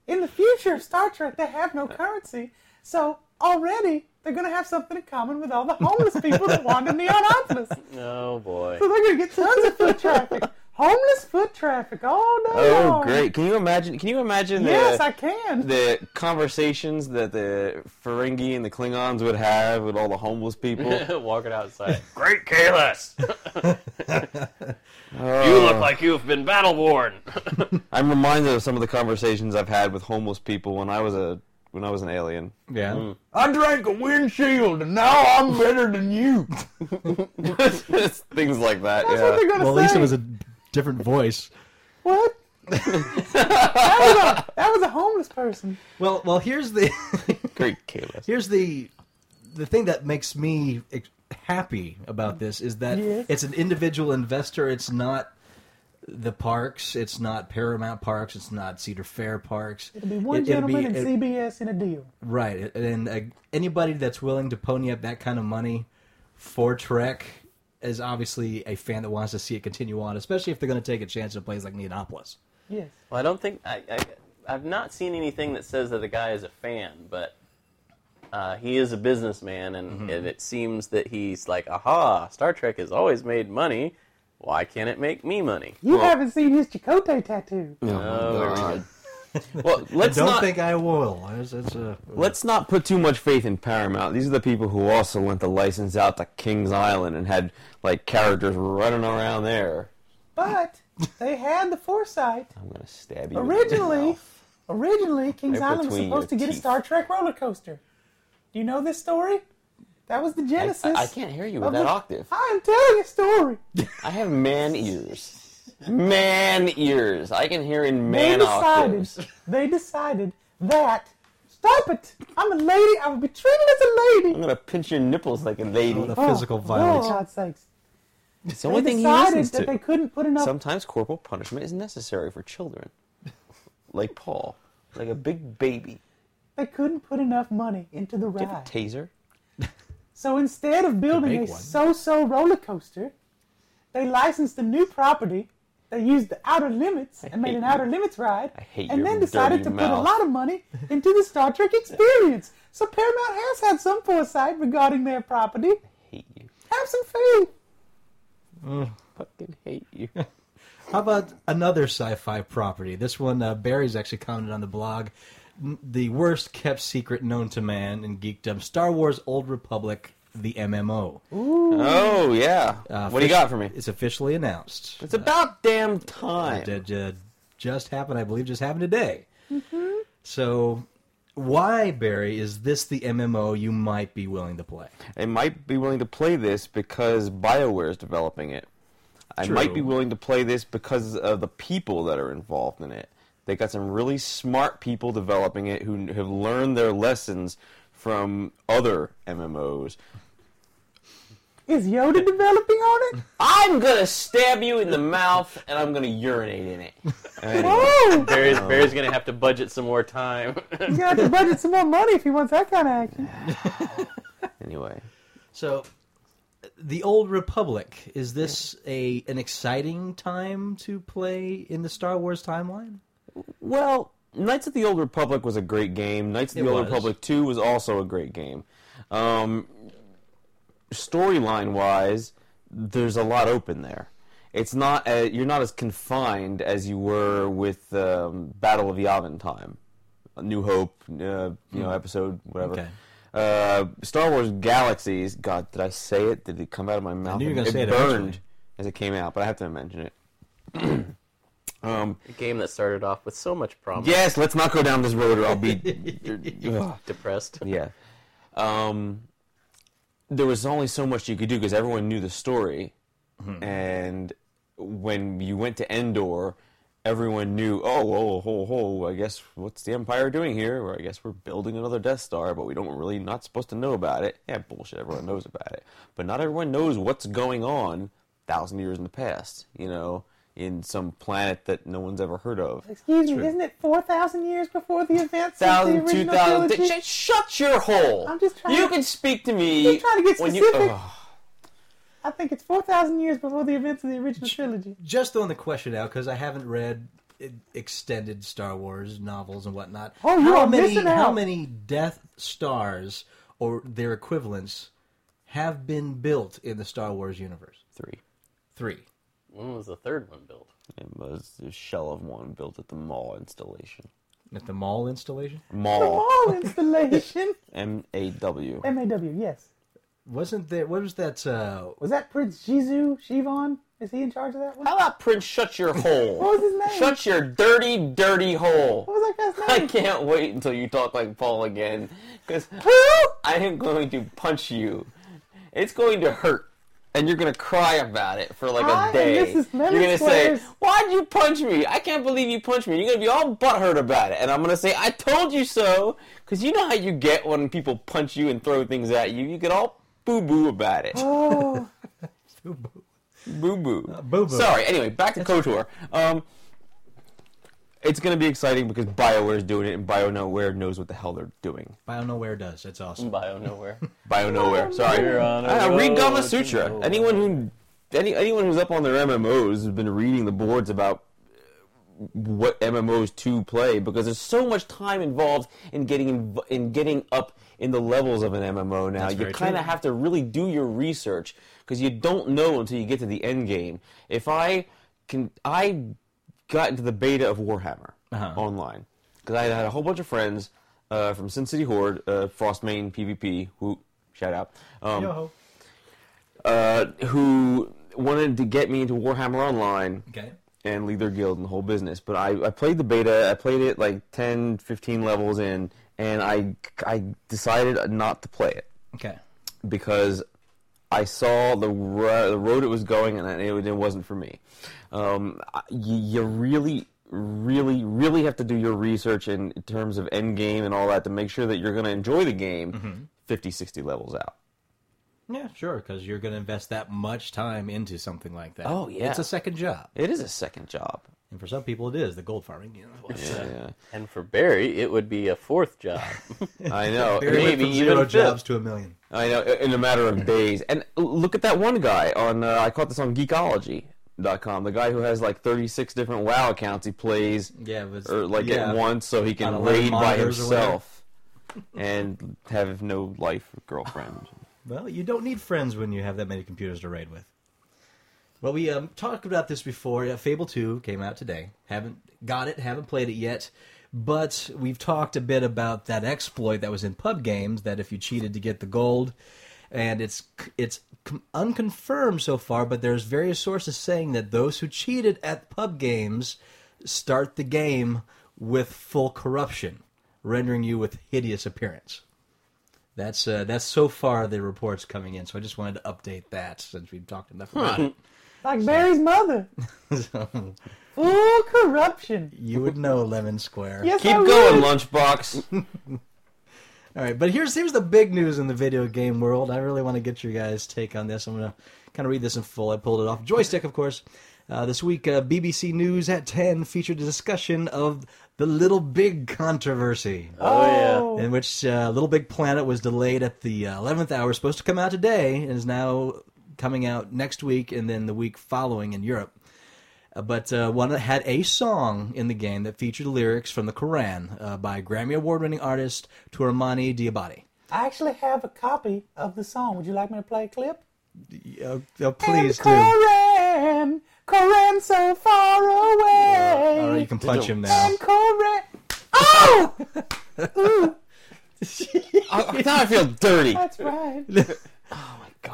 [SPEAKER 12] in the future of Star Trek, they have no currency. So already, they're going to have something in common with all the homeless people that wander Neonopolis. So
[SPEAKER 6] oh boy.
[SPEAKER 12] they're going to get tons of foot traffic. Homeless foot traffic all day
[SPEAKER 9] Oh,
[SPEAKER 12] long.
[SPEAKER 9] great! Can you imagine? Can you imagine
[SPEAKER 12] Yes,
[SPEAKER 9] the
[SPEAKER 12] I can.
[SPEAKER 9] the conversations that the Ferengi and the Klingons would have with all the homeless people?
[SPEAKER 6] Walking outside.
[SPEAKER 13] Great Kalis! you look like you've been battle worn.
[SPEAKER 9] I'm reminded of some of the conversations I've had with homeless people when I was a when I was an alien.
[SPEAKER 7] yeah.
[SPEAKER 9] I drank a windshield, and now I'm better than you. Things like that.
[SPEAKER 12] That's
[SPEAKER 9] yeah.
[SPEAKER 12] what they're going to
[SPEAKER 7] Well, at least
[SPEAKER 12] say.
[SPEAKER 7] it was a different voice.
[SPEAKER 12] What? that, was a, that was a homeless person.
[SPEAKER 7] Well, well, here's the
[SPEAKER 9] Great Kayla.
[SPEAKER 7] here's the the thing that makes me ex- happy about this is that
[SPEAKER 12] Yes.
[SPEAKER 7] it's an individual investor. It's not the parks. It's not Paramount Parks. It's not Cedar Fair Parks.
[SPEAKER 12] It'll be one
[SPEAKER 7] It- it'll be-
[SPEAKER 12] gentleman and
[SPEAKER 7] it-
[SPEAKER 12] CBS in a deal.
[SPEAKER 7] Right, and uh, anybody that's willing to pony up that kind of money for Trek is obviously a fan that wants to see it continue on, especially if they're going to take a chance at a place like Neonopolis.
[SPEAKER 12] Yes.
[SPEAKER 6] Well, I don't think I, I I've not seen anything that says that the guy is a fan, but uh, he is a businessman, and, and it seems that he's like, aha, Star Trek has always made money. Why can't it make me money?
[SPEAKER 12] You haven't seen his Chakotay tattoo.
[SPEAKER 9] Oh, well, let's
[SPEAKER 7] Don't
[SPEAKER 9] not
[SPEAKER 7] think I will. It's, it's a,
[SPEAKER 9] let's not put too much faith in Paramount. These are the people who also lent the license out to Kings Island and had like characters running around there.
[SPEAKER 12] But they had the foresight.
[SPEAKER 9] I'm gonna stab you. in the
[SPEAKER 12] Originally,
[SPEAKER 9] mouth.
[SPEAKER 12] originally, Kings
[SPEAKER 9] Right
[SPEAKER 12] Island was
[SPEAKER 9] between
[SPEAKER 12] supposed to
[SPEAKER 9] your
[SPEAKER 12] get a
[SPEAKER 9] teeth.
[SPEAKER 12] Star Trek roller coaster. Do you know this story? That was the
[SPEAKER 9] I,
[SPEAKER 12] genesis.
[SPEAKER 9] I- I can't hear you with
[SPEAKER 12] of
[SPEAKER 9] that
[SPEAKER 12] the-
[SPEAKER 9] octave.
[SPEAKER 12] I am telling a story.
[SPEAKER 9] I have man ears. Man ears. I can hear in man
[SPEAKER 12] they decided.
[SPEAKER 9] octaves.
[SPEAKER 12] They decided that Stop it! I'm a lady. I will be treated as a lady.
[SPEAKER 9] I'm gonna pinch your nipples like a lady.
[SPEAKER 7] the
[SPEAKER 12] Oh,
[SPEAKER 7] physical violence.
[SPEAKER 12] For God's sakes!
[SPEAKER 9] It's the only
[SPEAKER 12] they
[SPEAKER 9] thing he
[SPEAKER 12] decided
[SPEAKER 9] listens
[SPEAKER 12] that
[SPEAKER 9] to.
[SPEAKER 12] they couldn't put enough.
[SPEAKER 9] Sometimes corporal punishment is necessary for children, like Paul, like a big baby.
[SPEAKER 12] They couldn't put enough money into the
[SPEAKER 9] Do you have
[SPEAKER 12] ride.
[SPEAKER 9] a taser?
[SPEAKER 12] So instead of building
[SPEAKER 9] make
[SPEAKER 12] a
[SPEAKER 9] one.
[SPEAKER 12] so-so roller coaster, they licensed a new property. They used the outer limits and made
[SPEAKER 9] hate
[SPEAKER 12] an
[SPEAKER 9] you.
[SPEAKER 12] outer limits ride,
[SPEAKER 9] I hate
[SPEAKER 12] and
[SPEAKER 9] your
[SPEAKER 12] then
[SPEAKER 9] dirty
[SPEAKER 12] decided to put a
[SPEAKER 9] mouth.
[SPEAKER 12] lot of money into the Star Trek experience. So Paramount has had some foresight regarding their property.
[SPEAKER 9] hate you.
[SPEAKER 12] Have some faith.
[SPEAKER 9] Fucking hate you.
[SPEAKER 7] How about another sci-fi property? This one, uh, Barry's actually commented on the blog. N- The worst kept secret known to man in geekdom: Star Wars: Old Republic, the MMO.
[SPEAKER 12] Hmm.
[SPEAKER 9] Oh yeah. what do you got for me?
[SPEAKER 7] It's officially announced.
[SPEAKER 9] It's about damn time.
[SPEAKER 7] It did, uh, just happened, I believe, just happened today. So, why Barry is this the MMO you might be willing to play?
[SPEAKER 9] I might be willing to play this because BioWare is developing it. I
[SPEAKER 7] True.
[SPEAKER 9] might be willing to play this because of the people that are involved in it. They got some really smart people developing it who have learned their lessons from other MMOs.
[SPEAKER 12] Is Yoda developing on it?
[SPEAKER 9] I'm gonna stab you in the mouth and I'm gonna urinate in it. Um, Anyway,
[SPEAKER 12] Oh,
[SPEAKER 6] Barry's, Barry's gonna have to budget some more time.
[SPEAKER 12] he's gonna have to budget some more money if he wants that kind of action.
[SPEAKER 9] anyway.
[SPEAKER 7] So, the Old Republic is this a an exciting time to play in the Star Wars timeline?
[SPEAKER 9] Well, Knights of the Old Republic was a great game. Knights of the
[SPEAKER 7] It
[SPEAKER 9] Old
[SPEAKER 7] was.
[SPEAKER 9] Republic 2 was also a great game. Um, Storyline wise, there's a lot open there. It's not uh you're not as confined as you were with um, Battle of Yavin time, New Hope, uh, you know, episode whatever.
[SPEAKER 7] Hmm. Okay.
[SPEAKER 9] Uh, Star Wars Galaxies. God, did I say it? Did it come out of my mouth?
[SPEAKER 7] knew you were gonna say it
[SPEAKER 9] burned
[SPEAKER 7] eventually.
[SPEAKER 9] as it came out, but I have to mention it. um,
[SPEAKER 6] a game that started off with so much promise.
[SPEAKER 9] Yes, let's not go down this road or I'll be. Ugh.
[SPEAKER 6] Depressed.
[SPEAKER 9] yeah. Um, there was only so much you could do because everyone knew the story. And when you went to Endor, everyone knew, oh, whoa, whoa, whoa, I guess what's the Empire doing here? Or I guess we're building another Death Star, but we don't really, not supposed to know about it. Yeah, bullshit, everyone knows about it. But not everyone knows what's going on thousand years in the past, you know, in some planet that no one's ever heard of.
[SPEAKER 12] Excuse me, isn't it four thousand years before the events
[SPEAKER 9] thousand,
[SPEAKER 12] of the
[SPEAKER 9] two
[SPEAKER 12] original
[SPEAKER 9] thousand.
[SPEAKER 12] trilogy?
[SPEAKER 9] th- sh- shut your hole.
[SPEAKER 12] I'm just trying
[SPEAKER 9] You
[SPEAKER 12] to-
[SPEAKER 9] can speak to me.
[SPEAKER 12] I'm trying to get
[SPEAKER 9] when
[SPEAKER 12] specific.
[SPEAKER 9] You, Ugh.
[SPEAKER 12] I think it's four thousand years before the events of the original trilogy.
[SPEAKER 7] Just throwing the question out because I haven't read eh, extended Star Wars novels and whatnot.
[SPEAKER 12] Oh, you
[SPEAKER 7] how
[SPEAKER 12] are
[SPEAKER 7] many,
[SPEAKER 12] missing
[SPEAKER 7] How
[SPEAKER 12] out.
[SPEAKER 7] many Death Stars or their equivalents have been built in the Star Wars universe?
[SPEAKER 9] three.
[SPEAKER 7] Three.
[SPEAKER 6] When was the third one built?
[SPEAKER 9] It was a shell of one built at the mall installation.
[SPEAKER 7] At the mall installation,
[SPEAKER 9] Mall.
[SPEAKER 12] All installation.
[SPEAKER 9] M A W.
[SPEAKER 12] M A W. Yes.
[SPEAKER 7] wasn't there? What was that? Uh,
[SPEAKER 12] Was that Prince Jizu Shivan? Is he in charge of that one?
[SPEAKER 9] How about Prince? Shut your hole.
[SPEAKER 12] What was his name?
[SPEAKER 9] Shut your dirty, dirty hole.
[SPEAKER 12] What was that guy's
[SPEAKER 9] I
[SPEAKER 12] name?
[SPEAKER 9] can't wait until you talk like Paul again, because I am going to punch you. It's going to hurt, and you're going to cry about it for like
[SPEAKER 12] Hi,
[SPEAKER 9] a day.
[SPEAKER 12] Mrs.
[SPEAKER 9] You're
[SPEAKER 12] Lemon
[SPEAKER 9] going to say,
[SPEAKER 12] Squares.
[SPEAKER 9] "Why'd you punch me? I can't believe you punched me." You're going to be all butthurt about it, and I'm going to say, "I told you so," because you know how you get when people punch you and throw things at you. You get all boo boo about it.
[SPEAKER 12] Oh,
[SPEAKER 9] Boo boo.
[SPEAKER 7] boo boo.
[SPEAKER 9] Sorry. Anyway, back to KOTOR. Um, it's going to be exciting because BioWare's doing it, and BioNoware knows what the hell they're doing.
[SPEAKER 7] BioNoware does. That's awesome.
[SPEAKER 6] Bio nowhere.
[SPEAKER 9] BioNoware. Sorry.
[SPEAKER 6] You're on a
[SPEAKER 9] I, I read
[SPEAKER 6] road
[SPEAKER 7] uh,
[SPEAKER 9] Gama
[SPEAKER 6] to
[SPEAKER 9] Sutra.
[SPEAKER 6] nowhere.
[SPEAKER 9] Anyone who any, anyone who's up on their MMOs has been reading the boards about uh, what MMOs to play because there's so much time involved in getting inv- in getting up in the levels of an MMO now. you
[SPEAKER 7] very
[SPEAKER 9] kind of
[SPEAKER 7] true.
[SPEAKER 9] have to really do your research because you don't know until you get to the end game. If I can I got into the beta of Warhammer online because I had a whole bunch of friends uh, from Sin City Horde, uh, Frostmain PvP, who shout out, um, uh, who wanted to get me into Warhammer Online
[SPEAKER 7] Okay.
[SPEAKER 9] and lead their guild and the whole business. But I, I played the beta. I played it like 10, 15 levels in, and I I decided not to play it
[SPEAKER 7] Okay.
[SPEAKER 9] because I saw the ro- the road it was going, and it, it wasn't for me. Um, I- you, you really really, really have to do your research in terms of end game and all that to make sure that you're going to enjoy the game
[SPEAKER 7] Mhm.
[SPEAKER 9] fifty, sixty 50, 60 levels out.
[SPEAKER 7] Yeah, sure, because you're going to invest that much time into something like that.
[SPEAKER 9] Oh, yeah.
[SPEAKER 7] it's a second job,
[SPEAKER 9] It is a second job.
[SPEAKER 7] and for some people, it is the gold farming. You know, what's, uh,
[SPEAKER 6] And for Barry, it would be a fourth job.
[SPEAKER 9] I know.
[SPEAKER 7] Barry went
[SPEAKER 9] Maybe
[SPEAKER 7] from
[SPEAKER 9] even
[SPEAKER 7] zero
[SPEAKER 9] a
[SPEAKER 7] jobs
[SPEAKER 9] fifth.
[SPEAKER 7] to a million.
[SPEAKER 9] I know in a matter of days. And look at that one guy on uh, I caught this on geekology.com. The guy who has like 36 different WoW accounts he plays
[SPEAKER 7] Yeah, it was-
[SPEAKER 9] or like
[SPEAKER 7] yeah.
[SPEAKER 9] at once so he
[SPEAKER 7] On
[SPEAKER 9] can
[SPEAKER 7] 11
[SPEAKER 9] raid by
[SPEAKER 7] monitors or whatever.
[SPEAKER 9] himself and have no life or girlfriend.
[SPEAKER 7] Well, you don't need friends when you have that many computers to raid with. Well, we um, talked about this before. Uh, Fable 2 came out today. Haven't got it, haven't played it yet. But we've talked a bit about that exploit that was in pub games that if you cheated to get the gold, and it's it's com- unconfirmed so far, but there's various sources saying that those who cheated at pub games start the game with full corruption, rendering you with hideous appearance. That's uh, that's so far the reports coming in. So I just wanted to update that since we've talked enough about it.
[SPEAKER 12] Like Barry's mother.
[SPEAKER 7] So,
[SPEAKER 12] Full corruption.
[SPEAKER 7] you would know Lemon Square.
[SPEAKER 12] Yes,
[SPEAKER 9] Keep
[SPEAKER 12] I
[SPEAKER 9] going,
[SPEAKER 12] would.
[SPEAKER 9] Lunchbox.
[SPEAKER 7] All right, but here's here's the big news in the video game world. I really want to get your guys' take on this. I'm gonna kind of read this in full. I pulled it off joystick, of course. Uh, this week, uh, BBC News at 10 featured a discussion of the Little Big controversy,
[SPEAKER 12] Oh,
[SPEAKER 7] in which uh, Little Big Planet was delayed at the uh, 11th hour, supposed to come out today, and is now coming out next week and then the week following in Europe. Uh, but uh, one that had a song in the game that featured lyrics from the Quran uh, by Grammy Award winning artist Turamani Diabati.
[SPEAKER 12] I actually have a copy of the song. Would you like me to play a clip?
[SPEAKER 7] Uh, uh, please
[SPEAKER 12] and
[SPEAKER 7] do.
[SPEAKER 12] Koran, Koran so far away.
[SPEAKER 7] All right, you can punch him now.
[SPEAKER 12] and Koran. Oh,
[SPEAKER 9] I, now I feel dirty.
[SPEAKER 12] that's right.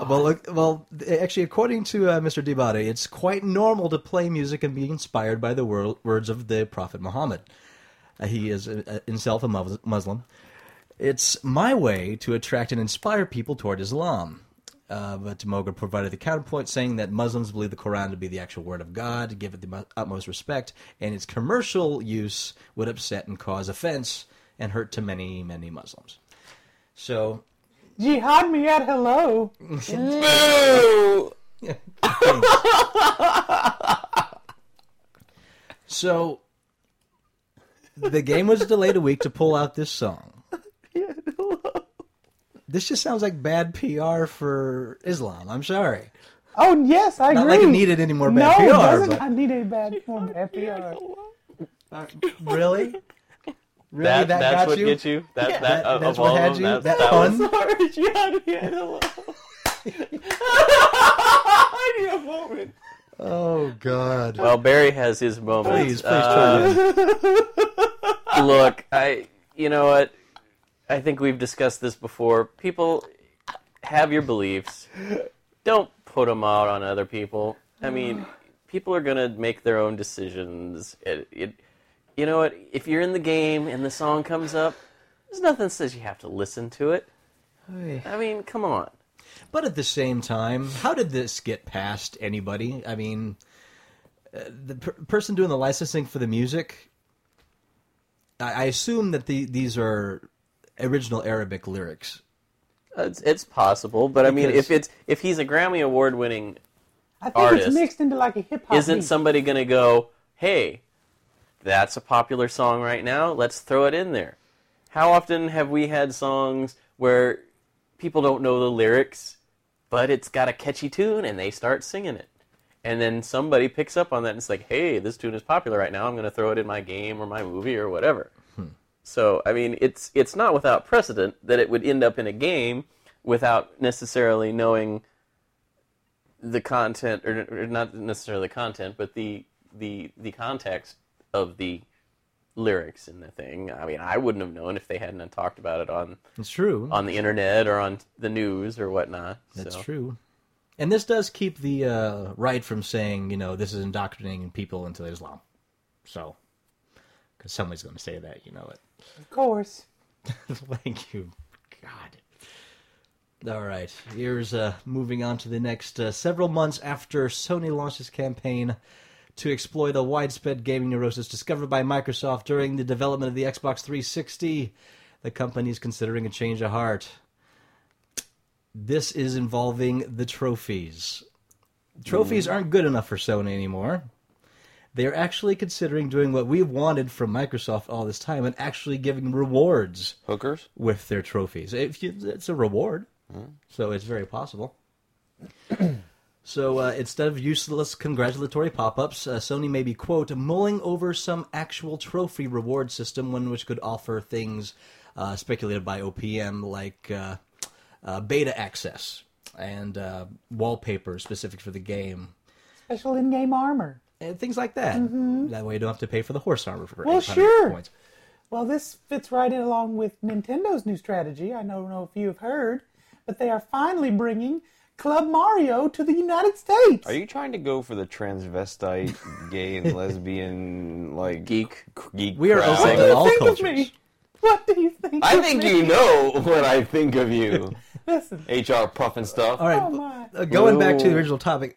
[SPEAKER 7] Well, look, well, th- actually, according to uh, Mr. Diabati, it's quite normal to play music and be inspired by the wor- words of the Prophet Muhammad. Uh, he is uh, uh, himself a Mus- Muslim. It's my way to attract and inspire people toward Islam. Uh, but Moger provided the counterpoint, saying that Muslims believe the Quran to be the actual word of God, to give it the mu- utmost respect, and its commercial use would upset and cause offense and hurt to many, many Muslims. So,
[SPEAKER 12] Jihad me at hello.
[SPEAKER 7] So the game was delayed a week to pull out this song. This just sounds like bad PR for Islam. I'm sorry.
[SPEAKER 12] Oh yes, I agree.
[SPEAKER 7] Not like it needed any more
[SPEAKER 12] no,
[SPEAKER 7] bad
[SPEAKER 12] it
[SPEAKER 7] PR.
[SPEAKER 12] doesn't.
[SPEAKER 7] But
[SPEAKER 12] I need a bad more bad PR.
[SPEAKER 7] Uh, really? Really?
[SPEAKER 6] that,
[SPEAKER 7] That,
[SPEAKER 6] that's
[SPEAKER 7] got
[SPEAKER 6] what
[SPEAKER 7] you?
[SPEAKER 6] gets you. That, that,
[SPEAKER 7] That-
[SPEAKER 6] of,
[SPEAKER 7] that's
[SPEAKER 6] of all
[SPEAKER 7] what had
[SPEAKER 6] of
[SPEAKER 7] you?
[SPEAKER 6] them, that's,
[SPEAKER 7] that
[SPEAKER 6] that was-
[SPEAKER 7] pun?
[SPEAKER 12] Sorry, Jihad me at hello. I need a moment.
[SPEAKER 7] Oh, God.
[SPEAKER 6] Well, Barry has his moments.
[SPEAKER 7] Please, please try again.
[SPEAKER 6] look, I you know what? I think we've discussed this before. People have your beliefs. Don't put them out on other people. I mean, people are going to make their own decisions. It, it you know what? If you're in the game and the song comes up, there's nothing says you have to listen to it. I mean, come on.
[SPEAKER 7] But at the same time, how did this get past anybody? I mean, uh, the per- person doing the licensing for the music, I, I assume that the- these are original Arabic lyrics.
[SPEAKER 6] It's, it's possible, but I mean,
[SPEAKER 7] Because-
[SPEAKER 6] if it's if he's a Grammy award winning
[SPEAKER 12] I think
[SPEAKER 6] Artist.
[SPEAKER 12] it's mixed into like a hip hop.
[SPEAKER 6] isn't somebody going to go, hey, that's a popular song right now, let's throw it in there? How often have we had songs where people don't know the lyrics, but it's got a catchy tune and they start singing it? And then somebody picks up on that and it's like, hey, this tune is popular right now, I'm going to throw it in my game or my movie or whatever. So, I mean, it's, it's not without precedent that it would end up in a game without necessarily knowing the content or, or not necessarily the content but the the the context of the lyrics in the thing i mean i wouldn't have known if they hadn't have talked about it on
[SPEAKER 7] It's true.
[SPEAKER 6] on the internet or on the news or whatnot
[SPEAKER 7] That's
[SPEAKER 6] Uh, so.
[SPEAKER 7] true. And this does keep the uh, right from saying, you know, this is indoctrinating people into Islam. So, because somebody's going to say that, you know it.
[SPEAKER 12] Of course.
[SPEAKER 7] Thank you, God. All right, here's uh, moving on to the next. Uh, several months after Sony launched its campaign to exploit a widespread gaming neurosis discovered by Microsoft during the development of the Xbox 360. The company is considering a change of heart. This is involving the trophies. Trophies aren't good enough for Sony anymore. They are actually considering doing what we've wanted from Microsoft all this time and actually giving rewards
[SPEAKER 9] Hookers?
[SPEAKER 7] with their trophies. If you, it's a reward, so it's very possible. so uh, instead of useless congratulatory pop-ups, uh, Sony may be quote mulling over some actual trophy reward system, one which could offer things uh, speculated by OPM like uh, uh, beta access and uh, wallpaper specific for the game.
[SPEAKER 12] Special in-game armor.
[SPEAKER 7] And things like that. That way, you don't have to pay for the horse armor for
[SPEAKER 12] Mm-hmm. Well,
[SPEAKER 7] 800
[SPEAKER 12] sure.
[SPEAKER 7] points.
[SPEAKER 12] Well, this fits right in along with Nintendo's new strategy. I don't know if you have heard, but they are finally bringing Club Mario to the United States.
[SPEAKER 9] Are you trying to go for the transvestite, gay and lesbian, like
[SPEAKER 6] Geek.
[SPEAKER 9] geek?
[SPEAKER 7] We are
[SPEAKER 9] crowd?
[SPEAKER 7] open to all
[SPEAKER 12] think
[SPEAKER 7] cultures.
[SPEAKER 12] of me? What do you think?
[SPEAKER 9] I
[SPEAKER 12] of
[SPEAKER 9] think
[SPEAKER 12] me?
[SPEAKER 9] you know what I think of you,
[SPEAKER 12] Listen.
[SPEAKER 9] HR puff and stuff.
[SPEAKER 7] All right,
[SPEAKER 12] Oh, my.
[SPEAKER 7] uh, going back to the
[SPEAKER 9] No.
[SPEAKER 7] original topic,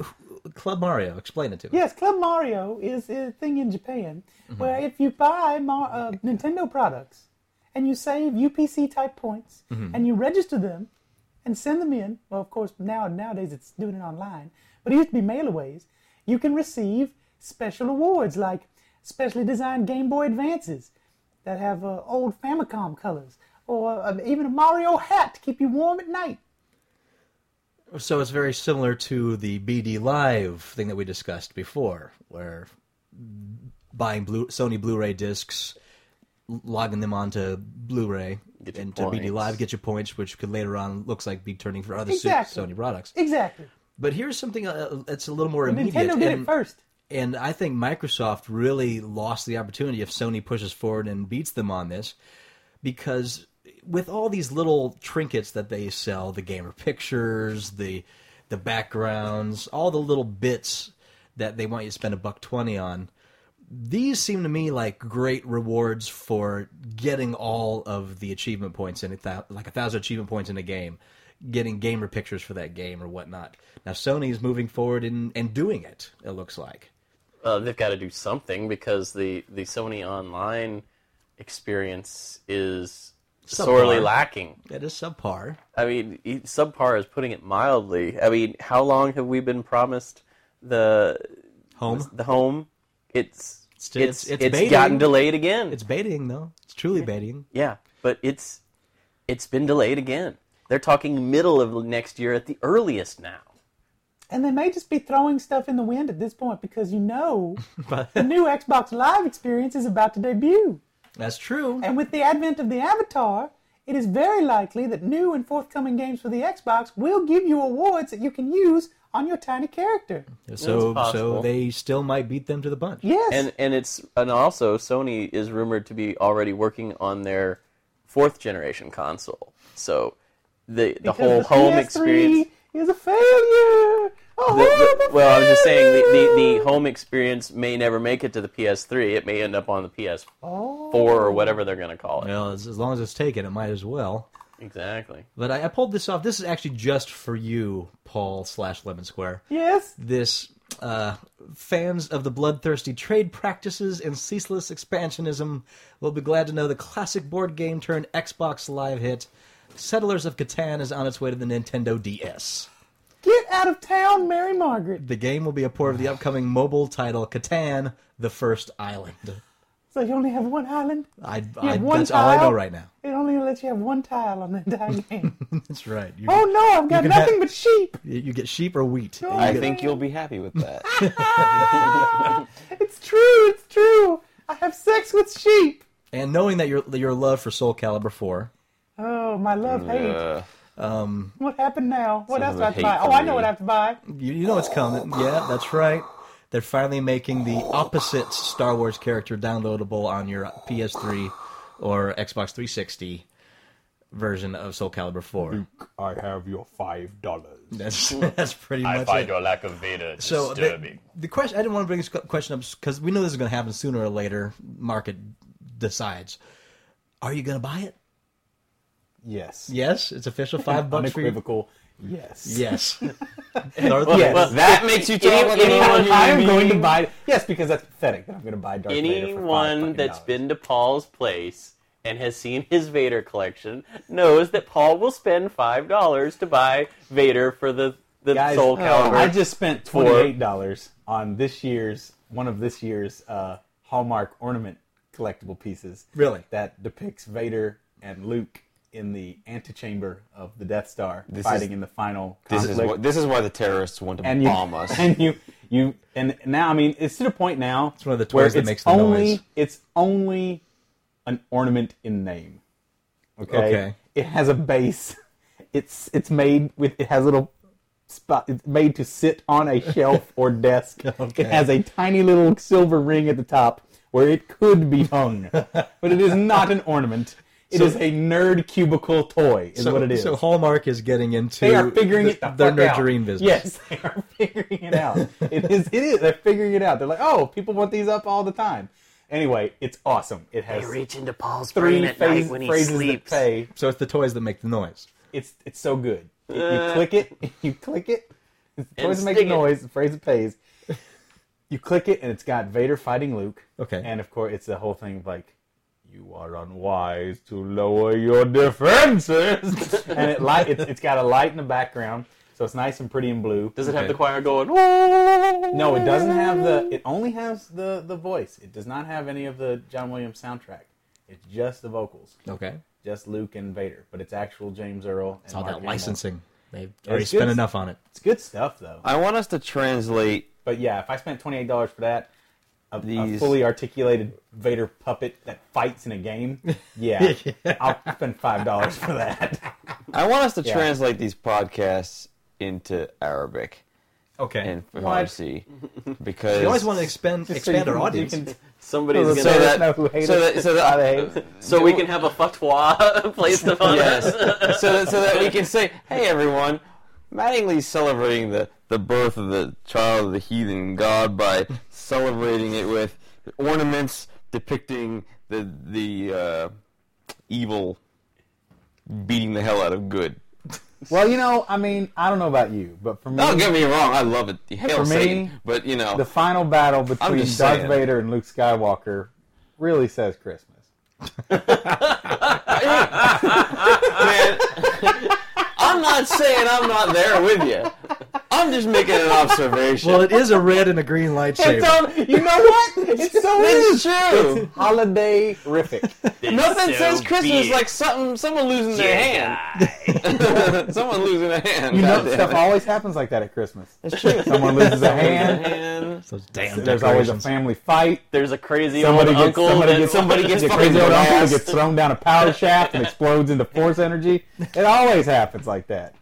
[SPEAKER 7] Club Mario. Explain it to me.
[SPEAKER 12] Yes, Club Mario is a thing in Japan where if you buy Mar- uh, Nintendo products and you save UPC type points and you register them and send them in, well, of course, now nowadays it's doing it online, but it used to be mailaways. You can receive special awards like specially designed Game Boy Advances that have uh, old Famicom colors, or uh, even a Mario hat to keep you warm at night.
[SPEAKER 7] So it's very similar to the BD Live thing that we discussed before, where buying Blu- Sony Blu-ray discs, logging them onto Blu-ray
[SPEAKER 9] Get your
[SPEAKER 7] into BD
[SPEAKER 9] points.
[SPEAKER 7] Live, get your points, which could later on looks like be turning for other su-
[SPEAKER 12] Exactly.
[SPEAKER 7] Sony products.
[SPEAKER 12] Exactly.
[SPEAKER 7] But here's something uh, that's a little more immediate.
[SPEAKER 12] Nintendo did it
[SPEAKER 7] and-
[SPEAKER 12] first.
[SPEAKER 7] And I think Microsoft really lost the opportunity if Sony pushes forward and beats them on this, because with all these little trinkets that they sell, the gamer pictures, the the backgrounds, all the little bits that they want you to spend a buck twenty on, these seem to me like great rewards for getting all of the achievement points in a thou- like a thousand achievement points in a game, getting gamer pictures for that game or whatnot. Now Sony is moving forward and and doing it. It looks like
[SPEAKER 6] uh, they've got to do something because the, the Sony Online experience is sorely
[SPEAKER 7] Subpar.
[SPEAKER 6] lacking.
[SPEAKER 7] that is subpar.
[SPEAKER 6] I mean, e- subpar is putting it mildly. I mean, how long have we been promised the
[SPEAKER 7] Home.
[SPEAKER 6] the home? It's it's
[SPEAKER 7] Still-
[SPEAKER 6] it's,
[SPEAKER 7] it's- it's baiting.
[SPEAKER 6] gotten delayed again.
[SPEAKER 7] It's baiting though. It's truly baiting.
[SPEAKER 6] yeah, but it's it's been delayed again. They're talking middle of next year at the earliest now.
[SPEAKER 12] And they may just be throwing stuff in the wind at this point because you know the new Xbox Live experience is about to debut.
[SPEAKER 7] That's true.
[SPEAKER 12] And with the advent of the Avatar, it is very likely that new and forthcoming games for the Xbox will give you awards that you can use on your tiny character.
[SPEAKER 7] So so
[SPEAKER 6] possible.
[SPEAKER 7] they still might beat them to the punch.
[SPEAKER 12] Yes.
[SPEAKER 6] and and it's and also Sony is rumored to be already working on their fourth generation console. So the the
[SPEAKER 12] because
[SPEAKER 6] whole
[SPEAKER 12] the
[SPEAKER 6] home
[SPEAKER 12] PS3
[SPEAKER 6] experience.
[SPEAKER 12] is a failure.
[SPEAKER 6] the-
[SPEAKER 12] Oh,
[SPEAKER 6] the- well, I was just saying the, the, the home experience may never make it to the PS3. It may end up on the PS4
[SPEAKER 12] Oh.
[SPEAKER 6] or whatever they're going to call it.
[SPEAKER 7] Well, as, as long as it's taken, it might as well.
[SPEAKER 6] Exactly.
[SPEAKER 7] But I, I pulled this off. This is actually just for you, Paul slash Lemon Square.
[SPEAKER 12] Yes.
[SPEAKER 7] this uh, fans of the bloodthirsty trade practices and ceaseless expansionism will be glad to know the classic board game turned Xbox Live hit Settlers of Catan is on its way to the Nintendo DS.
[SPEAKER 12] Get out of town, Mary Margaret.
[SPEAKER 7] The game will be a port of the upcoming mobile title Catan: The First Island.
[SPEAKER 12] So you only have one island.
[SPEAKER 7] I,
[SPEAKER 12] You
[SPEAKER 7] I-
[SPEAKER 12] have one
[SPEAKER 7] that's all I know
[SPEAKER 12] tile?
[SPEAKER 7] right now.
[SPEAKER 12] It only lets you have one tile on the entire game.
[SPEAKER 7] That's right. You,
[SPEAKER 12] oh no, I've got
[SPEAKER 7] can
[SPEAKER 12] nothing
[SPEAKER 7] have-
[SPEAKER 12] but sheep.
[SPEAKER 7] you get sheep or wheat.
[SPEAKER 12] No.
[SPEAKER 9] I think you'll be happy with that.
[SPEAKER 12] It's true, it's true. I have sex with sheep.
[SPEAKER 7] And knowing that your your love for Soul Calibur 4
[SPEAKER 12] Oh, my love, hate.
[SPEAKER 9] Uh,
[SPEAKER 12] What happened now? What
[SPEAKER 9] Sounds
[SPEAKER 12] else do I have to
[SPEAKER 9] like
[SPEAKER 12] buy?
[SPEAKER 9] hate
[SPEAKER 12] Oh,
[SPEAKER 9] for
[SPEAKER 12] I know
[SPEAKER 9] me.
[SPEAKER 12] what I have to buy.
[SPEAKER 7] You, you know it's coming.
[SPEAKER 12] Oh.
[SPEAKER 7] Yeah, that's right. They're finally making the opposite Star Wars character downloadable on your PS3 or Xbox 360 version of Soul Calibur 4.
[SPEAKER 1] I have your five dollars.
[SPEAKER 7] That's that's pretty much it.
[SPEAKER 13] your lack of Vader
[SPEAKER 7] So the, the question I didn't want to bring this cu- question up because we know this is going to happen sooner or later. Market decides. Are you going to buy it?
[SPEAKER 1] Yes.
[SPEAKER 7] Yes, it's official. Five bucks for your,
[SPEAKER 1] Unequivocal.
[SPEAKER 12] Yes.
[SPEAKER 7] Yes.
[SPEAKER 12] Well,
[SPEAKER 7] Yes.
[SPEAKER 12] well,
[SPEAKER 7] That makes you talk
[SPEAKER 12] any-
[SPEAKER 7] like an
[SPEAKER 12] anyone-
[SPEAKER 7] animal
[SPEAKER 12] I'm
[SPEAKER 7] being.
[SPEAKER 12] going to buy. Yes, because that's pathetic. that I'm going to buy Darth Vader for five
[SPEAKER 6] Anyone
[SPEAKER 12] fucking
[SPEAKER 6] that's
[SPEAKER 12] dollars.
[SPEAKER 6] been to Paul's place and has seen his Vader collection knows that Paul will spend five dollars to buy Vader for the the
[SPEAKER 12] Guys, uh,
[SPEAKER 6] Soul Calibur.
[SPEAKER 12] I just spent
[SPEAKER 6] for-
[SPEAKER 12] twenty eight dollars on this year's one of this year's uh, Hallmark ornament collectible pieces.
[SPEAKER 4] Really?
[SPEAKER 12] that depicts Vader and Luke in the antechamber of the Death Star,
[SPEAKER 9] This
[SPEAKER 12] fighting
[SPEAKER 9] is-
[SPEAKER 12] in the final.
[SPEAKER 9] This is,
[SPEAKER 12] conflict.
[SPEAKER 9] why, this is why the terrorists want to
[SPEAKER 12] and you,
[SPEAKER 9] bomb us.
[SPEAKER 12] And you, you, and now I mean, it's to the point now. It's
[SPEAKER 7] one of the toys
[SPEAKER 12] where
[SPEAKER 7] that
[SPEAKER 12] it's
[SPEAKER 7] makes the
[SPEAKER 12] only
[SPEAKER 7] noise.
[SPEAKER 12] it's only an ornament in name. Okay?
[SPEAKER 7] Okay.
[SPEAKER 12] It has a base. It's it's made with it has little spot. It's made to sit on a shelf or desk.
[SPEAKER 7] Okay.
[SPEAKER 12] It has a tiny little silver ring at the top where it could be hung, but it is not an ornament. It
[SPEAKER 7] So-
[SPEAKER 12] is a nerd cubicle toy. Is
[SPEAKER 7] so,
[SPEAKER 12] what it is.
[SPEAKER 7] So Hallmark is getting into
[SPEAKER 12] They are figuring
[SPEAKER 7] the,
[SPEAKER 12] it the
[SPEAKER 7] their
[SPEAKER 12] fuck out.
[SPEAKER 7] nurturing business.
[SPEAKER 12] Yes, they are figuring it out. it is. It is. They're figuring it out. They're like, oh, people want these up all the time. Anyway, it's awesome. It has
[SPEAKER 13] They reach into Paul's brain
[SPEAKER 12] three
[SPEAKER 13] at
[SPEAKER 12] phase,
[SPEAKER 13] night when he
[SPEAKER 12] phrases
[SPEAKER 13] sleeps.
[SPEAKER 12] that pay.
[SPEAKER 7] So it's the toys that make the noise.
[SPEAKER 12] It's it's so good. You-
[SPEAKER 13] Uh.
[SPEAKER 12] you click it. You click it. It's
[SPEAKER 13] And
[SPEAKER 12] always
[SPEAKER 13] stick
[SPEAKER 12] making
[SPEAKER 13] it.
[SPEAKER 12] noise. The phrase that pays. You click it, and it's got Vader fighting Luke.
[SPEAKER 7] Okay.
[SPEAKER 12] And of course, it's the whole thing of like, you are unwise to lower your defenses. and it light. It's, it's got a light in the background, so it's nice and pretty and blue.
[SPEAKER 6] Does it have
[SPEAKER 7] Okay.
[SPEAKER 6] the choir going?
[SPEAKER 12] No, it doesn't have the. It only has the the voice. It does not have any of the John Williams soundtrack. It's just the vocals,
[SPEAKER 7] Okay.
[SPEAKER 12] just Luke and Vader. But it's actual James Earl. And
[SPEAKER 7] It's all
[SPEAKER 12] Mark
[SPEAKER 7] that
[SPEAKER 12] Hamill.
[SPEAKER 7] licensing. They've already
[SPEAKER 12] it's
[SPEAKER 7] spent
[SPEAKER 12] good.
[SPEAKER 7] enough on it.
[SPEAKER 12] It's good stuff though.
[SPEAKER 9] I want us to translate.
[SPEAKER 12] But yeah, if I spent twenty eight dollars for that, a, a
[SPEAKER 9] These-
[SPEAKER 12] fully articulated Vader puppet that fights in a game, yeah, I'll spend five dollars for that.
[SPEAKER 9] I want us to
[SPEAKER 12] Yeah.
[SPEAKER 9] translate these podcasts into Arabic
[SPEAKER 7] Okay.
[SPEAKER 9] and
[SPEAKER 12] What?
[SPEAKER 9] Farsi because
[SPEAKER 7] you always want to expand expand our audience.
[SPEAKER 12] You can,
[SPEAKER 6] Somebody's
[SPEAKER 9] so
[SPEAKER 6] gonna.
[SPEAKER 12] Let us
[SPEAKER 9] that,
[SPEAKER 12] know who hate
[SPEAKER 9] so
[SPEAKER 12] us.
[SPEAKER 9] that so that
[SPEAKER 6] so we can have a fatwa placed upon us.
[SPEAKER 9] yes. so, that, so that we can say, hey everyone, Mattingly's celebrating the, the birth of the child of the heathen god by celebrating it with ornaments depicting the the uh, evil beating the hell out of good.
[SPEAKER 12] well, you know, I mean, I don't know about you, but for me,
[SPEAKER 9] Don't Oh, get me wrong, I love it. Hail
[SPEAKER 12] Mm-hmm. For me,
[SPEAKER 9] Satan, but you know,
[SPEAKER 12] the final battle between Darth
[SPEAKER 9] just saying.
[SPEAKER 12] Vader and Luke Skywalker really says Christmas.
[SPEAKER 9] man, I'm not saying I'm not there with you. I'm just making an observation.
[SPEAKER 7] Well, it is a red and a green lightsaber.
[SPEAKER 12] you know what? It's so
[SPEAKER 9] it's true.
[SPEAKER 12] holiday rific.
[SPEAKER 9] Nothing
[SPEAKER 13] So
[SPEAKER 9] says Christmas
[SPEAKER 13] be it.
[SPEAKER 9] like something someone losing their hand. someone losing a hand.
[SPEAKER 12] You know,
[SPEAKER 9] goddamn
[SPEAKER 12] stuff
[SPEAKER 9] it.
[SPEAKER 12] always happens like that at Christmas. It's true. Someone loses a hand.
[SPEAKER 6] And
[SPEAKER 7] Those damn
[SPEAKER 12] There's always a
[SPEAKER 7] decorations.
[SPEAKER 12] family fight.
[SPEAKER 6] there's a crazy
[SPEAKER 12] Somebody
[SPEAKER 6] old
[SPEAKER 12] gets
[SPEAKER 6] uncle.
[SPEAKER 12] somebody
[SPEAKER 6] that-
[SPEAKER 12] gets somebody gets
[SPEAKER 9] fucking
[SPEAKER 12] crazy old uncle
[SPEAKER 9] harassed.
[SPEAKER 12] gets thrown down a power shaft and explodes into force energy. It always happens like that.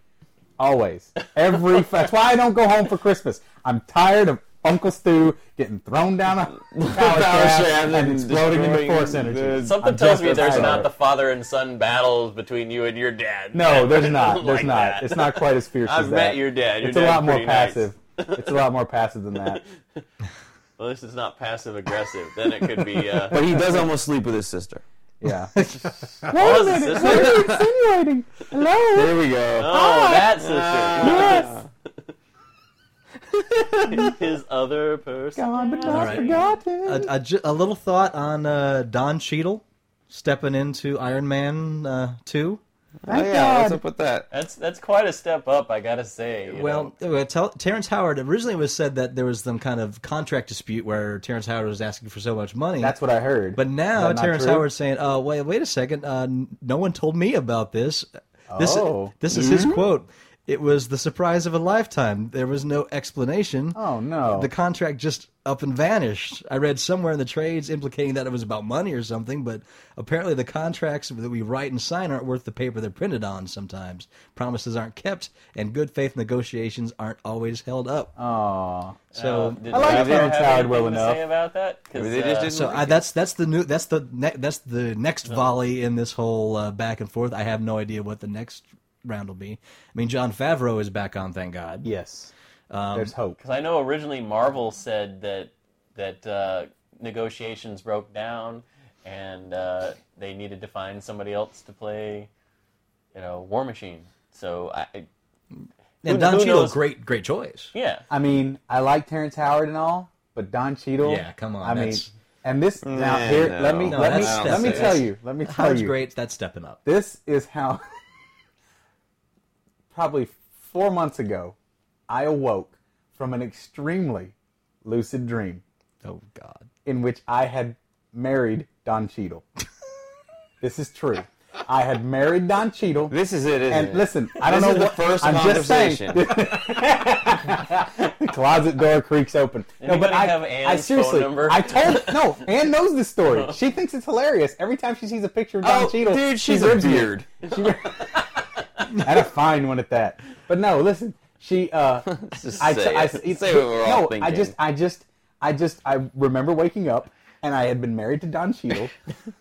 [SPEAKER 12] Always. Every that's why I don't go home for Christmas. I'm tired of Uncle Stu getting thrown down a power, shaft,
[SPEAKER 9] shaft
[SPEAKER 12] and
[SPEAKER 9] and
[SPEAKER 12] exploding into
[SPEAKER 9] destroying
[SPEAKER 12] force energy.
[SPEAKER 9] the-
[SPEAKER 6] Something
[SPEAKER 12] I'm
[SPEAKER 6] tells
[SPEAKER 12] just
[SPEAKER 6] me
[SPEAKER 12] as
[SPEAKER 6] there's
[SPEAKER 12] tired
[SPEAKER 6] not
[SPEAKER 12] of
[SPEAKER 6] the
[SPEAKER 12] it.
[SPEAKER 6] father and son battles between you and your dad.
[SPEAKER 12] No, there's not. There's
[SPEAKER 6] Like
[SPEAKER 12] not.
[SPEAKER 6] that.
[SPEAKER 12] It's not quite as fierce
[SPEAKER 6] I've
[SPEAKER 12] as
[SPEAKER 6] met
[SPEAKER 12] that.
[SPEAKER 6] your dad. Your
[SPEAKER 12] it's a
[SPEAKER 6] dad's
[SPEAKER 12] lot more
[SPEAKER 6] pretty nice.
[SPEAKER 12] passive. It's a lot more passive than that.
[SPEAKER 6] Well, this is not passive aggressive. then it could be. Uh,
[SPEAKER 9] But he does almost sleep with his sister.
[SPEAKER 12] Yeah.
[SPEAKER 6] what is this?
[SPEAKER 12] insinuating? Hello? Ah!
[SPEAKER 9] There we go.
[SPEAKER 6] Oh, that's the thing.
[SPEAKER 12] Yes.
[SPEAKER 6] His other person.
[SPEAKER 12] Gone but not
[SPEAKER 7] right.
[SPEAKER 12] forgotten.
[SPEAKER 7] a, a ju- a little thought on uh, Don Cheadle stepping into Iron Man uh, two.
[SPEAKER 12] Thank
[SPEAKER 9] Oh, yeah,
[SPEAKER 12] God.
[SPEAKER 9] what's up with that?
[SPEAKER 6] That's that's quite a step up, I gotta say. you know.
[SPEAKER 7] Well, uh, tell, Terrence Howard originally it was said that there was some kind of contract dispute where Terrence Howard was asking for so much money.
[SPEAKER 12] That's what I heard.
[SPEAKER 7] but now
[SPEAKER 12] Is that not
[SPEAKER 7] Terrence
[SPEAKER 12] true?
[SPEAKER 7] Howard's saying, "Oh, wait, wait a second. Uh, n- no one told me about this. This,
[SPEAKER 12] Oh.
[SPEAKER 7] this is his quote. It was the surprise of a lifetime. There was no explanation.
[SPEAKER 12] Oh no.
[SPEAKER 7] the contract just up and vanished. I read somewhere in the trades implicating that it was about money or something, but apparently the contracts that we write and sign aren't worth the paper they're printed on sometimes. Promises aren't kept, and good faith negotiations aren't always held up.
[SPEAKER 12] Uh, Aw.
[SPEAKER 7] so.
[SPEAKER 6] did
[SPEAKER 12] I like
[SPEAKER 6] Brad
[SPEAKER 12] Clarence
[SPEAKER 6] have
[SPEAKER 12] Howard well
[SPEAKER 6] anything to
[SPEAKER 12] enough.
[SPEAKER 6] Say about that? 'Cause,
[SPEAKER 9] Maybe they just
[SPEAKER 6] uh,
[SPEAKER 9] didn't-
[SPEAKER 7] so I, that's that's the new that's the ne- that's the next volley in this whole uh, back and forth. I have no idea what the next round will be. I mean, John Favreau is back on, thank God.
[SPEAKER 12] Yes. There's hope.
[SPEAKER 6] Um, 'cause I know originally Marvel said that that uh, negotiations broke down and uh, they needed to find somebody else to play, you know, War Machine. So I,
[SPEAKER 7] And Don Cheadle, great, great choice.
[SPEAKER 14] Yeah.
[SPEAKER 12] I mean, I like Terrence Howard and all, but Don Cheadle.
[SPEAKER 7] Yeah, come on,
[SPEAKER 12] I mean,
[SPEAKER 7] that's-
[SPEAKER 12] and this now
[SPEAKER 7] Yeah,
[SPEAKER 12] here.
[SPEAKER 7] no.
[SPEAKER 12] Let me
[SPEAKER 7] No,
[SPEAKER 12] let me
[SPEAKER 7] that's-
[SPEAKER 12] let me
[SPEAKER 7] that's-
[SPEAKER 12] tell you. Let me tell
[SPEAKER 7] Howard's
[SPEAKER 12] you.
[SPEAKER 7] great. That's stepping up.
[SPEAKER 12] This is how. probably four months ago, I awoke from an extremely lucid dream.
[SPEAKER 7] Oh God!
[SPEAKER 12] In which I had married Don Cheadle. this is true. I had married Don Cheadle. This
[SPEAKER 9] is it, isn't
[SPEAKER 12] and
[SPEAKER 9] it?
[SPEAKER 12] listen, I don't
[SPEAKER 9] This
[SPEAKER 12] know
[SPEAKER 9] is the
[SPEAKER 12] what-
[SPEAKER 9] first
[SPEAKER 12] I'm just saying. The closet door creaks open. No, but
[SPEAKER 9] Anybody
[SPEAKER 12] I,
[SPEAKER 9] have
[SPEAKER 12] I
[SPEAKER 9] Anne's
[SPEAKER 12] seriously,
[SPEAKER 9] phone number?
[SPEAKER 12] I told no. Anne knows this story. She thinks it's hilarious every time she sees a picture of Don Cheadle.
[SPEAKER 9] Oh, dude,
[SPEAKER 12] she
[SPEAKER 9] she's a
[SPEAKER 12] ribs me.
[SPEAKER 9] beard.
[SPEAKER 12] She, and a fine one at that. But no, listen. She, uh,
[SPEAKER 9] Just
[SPEAKER 12] I,
[SPEAKER 9] say
[SPEAKER 12] I,
[SPEAKER 9] it. Say what we're
[SPEAKER 12] no,
[SPEAKER 9] all
[SPEAKER 12] I
[SPEAKER 9] thinking.
[SPEAKER 12] just, I just, I just, I remember waking up and I had been married to Don Cheadle,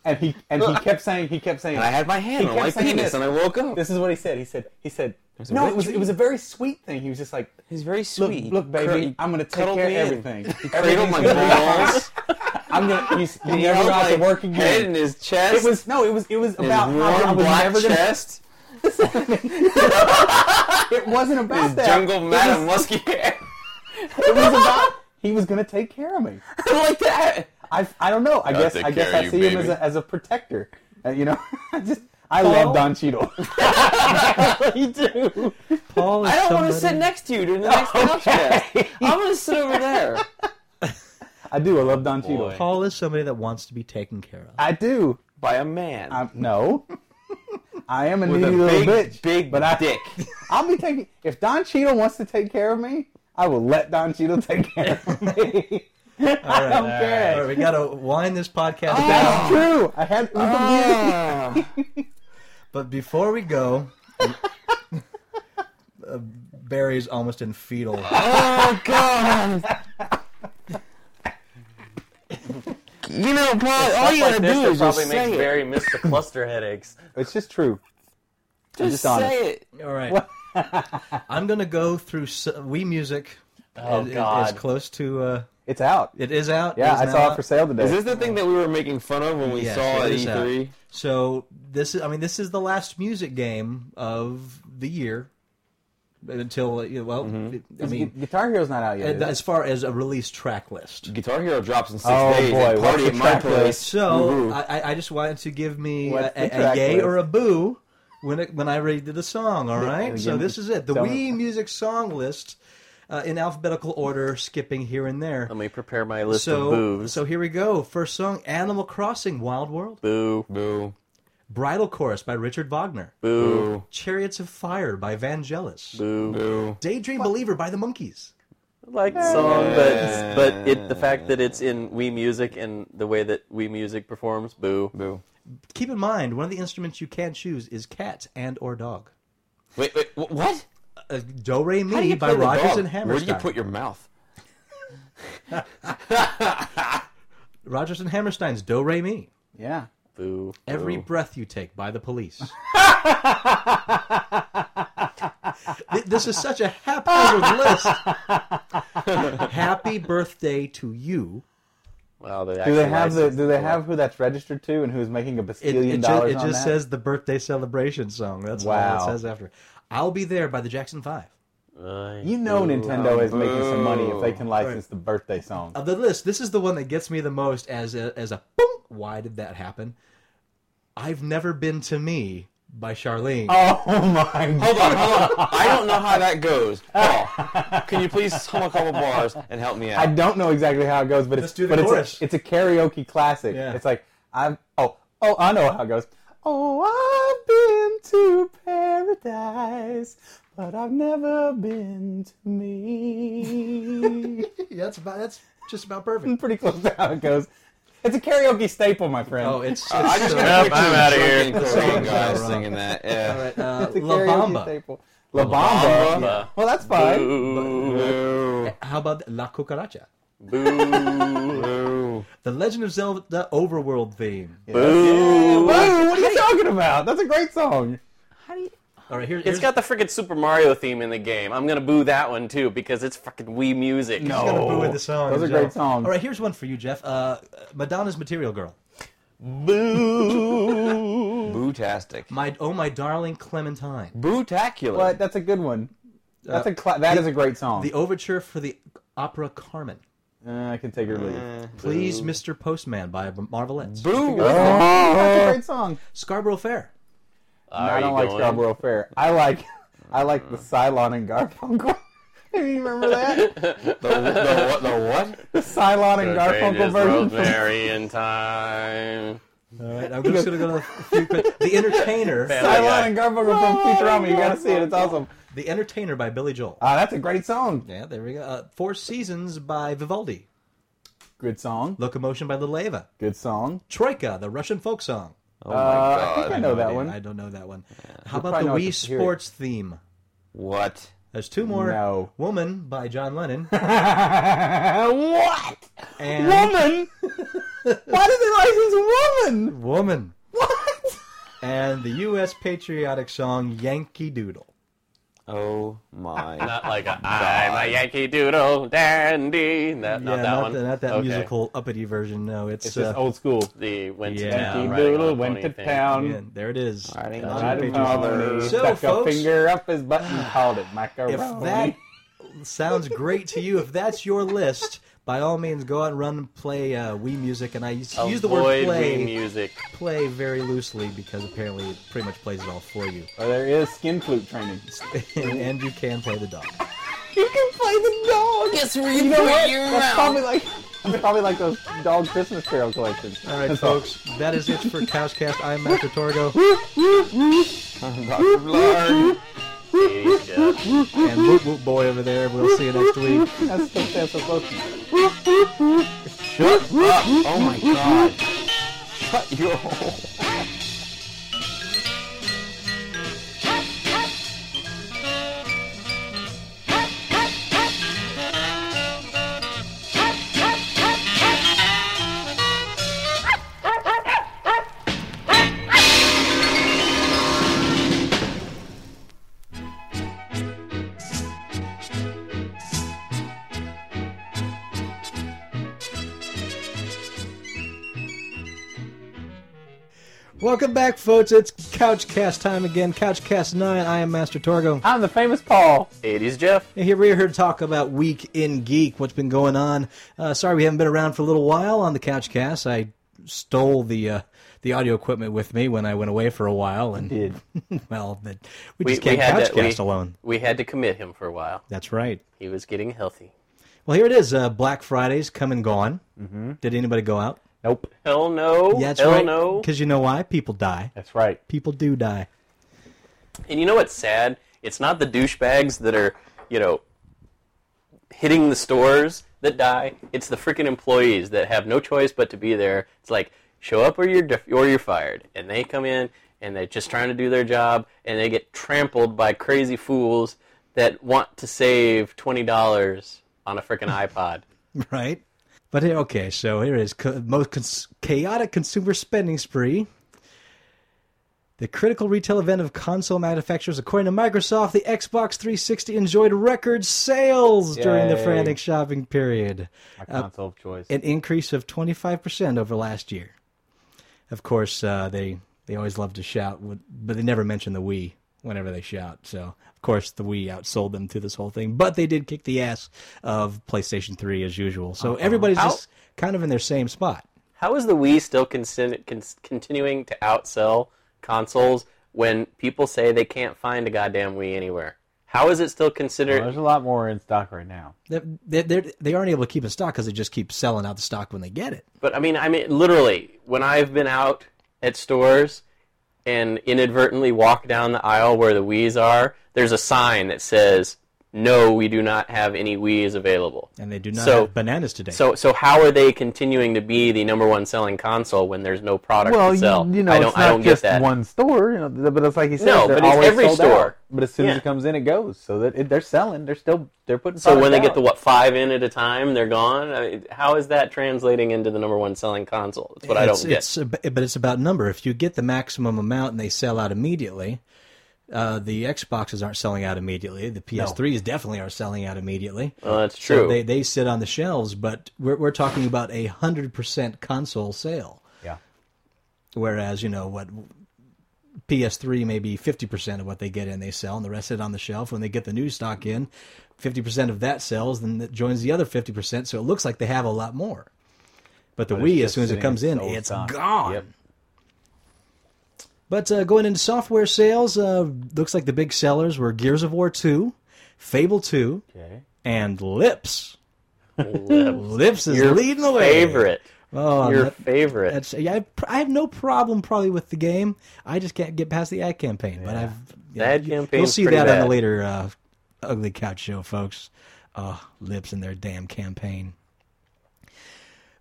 [SPEAKER 12] and he, and he kept saying, he kept saying,
[SPEAKER 9] And I had my hand
[SPEAKER 12] he
[SPEAKER 9] on
[SPEAKER 12] kept
[SPEAKER 9] my
[SPEAKER 12] saying
[SPEAKER 9] penis
[SPEAKER 12] this.
[SPEAKER 9] and I woke up.
[SPEAKER 12] This is what he said. He said, he said,
[SPEAKER 9] There's a
[SPEAKER 12] no,
[SPEAKER 9] red
[SPEAKER 12] it was, it
[SPEAKER 9] tree.
[SPEAKER 12] was a very sweet thing. He was just like,
[SPEAKER 9] He's very
[SPEAKER 12] Look-
[SPEAKER 9] sweet.
[SPEAKER 12] Look,
[SPEAKER 9] Cur-
[SPEAKER 12] baby,
[SPEAKER 9] he
[SPEAKER 12] I'm gonna take
[SPEAKER 9] cuddled
[SPEAKER 12] care of
[SPEAKER 9] me in.
[SPEAKER 12] everything.
[SPEAKER 9] He cradled my
[SPEAKER 12] Everything's gonna be
[SPEAKER 9] balls.
[SPEAKER 12] fine. I'm gonna. You, you
[SPEAKER 9] He
[SPEAKER 12] never
[SPEAKER 9] held
[SPEAKER 12] got to
[SPEAKER 9] my
[SPEAKER 12] work again.
[SPEAKER 9] head in his chest.
[SPEAKER 12] It was no. It was. It was
[SPEAKER 9] His
[SPEAKER 12] about how I
[SPEAKER 9] warm
[SPEAKER 12] was
[SPEAKER 9] black
[SPEAKER 12] never gonna-
[SPEAKER 9] chest.
[SPEAKER 12] it wasn't about
[SPEAKER 9] His
[SPEAKER 12] that.
[SPEAKER 9] jungle
[SPEAKER 12] It
[SPEAKER 9] madam
[SPEAKER 12] was-
[SPEAKER 9] musky hair.
[SPEAKER 12] It was about he was gonna take care of me.
[SPEAKER 9] like that.
[SPEAKER 12] I, I don't know. I
[SPEAKER 9] I'll
[SPEAKER 12] guess
[SPEAKER 9] take
[SPEAKER 12] I guess
[SPEAKER 9] care of
[SPEAKER 12] I
[SPEAKER 9] you,
[SPEAKER 12] see him as
[SPEAKER 9] baby.
[SPEAKER 12] a, as a protector. Uh, you know, I just I love Don Cheadle. you do.
[SPEAKER 7] Paul
[SPEAKER 9] I don't want to sit next to you during the next podcast. I'm going to sit over there.
[SPEAKER 12] I do. I love Don Cheadle.
[SPEAKER 7] Paul is somebody that wants to be taken care of.
[SPEAKER 12] I do.
[SPEAKER 9] By a man.
[SPEAKER 12] I'm, no. I am a
[SPEAKER 9] With
[SPEAKER 12] needy
[SPEAKER 9] a
[SPEAKER 12] little
[SPEAKER 9] big,
[SPEAKER 12] bitch.
[SPEAKER 9] big
[SPEAKER 12] but I,
[SPEAKER 9] dick.
[SPEAKER 12] I'll be taking. If Don Cheadle wants to take care of me, I will let Don Cheadle take care of me. I don't care.
[SPEAKER 7] All right, we gotta wind this podcast down.
[SPEAKER 12] That's true. I had. we can do it.
[SPEAKER 7] But before we go, uh, Barry's almost in fetal.
[SPEAKER 9] Oh God! you know, Paul, all you gotta do is just say it.
[SPEAKER 6] Barry miss the cluster headaches.
[SPEAKER 12] It's just true. I'm
[SPEAKER 9] Just
[SPEAKER 12] honest.
[SPEAKER 9] say it.
[SPEAKER 7] All right. I'm gonna go through s uh, Wii Music.
[SPEAKER 9] Oh,
[SPEAKER 7] It- it-
[SPEAKER 9] God.
[SPEAKER 7] It's close to. Uh,
[SPEAKER 12] It's out.
[SPEAKER 7] it is out.
[SPEAKER 12] Yeah,
[SPEAKER 7] It is
[SPEAKER 12] I
[SPEAKER 7] now
[SPEAKER 12] saw
[SPEAKER 7] out.
[SPEAKER 12] it for sale today.
[SPEAKER 9] Is this the thing that we were making fun of when we
[SPEAKER 7] Yes,
[SPEAKER 9] saw
[SPEAKER 7] it
[SPEAKER 9] at E
[SPEAKER 7] is
[SPEAKER 9] E3?
[SPEAKER 12] E
[SPEAKER 7] out. So this is. I mean, this is the last music game of the year until uh, well. I
[SPEAKER 12] Is-
[SPEAKER 7] mean,
[SPEAKER 12] Guitar Hero's not out yet.
[SPEAKER 7] and
[SPEAKER 12] Mm-hmm. is it?
[SPEAKER 7] as far as a release track list.
[SPEAKER 9] Guitar Hero drops in six
[SPEAKER 12] Oh,
[SPEAKER 9] days.
[SPEAKER 12] boy,
[SPEAKER 9] and
[SPEAKER 12] what's
[SPEAKER 9] party
[SPEAKER 12] the
[SPEAKER 9] at my
[SPEAKER 12] track
[SPEAKER 9] place.
[SPEAKER 12] list?
[SPEAKER 7] So
[SPEAKER 9] Woo-hoo.
[SPEAKER 7] I, I- I just wanted to give me a,
[SPEAKER 12] What's the
[SPEAKER 7] a, a
[SPEAKER 12] track
[SPEAKER 7] yay
[SPEAKER 12] list?
[SPEAKER 7] or a boo when it, when I read the song. All right. So this is it. The
[SPEAKER 12] Don't-
[SPEAKER 7] Wii Music song list uh, in alphabetical order, skipping here and there.
[SPEAKER 6] Let me prepare my list of
[SPEAKER 7] So
[SPEAKER 6] boobs.
[SPEAKER 7] so here we go. First song: Animal Crossing, Wild World,
[SPEAKER 6] Boo,
[SPEAKER 9] Boo,
[SPEAKER 7] Bridal Chorus by Richard Wagner,
[SPEAKER 9] boo,
[SPEAKER 7] Chariots of Fire by Vangelis,
[SPEAKER 9] boo, boo.
[SPEAKER 7] Daydream Believer by the Monkeys.
[SPEAKER 6] like the song, but but it the fact that it's in Wii Music and the way that Wii Music performs, boo, boo.
[SPEAKER 7] Keep in mind, one of the instruments you can choose is cat and or dog.
[SPEAKER 9] Wait, wait, wh- what?
[SPEAKER 7] Uh, Do Re
[SPEAKER 9] How do
[SPEAKER 7] Mi
[SPEAKER 9] you
[SPEAKER 7] by
[SPEAKER 9] play the
[SPEAKER 7] Rogers
[SPEAKER 9] dog?
[SPEAKER 7] and
[SPEAKER 9] Where do you
[SPEAKER 7] Hammerstein.
[SPEAKER 9] put your mouth?
[SPEAKER 7] Rogers and Hammerstein's Do Re Mi.
[SPEAKER 12] yeah.
[SPEAKER 6] Boo.
[SPEAKER 7] Every
[SPEAKER 6] boo.
[SPEAKER 7] breath you take by the police. Th- this is such a haphazard list. Happy birthday to you.
[SPEAKER 6] Wow, they
[SPEAKER 12] Do
[SPEAKER 6] actually
[SPEAKER 12] they have the?
[SPEAKER 6] licensed
[SPEAKER 12] Do they
[SPEAKER 6] it.
[SPEAKER 12] have who that's registered to and who's making a
[SPEAKER 7] It,
[SPEAKER 12] bazillion
[SPEAKER 7] it, ju-
[SPEAKER 12] dollars
[SPEAKER 7] it just
[SPEAKER 12] on that?
[SPEAKER 7] says the birthday celebration song. That's all it
[SPEAKER 12] Wow.
[SPEAKER 7] says after. I'll be there by the Jackson Five.
[SPEAKER 6] Nice.
[SPEAKER 12] You know Nintendo is making some money if
[SPEAKER 9] oh.
[SPEAKER 12] they can license
[SPEAKER 7] Right.
[SPEAKER 12] the birthday song.
[SPEAKER 7] Of the list, this is the one that gets me the most as a, as a boom. Why did that happen? I've never been to me by Charlene.
[SPEAKER 12] Oh my god!
[SPEAKER 9] Hold on, hold on. I don't know how that goes. Paul, can you please hum a couple bars and help me out?
[SPEAKER 12] I don't know exactly how it goes, but
[SPEAKER 7] Let's
[SPEAKER 12] it's
[SPEAKER 7] do the
[SPEAKER 12] but
[SPEAKER 7] chorus.
[SPEAKER 12] it's a, it's a karaoke classic.
[SPEAKER 7] Yeah.
[SPEAKER 12] It's like I'm oh oh I know how it goes. Oh, I've been to paradise, but I've never been to me.
[SPEAKER 7] Yeah, that's about that's just about perfect.
[SPEAKER 12] Pretty close to how it goes. It's a karaoke staple, my friend.
[SPEAKER 7] Oh, it's, it's
[SPEAKER 9] I just
[SPEAKER 7] so-
[SPEAKER 9] got
[SPEAKER 15] Yep,
[SPEAKER 9] a picture
[SPEAKER 15] I'm
[SPEAKER 9] of
[SPEAKER 15] outta
[SPEAKER 9] drunken
[SPEAKER 15] here.
[SPEAKER 9] Korean
[SPEAKER 7] All
[SPEAKER 9] guys
[SPEAKER 7] right.
[SPEAKER 9] singing that.
[SPEAKER 7] All
[SPEAKER 9] Yeah.
[SPEAKER 7] right, uh,
[SPEAKER 12] it's a
[SPEAKER 7] La
[SPEAKER 12] karaoke
[SPEAKER 7] Bamba.
[SPEAKER 12] staple. La Bamba.
[SPEAKER 9] Bamba.
[SPEAKER 12] Well, that's fine.
[SPEAKER 9] Boo,
[SPEAKER 7] Eh, How about La Cucaracha?
[SPEAKER 9] boo, boo.
[SPEAKER 7] The Legend of Zelda Overworld theme.
[SPEAKER 12] Whoa, what are you talking about? That's a great song.
[SPEAKER 7] All right, here, here's
[SPEAKER 6] It's got the freaking Super Mario theme in the game. I'm gonna boo that one too because it's fucking Wii music.
[SPEAKER 7] he's gonna boo with the song.
[SPEAKER 12] Those are
[SPEAKER 7] in general.
[SPEAKER 12] great songs.
[SPEAKER 7] All right, here's one for you, Jeff. Uh, Madonna's Material Girl.
[SPEAKER 9] Bootastic.
[SPEAKER 7] My oh my darling Clementine.
[SPEAKER 9] Bootacular.
[SPEAKER 12] But that's a good one. That's a cla- that is a great song.
[SPEAKER 7] Uh, The overture for the opera Carmen.
[SPEAKER 12] Uh, I can take your leave.
[SPEAKER 7] Please, Mr. Postman by Marvelettes.
[SPEAKER 12] Boo! That's a great song.
[SPEAKER 7] Scarborough Fair.
[SPEAKER 12] I don't like Scarborough Fair. I like I like the Cylon and Garfunkel. you remember that?
[SPEAKER 6] the, the, what- the what?
[SPEAKER 12] The Cylon and Garfunkel version. from-
[SPEAKER 6] Rosemary time.
[SPEAKER 7] All right, I'm just going to go to the, few quick- the Entertainer.
[SPEAKER 6] Family
[SPEAKER 12] Cylon
[SPEAKER 6] Guy.
[SPEAKER 12] and Garfunkel from Futurama. You gotta see it. It's awesome.
[SPEAKER 7] the Entertainer by Billy Joel.
[SPEAKER 12] Ah, that's a great song.
[SPEAKER 7] Yeah, there we go. Uh, Four Seasons by Vivaldi.
[SPEAKER 12] Good song.
[SPEAKER 7] Locomotion by Little Eva.
[SPEAKER 12] Good song.
[SPEAKER 7] Troika, the Russian folk song.
[SPEAKER 12] Oh uh, I think I know that
[SPEAKER 7] idea.
[SPEAKER 12] one.
[SPEAKER 7] I don't know that one. How about
[SPEAKER 12] probably
[SPEAKER 7] the
[SPEAKER 12] know it
[SPEAKER 7] Wii
[SPEAKER 12] from here.
[SPEAKER 7] Sports theme?
[SPEAKER 6] What?
[SPEAKER 7] There's two more.
[SPEAKER 12] No.
[SPEAKER 7] Woman by John Lennon.
[SPEAKER 12] what?
[SPEAKER 7] And
[SPEAKER 12] Woman? Why did they license woman?
[SPEAKER 7] Woman.
[SPEAKER 12] What?
[SPEAKER 7] And the U.S. patriotic song Yankee Doodle.
[SPEAKER 9] Oh my.
[SPEAKER 6] Not like a, I'm a Yankee Doodle dandy. Not, not
[SPEAKER 7] yeah,
[SPEAKER 6] that
[SPEAKER 7] not,
[SPEAKER 6] one.
[SPEAKER 7] the- not that
[SPEAKER 6] Okay.
[SPEAKER 7] musical uppity version. No, it's,
[SPEAKER 12] It's just
[SPEAKER 7] uh,
[SPEAKER 12] old school.
[SPEAKER 6] The went
[SPEAKER 7] Yeah.
[SPEAKER 6] to town.
[SPEAKER 12] Yankee
[SPEAKER 6] riding on a
[SPEAKER 12] Doodle went to
[SPEAKER 6] pony thing.
[SPEAKER 12] town.
[SPEAKER 7] yeah, there it is.
[SPEAKER 9] Riding on
[SPEAKER 7] Not a
[SPEAKER 9] a
[SPEAKER 7] picture.
[SPEAKER 12] Macaroni.
[SPEAKER 7] So,
[SPEAKER 12] stuck
[SPEAKER 7] folks-
[SPEAKER 12] a finger up his butt and called it macaroni.
[SPEAKER 7] if that sounds great to you, if that's your list, by all means, go out and run and play uh, Wii music. And I use, use the word
[SPEAKER 6] Avoid
[SPEAKER 7] play,
[SPEAKER 6] Wii music.
[SPEAKER 7] play very loosely because apparently it pretty much plays it all for you.
[SPEAKER 12] Or there is skin flute training.
[SPEAKER 7] and, and you can play the dog.
[SPEAKER 12] You can play the dog. Yes, where you, know what? That's probably like that's probably like those dog Christmas Carol collections.
[SPEAKER 7] All right, folks, that is it for Couchcast. I'm Master Torgo,
[SPEAKER 9] Dr. Blard.
[SPEAKER 7] and Woot Woot Boy over there. We'll see you next week.
[SPEAKER 12] That's the that's the closest.
[SPEAKER 9] Oh my god. Shut your hole.
[SPEAKER 7] Welcome back, folks. It's Couchcast time again. Couchcast 9. I am Master Torgo.
[SPEAKER 12] I'm the famous Paul.
[SPEAKER 6] It is Jeff.
[SPEAKER 7] Hey, Here we're here to talk about Week in Geek, what's been going on. Uh, sorry we haven't been around for a little while on the Couchcast. I stole the uh, the audio equipment with me when I went away for a while, and
[SPEAKER 12] Did
[SPEAKER 7] well, but we
[SPEAKER 6] We,
[SPEAKER 7] just
[SPEAKER 6] we had
[SPEAKER 7] can't
[SPEAKER 6] to, we,
[SPEAKER 7] Couchcast alone.
[SPEAKER 6] we had to commit him for a while.
[SPEAKER 7] That's right.
[SPEAKER 6] He was getting healthy.
[SPEAKER 7] Well, here it is. Uh, Black Friday's come and gone. Mm-hmm. Did anybody go out?
[SPEAKER 12] nope.
[SPEAKER 6] Hell no.
[SPEAKER 7] Yeah, that's
[SPEAKER 6] Hell
[SPEAKER 7] right.
[SPEAKER 6] no.
[SPEAKER 7] Because you know why? People die.
[SPEAKER 12] That's right.
[SPEAKER 7] People do die.
[SPEAKER 6] And you know what's sad? It's not the douchebags that are, you know, hitting the stores that die. It's the freaking employees that have no choice but to be there. It's like show up or you're def- or you're fired. And they come in and they're just trying to do their job and they get trampled by crazy fools that want to save twenty dollars on a freaking iPod.
[SPEAKER 7] right? But here- okay, so here is co- most cons- chaotic consumer spending spree. The critical retail event of console manufacturers, according to Microsoft, the Xbox 360 enjoyed record sales during the
[SPEAKER 12] Yay.
[SPEAKER 7] frantic shopping period,
[SPEAKER 12] My console of choice.
[SPEAKER 7] an increase of 25% over last year. Of course, uh, they they always love to shout, but they never mention the Wii whenever they shout. So, of course, the Wii outsold them through this whole thing, but they did kick the ass of PlayStation 3 as usual. So everybody's
[SPEAKER 6] How-
[SPEAKER 7] just kind of in their same spot.
[SPEAKER 6] How is the Wii still consin- con- continuing to outsell consoles when people say they can't find a goddamn Wii anywhere? How is it still
[SPEAKER 12] Well,
[SPEAKER 6] considered?
[SPEAKER 12] there's a lot more in stock right now.
[SPEAKER 7] They're, they're, they're, they aren't able to keep in stock because they just keep selling out the stock when they get it.
[SPEAKER 6] But I mean, I mean, literally, when I've been out at stores and inadvertently walk down the aisle where the Wii's are, there's a sign that says, "No, we do not have any Wii's available."
[SPEAKER 7] And they do not
[SPEAKER 6] So-
[SPEAKER 7] have bananas today.
[SPEAKER 6] So, so how are they continuing to be the number one selling console when there's no product
[SPEAKER 12] Well,
[SPEAKER 6] to
[SPEAKER 12] you,
[SPEAKER 6] sell?
[SPEAKER 12] you know,
[SPEAKER 6] I don't,
[SPEAKER 12] Oh, it's
[SPEAKER 6] I
[SPEAKER 12] not
[SPEAKER 6] don't
[SPEAKER 12] just
[SPEAKER 6] get that.
[SPEAKER 12] one store, you know, th- but it's like you said,
[SPEAKER 6] No,
[SPEAKER 12] they're
[SPEAKER 6] but it's
[SPEAKER 12] always
[SPEAKER 6] every
[SPEAKER 12] sold
[SPEAKER 6] store.
[SPEAKER 12] Out. But as soon as
[SPEAKER 6] Yeah.
[SPEAKER 12] it comes in, it goes. So that it, they're selling, they're still they're putting.
[SPEAKER 6] So when
[SPEAKER 12] product
[SPEAKER 6] they get
[SPEAKER 12] out.
[SPEAKER 6] the what five in at a time, they're gone. I mean, how is that translating into the number one selling console? That's what I
[SPEAKER 7] it's,
[SPEAKER 6] don't get.
[SPEAKER 7] it's ab- but it's about number. If you get the maximum amount and they sell out immediately, uh, the Xboxes aren't selling out immediately. The PS3s definitely are selling out immediately.
[SPEAKER 6] Well, that's
[SPEAKER 7] So
[SPEAKER 6] true.
[SPEAKER 7] they they sit on the shelves, but we're we're talking about a hundred percent console sale.
[SPEAKER 12] Yeah.
[SPEAKER 7] Whereas you know what PS3 maybe 50% of what they get in they sell, and the rest sit on the shelf. When they get the new stock in, 50% of that sells, then it joins the other 50%. So it looks like they have a lot more. But the
[SPEAKER 12] But it's
[SPEAKER 7] Wii, as
[SPEAKER 12] just
[SPEAKER 7] soon as it
[SPEAKER 12] sitting
[SPEAKER 7] comes in,
[SPEAKER 12] sold
[SPEAKER 7] it's
[SPEAKER 12] stock.
[SPEAKER 7] gone.
[SPEAKER 12] Yep.
[SPEAKER 7] But uh, going into software sales, uh, looks like the big sellers were Gears of War 2, Fable 2,
[SPEAKER 5] Okay.
[SPEAKER 7] and Lips.
[SPEAKER 6] Lips.
[SPEAKER 7] is
[SPEAKER 6] Your
[SPEAKER 7] leading the way.
[SPEAKER 6] favorite.
[SPEAKER 7] Oh,
[SPEAKER 6] Your
[SPEAKER 7] favorite. That's, yeah, I, pr- I have no problem probably with the game. I just can't get past the ad campaign. But I've you
[SPEAKER 6] The ad
[SPEAKER 7] you- You'll
[SPEAKER 6] campaign's
[SPEAKER 7] see
[SPEAKER 6] pretty
[SPEAKER 7] that on
[SPEAKER 6] bad.
[SPEAKER 7] the later uh, Ugly Couch show, folks. Oh, Lips and their damn campaign.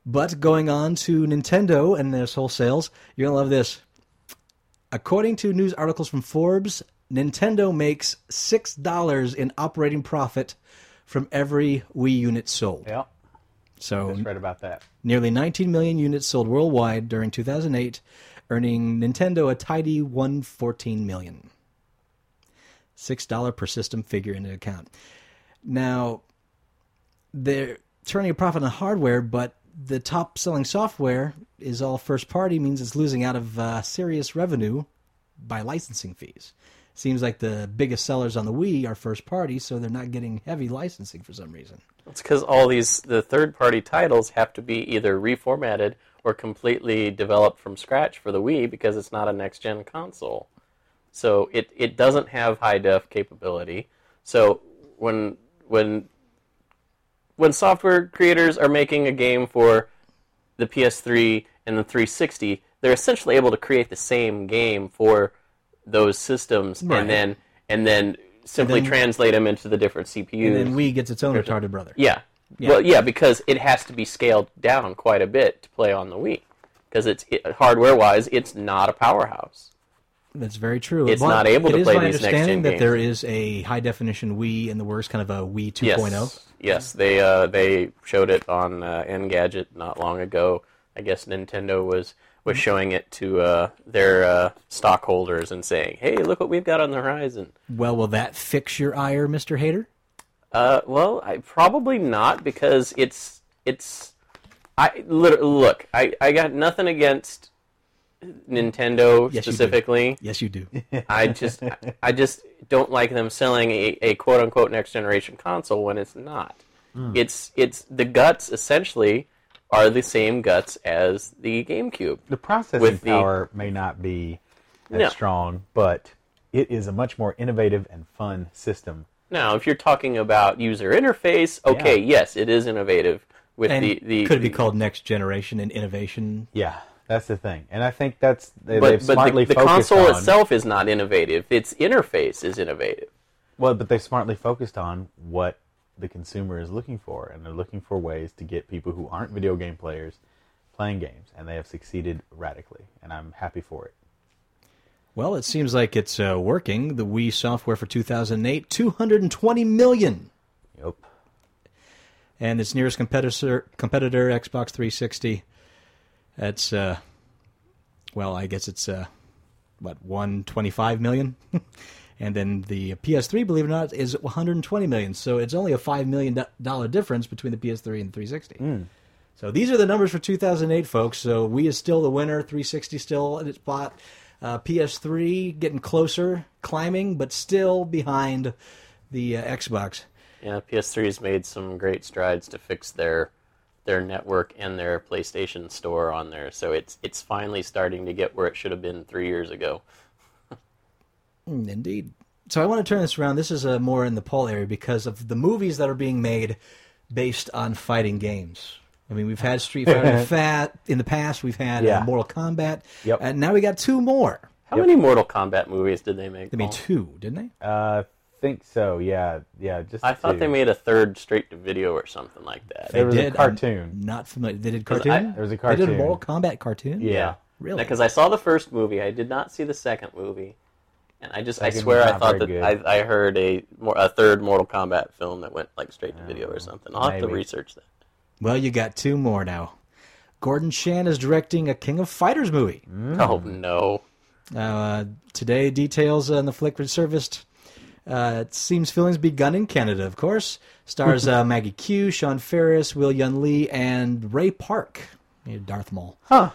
[SPEAKER 7] But going on to Nintendo and this whole sales, you're gonna love this. According to news articles from Forbes, Nintendo makes six dollars in operating profit from every Wii unit sold.
[SPEAKER 5] Yeah.
[SPEAKER 7] So
[SPEAKER 5] Just read about that.
[SPEAKER 7] nearly 19 million units sold worldwide during 2008, earning Nintendo a tidy 114 million. Six dollar per system figure into account. Now, they're turning a profit on hardware, but the top selling software is all first party, means it's losing out of uh, serious revenue by licensing fees. Seems like the biggest sellers on the Wii are first party, so they're not getting heavy licensing for some reason.
[SPEAKER 6] It's because all these the third party titles have to be either reformatted or completely developed from scratch for the Wii because it's not a next gen console. So it, it doesn't have high def capability. So when when when software creators are making a game for the PS3 and the 360, they're essentially able to create the same game for those systems
[SPEAKER 7] Right.
[SPEAKER 6] and then and then simply
[SPEAKER 7] then-
[SPEAKER 6] translate them into the different CPUs.
[SPEAKER 7] And then Wii gets its own retarded brother.
[SPEAKER 6] Yeah.
[SPEAKER 7] Yeah.
[SPEAKER 6] Well, yeah, because it has to be scaled down quite a bit to play on the Wii. Because it's it, hardware-wise, it's not a powerhouse.
[SPEAKER 7] That's very true.
[SPEAKER 6] It's
[SPEAKER 7] But
[SPEAKER 6] not able to
[SPEAKER 7] it is
[SPEAKER 6] play
[SPEAKER 7] my
[SPEAKER 6] these next-gen
[SPEAKER 7] understanding that
[SPEAKER 6] games.
[SPEAKER 7] there is a high definition Wii in the works, kind of a Wii oh. 2.0.
[SPEAKER 6] Yes, yes they uh, they showed it on uh, Engadget not long ago. I guess Nintendo was
[SPEAKER 7] Mm-hmm.
[SPEAKER 6] was showing it to uh, their uh, stockholders and saying, "Hey, look what we've got on the horizon."
[SPEAKER 7] Well, will that fix your ire, Mister Hater?
[SPEAKER 6] Uh, well, I probably not because it's it's I lit- look, I I got nothing against Nintendo
[SPEAKER 7] Yes, you do.
[SPEAKER 6] specifically.
[SPEAKER 7] Yes, you do.
[SPEAKER 6] I just I just don't like them selling a, a quote unquote next generation console when it's not.
[SPEAKER 7] Hmm.
[SPEAKER 16] Mm.
[SPEAKER 6] It's it's the guts essentially are the same guts as the GameCube.
[SPEAKER 5] The processing
[SPEAKER 6] with the
[SPEAKER 5] power may not be as
[SPEAKER 6] No.
[SPEAKER 5] strong, but it is a much more innovative and fun system.
[SPEAKER 6] now, if you're talking about user interface, okay, yes, it is innovative with
[SPEAKER 7] and
[SPEAKER 6] the, the
[SPEAKER 7] could it be called next generation and innovation?
[SPEAKER 5] Yeah, that's the thing, and I think that's they,
[SPEAKER 6] but,
[SPEAKER 5] they've
[SPEAKER 6] but
[SPEAKER 5] smartly
[SPEAKER 6] the, the
[SPEAKER 5] focused
[SPEAKER 6] console
[SPEAKER 5] on.
[SPEAKER 6] itself is not innovative. Its interface is innovative.
[SPEAKER 5] Well, but they've smartly focused on what the consumer is looking for, and they're looking for ways to get people who aren't video game players playing games, and they have succeeded radically, and I'm happy for it.
[SPEAKER 7] Well, it seems like it's uh, working. The Wii software for 2008, 220 million.
[SPEAKER 5] Yep.
[SPEAKER 7] And its nearest competitor, competitor Xbox 360. That's uh, well, I guess it's uh, what 125 million. and then the PS3, believe it or not, is 120 million. So it's only a five million dollar difference between the PS3 and the 360. So these are the numbers for 2008, folks. So Wii is still the winner. 360 still in its spot. Uh, PS3 getting closer, climbing, but still behind the uh, Xbox.
[SPEAKER 6] Yeah, PS3 has made some great strides to fix their their network and their PlayStation store on there. So it's it's finally starting to get where it should have been three years ago.
[SPEAKER 7] Mm, Indeed. So I want to turn this around. This is uh, more in the Paul area because of the movies that are being made based on fighting games. I mean, we've had Street Fighter in the, fat, in the past. We've had
[SPEAKER 6] Yeah.
[SPEAKER 7] uh, Mortal Kombat.
[SPEAKER 5] Yep.
[SPEAKER 7] And now we got two more.
[SPEAKER 6] How many Mortal Kombat movies did they make?
[SPEAKER 7] They made
[SPEAKER 6] Paul?
[SPEAKER 7] two, didn't they?
[SPEAKER 5] Uh, think so. Yeah, yeah. Just
[SPEAKER 6] I thought
[SPEAKER 5] two.
[SPEAKER 6] they made a third straight to video or something like that.
[SPEAKER 5] There was a
[SPEAKER 7] I'm
[SPEAKER 5] cartoon.
[SPEAKER 7] not familiar. They did
[SPEAKER 6] 'Cause
[SPEAKER 7] cartoon.
[SPEAKER 6] I- There was a
[SPEAKER 7] They did
[SPEAKER 6] cartoon.
[SPEAKER 7] a Mortal Kombat cartoon. really.
[SPEAKER 6] Because I saw the first movie, I did not see the second movie, and I just I
[SPEAKER 5] Second
[SPEAKER 6] swear
[SPEAKER 5] one's
[SPEAKER 6] I
[SPEAKER 5] not
[SPEAKER 6] thought that
[SPEAKER 5] very good.
[SPEAKER 6] I, I heard a more a third Mortal Kombat film that went like straight to video or something. I'll have to
[SPEAKER 7] Oh, maybe.
[SPEAKER 6] research that.
[SPEAKER 7] Well, you got two more now. Gordon Chan is directing a King of Fighters movie.
[SPEAKER 6] Oh no!
[SPEAKER 7] Uh, today, details on the flick were serviced. Uh, it seems feelings begun in Canada, of course. Stars uh, Maggie Q, Sean Ferris, Will Yun Lee, and Ray Park, you know, Darth Maul.
[SPEAKER 5] Huh.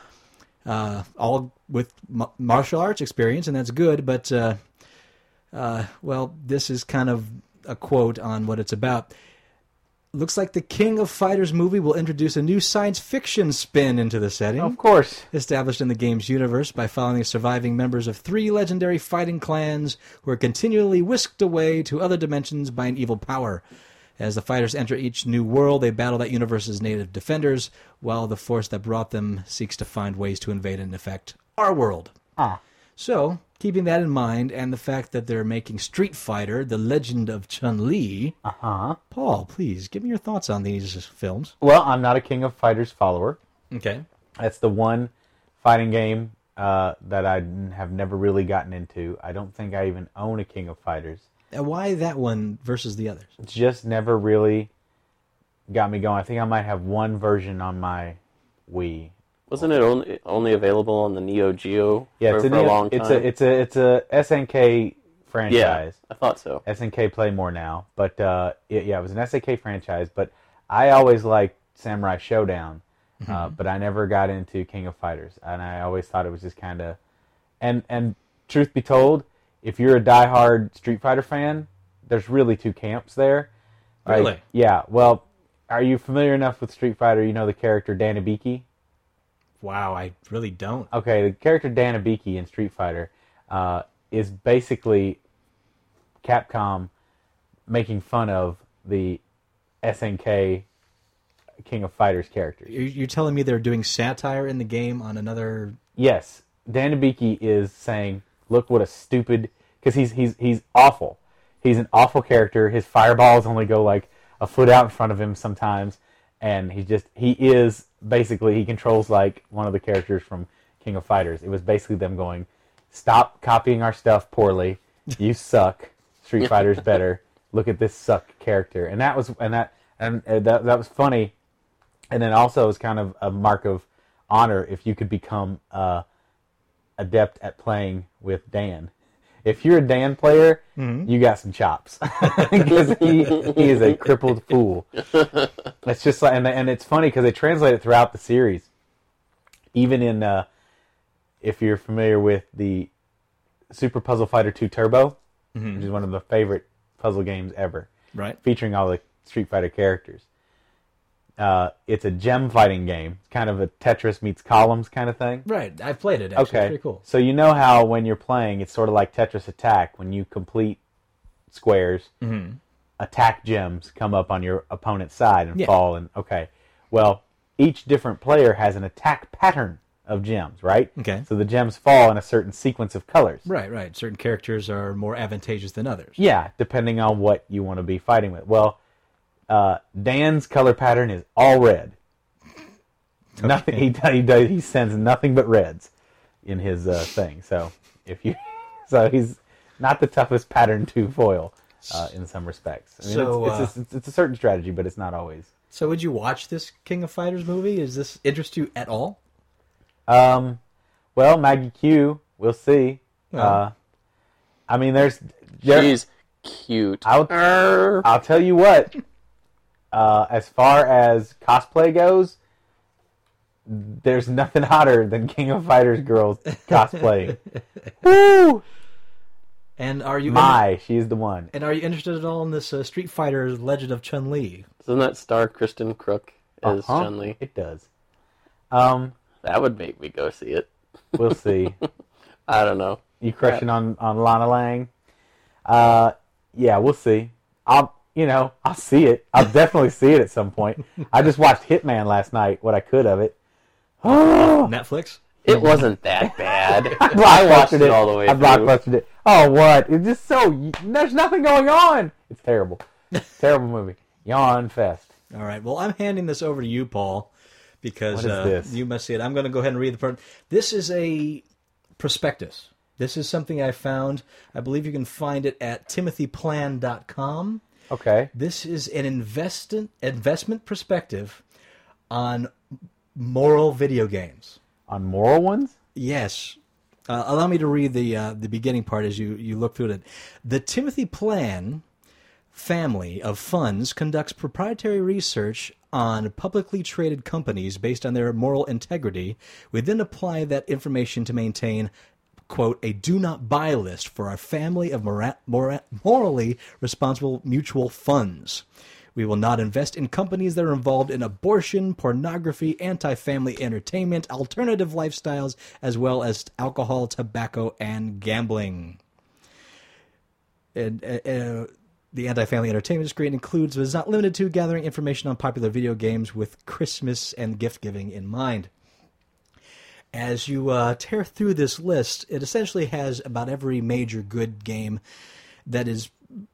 [SPEAKER 7] Uh, all with m- martial arts experience, and that's good. But uh, uh, well, this is kind of a quote on what it's about. Looks like the King of Fighters movie will introduce a new science fiction spin into the setting. Of
[SPEAKER 12] course.
[SPEAKER 7] Established in the game's universe by following the surviving members of three legendary fighting clans who are continually whisked away to other dimensions by an evil power. As the fighters enter each new world, they battle that universe's native defenders, while the force that brought them seeks to find ways to invade and affect our world.
[SPEAKER 17] Ah.
[SPEAKER 7] So, keeping that in mind, and the fact that they're making Street Fighter: The Legend of Chun Li. Uh
[SPEAKER 12] huh.
[SPEAKER 7] Paul, please give me your thoughts on these films.
[SPEAKER 12] Well, I'm not a King of Fighters follower.
[SPEAKER 7] Okay.
[SPEAKER 12] That's the one fighting game uh, that I n- have never really gotten into. I don't think I even own a King of Fighters.
[SPEAKER 7] And why that one versus the others?
[SPEAKER 12] Just never really got me going. I think I might have one version on my Wii.
[SPEAKER 6] Wasn't it only, only available on the Neo Geo
[SPEAKER 12] Yeah,
[SPEAKER 6] for,
[SPEAKER 12] it's a,
[SPEAKER 6] for
[SPEAKER 12] Neo-
[SPEAKER 6] a long time?
[SPEAKER 12] it's a it's a it's a SNK franchise.
[SPEAKER 6] I thought so.
[SPEAKER 12] SNK play more now, but uh, it, yeah, it was an SNK franchise. But I always liked Samurai Showdown, uh, but I never got into King of Fighters, and I always thought it was just kind of. And and truth be told, if you're a diehard Street Fighter fan, there's really two camps there. Like,
[SPEAKER 7] Really?
[SPEAKER 12] Yeah. Well, are you familiar enough with Street Fighter? You know the character Danabiki.
[SPEAKER 7] Wow, I really don't.
[SPEAKER 12] Okay, the character Danabiki in Street Fighter uh, is basically Capcom making fun of the SNK King of Fighters characters.
[SPEAKER 7] You're, you're telling me they're doing satire in the game on another.
[SPEAKER 12] Yes, Danabiki is saying, "Look what a stupid," because he's he's he's awful. He's an awful character. His fireballs only go like a foot out in front of him sometimes, and he just he is basically he controls like one of the characters from King of Fighters. It was basically them going, "Stop copying our stuff poorly. You suck. Street Fighter's better. Look at this suck character." And that was and that and uh, that that was funny and then also it's kind of a mark of honor if you could become uh, adept at playing with Dan. If you're a Dan player, you got some chops because he, he is a crippled fool. It's just like, and, and it's funny because they translate it throughout the series. Even in, uh, if you're familiar with the Super Puzzle Fighter 2 Turbo, which is one of my favorite puzzle games ever,
[SPEAKER 7] Right.
[SPEAKER 12] featuring all the Street Fighter characters uh, it's a gem fighting game. It's kind of a Tetris meets columns kind of thing.
[SPEAKER 7] Right, I've played it. Actually. It's
[SPEAKER 12] okay,
[SPEAKER 7] pretty cool.
[SPEAKER 12] So you know how when you're playing, it's sort of like Tetris Attack. When you complete squares,
[SPEAKER 7] Mhm.
[SPEAKER 12] attack gems come up on your opponent's side and
[SPEAKER 7] Yeah.
[SPEAKER 12] fall. And okay, well, each different player has an attack pattern of gems, right?
[SPEAKER 7] Okay.
[SPEAKER 12] So the gems fall in a certain sequence of colors.
[SPEAKER 7] Right, right. Certain characters are more advantageous than others.
[SPEAKER 12] Yeah, depending on what you want to be fighting with. Well, uh, Dan's color pattern is all red. Nothing he does, he does, he sends nothing but reds in his uh, thing. So if you, so he's not the toughest pattern to foil uh, in some respects. I mean,
[SPEAKER 7] So,
[SPEAKER 12] it's, it's,
[SPEAKER 7] uh,
[SPEAKER 12] a, it's, it's a certain strategy, but it's not always.
[SPEAKER 7] So, would you watch this King of Fighters movie? Does this interest you at all?
[SPEAKER 12] Um, well, Maggie Q, we'll see.
[SPEAKER 7] Well.
[SPEAKER 12] Uh, I mean, there's there,
[SPEAKER 6] She's cute.
[SPEAKER 12] I'll, I'll tell you what. Uh, as far as cosplay goes, there's nothing hotter than King of Fighters girls cosplaying. Woo!
[SPEAKER 7] And are you
[SPEAKER 12] My, she's the one.
[SPEAKER 7] and are you interested at all in this uh, Street Fighter Legend of Chun Li?
[SPEAKER 6] Doesn't that star Kristen Crook as
[SPEAKER 12] Uh-huh.
[SPEAKER 6] Chun Li?
[SPEAKER 12] It does. Um,
[SPEAKER 6] That would make me go see it.
[SPEAKER 12] we'll see.
[SPEAKER 6] I don't know.
[SPEAKER 12] You crushing on on Lana Lang? Uh, yeah, we'll see. I'll you know I'll see it. I'll definitely see it at some point. I just watched Hitman last night. What I could of it.
[SPEAKER 7] Netflix.
[SPEAKER 12] Mm.
[SPEAKER 6] It wasn't that bad.
[SPEAKER 12] I
[SPEAKER 6] watched it all the way
[SPEAKER 12] I
[SPEAKER 6] through.
[SPEAKER 12] blockbustered it. Oh, what? It's just so. There's nothing going on. It's terrible. terrible movie. Yawn fest.
[SPEAKER 7] All right. Well, I'm handing this over to you, Paul, because
[SPEAKER 12] What is
[SPEAKER 7] uh,
[SPEAKER 12] this?
[SPEAKER 7] you must see it. I'm going to go ahead and read the part. This is a prospectus. This is something I found. I believe you can find it at timothyplan.com.
[SPEAKER 12] Okay.
[SPEAKER 7] This is an invest- investment perspective on moral video games.
[SPEAKER 12] On moral ones.
[SPEAKER 7] Yes. Uh, allow me to read the uh, the beginning part as you, you look through it. The Timothy Plan family of funds conducts proprietary research on publicly traded companies based on their moral integrity. We then apply that information to maintain, quote, a do not buy list for our family of mora- mora- morally responsible mutual funds. We will not invest in companies that are involved in abortion, pornography, anti family entertainment, alternative lifestyles, as well as alcohol, tobacco, and gambling. And, uh, uh, the anti family entertainment screen includes, but is not limited to, gathering information on popular video games with Christmas and gift giving in mind. As you uh, tear through this list, it essentially has about every major good game that is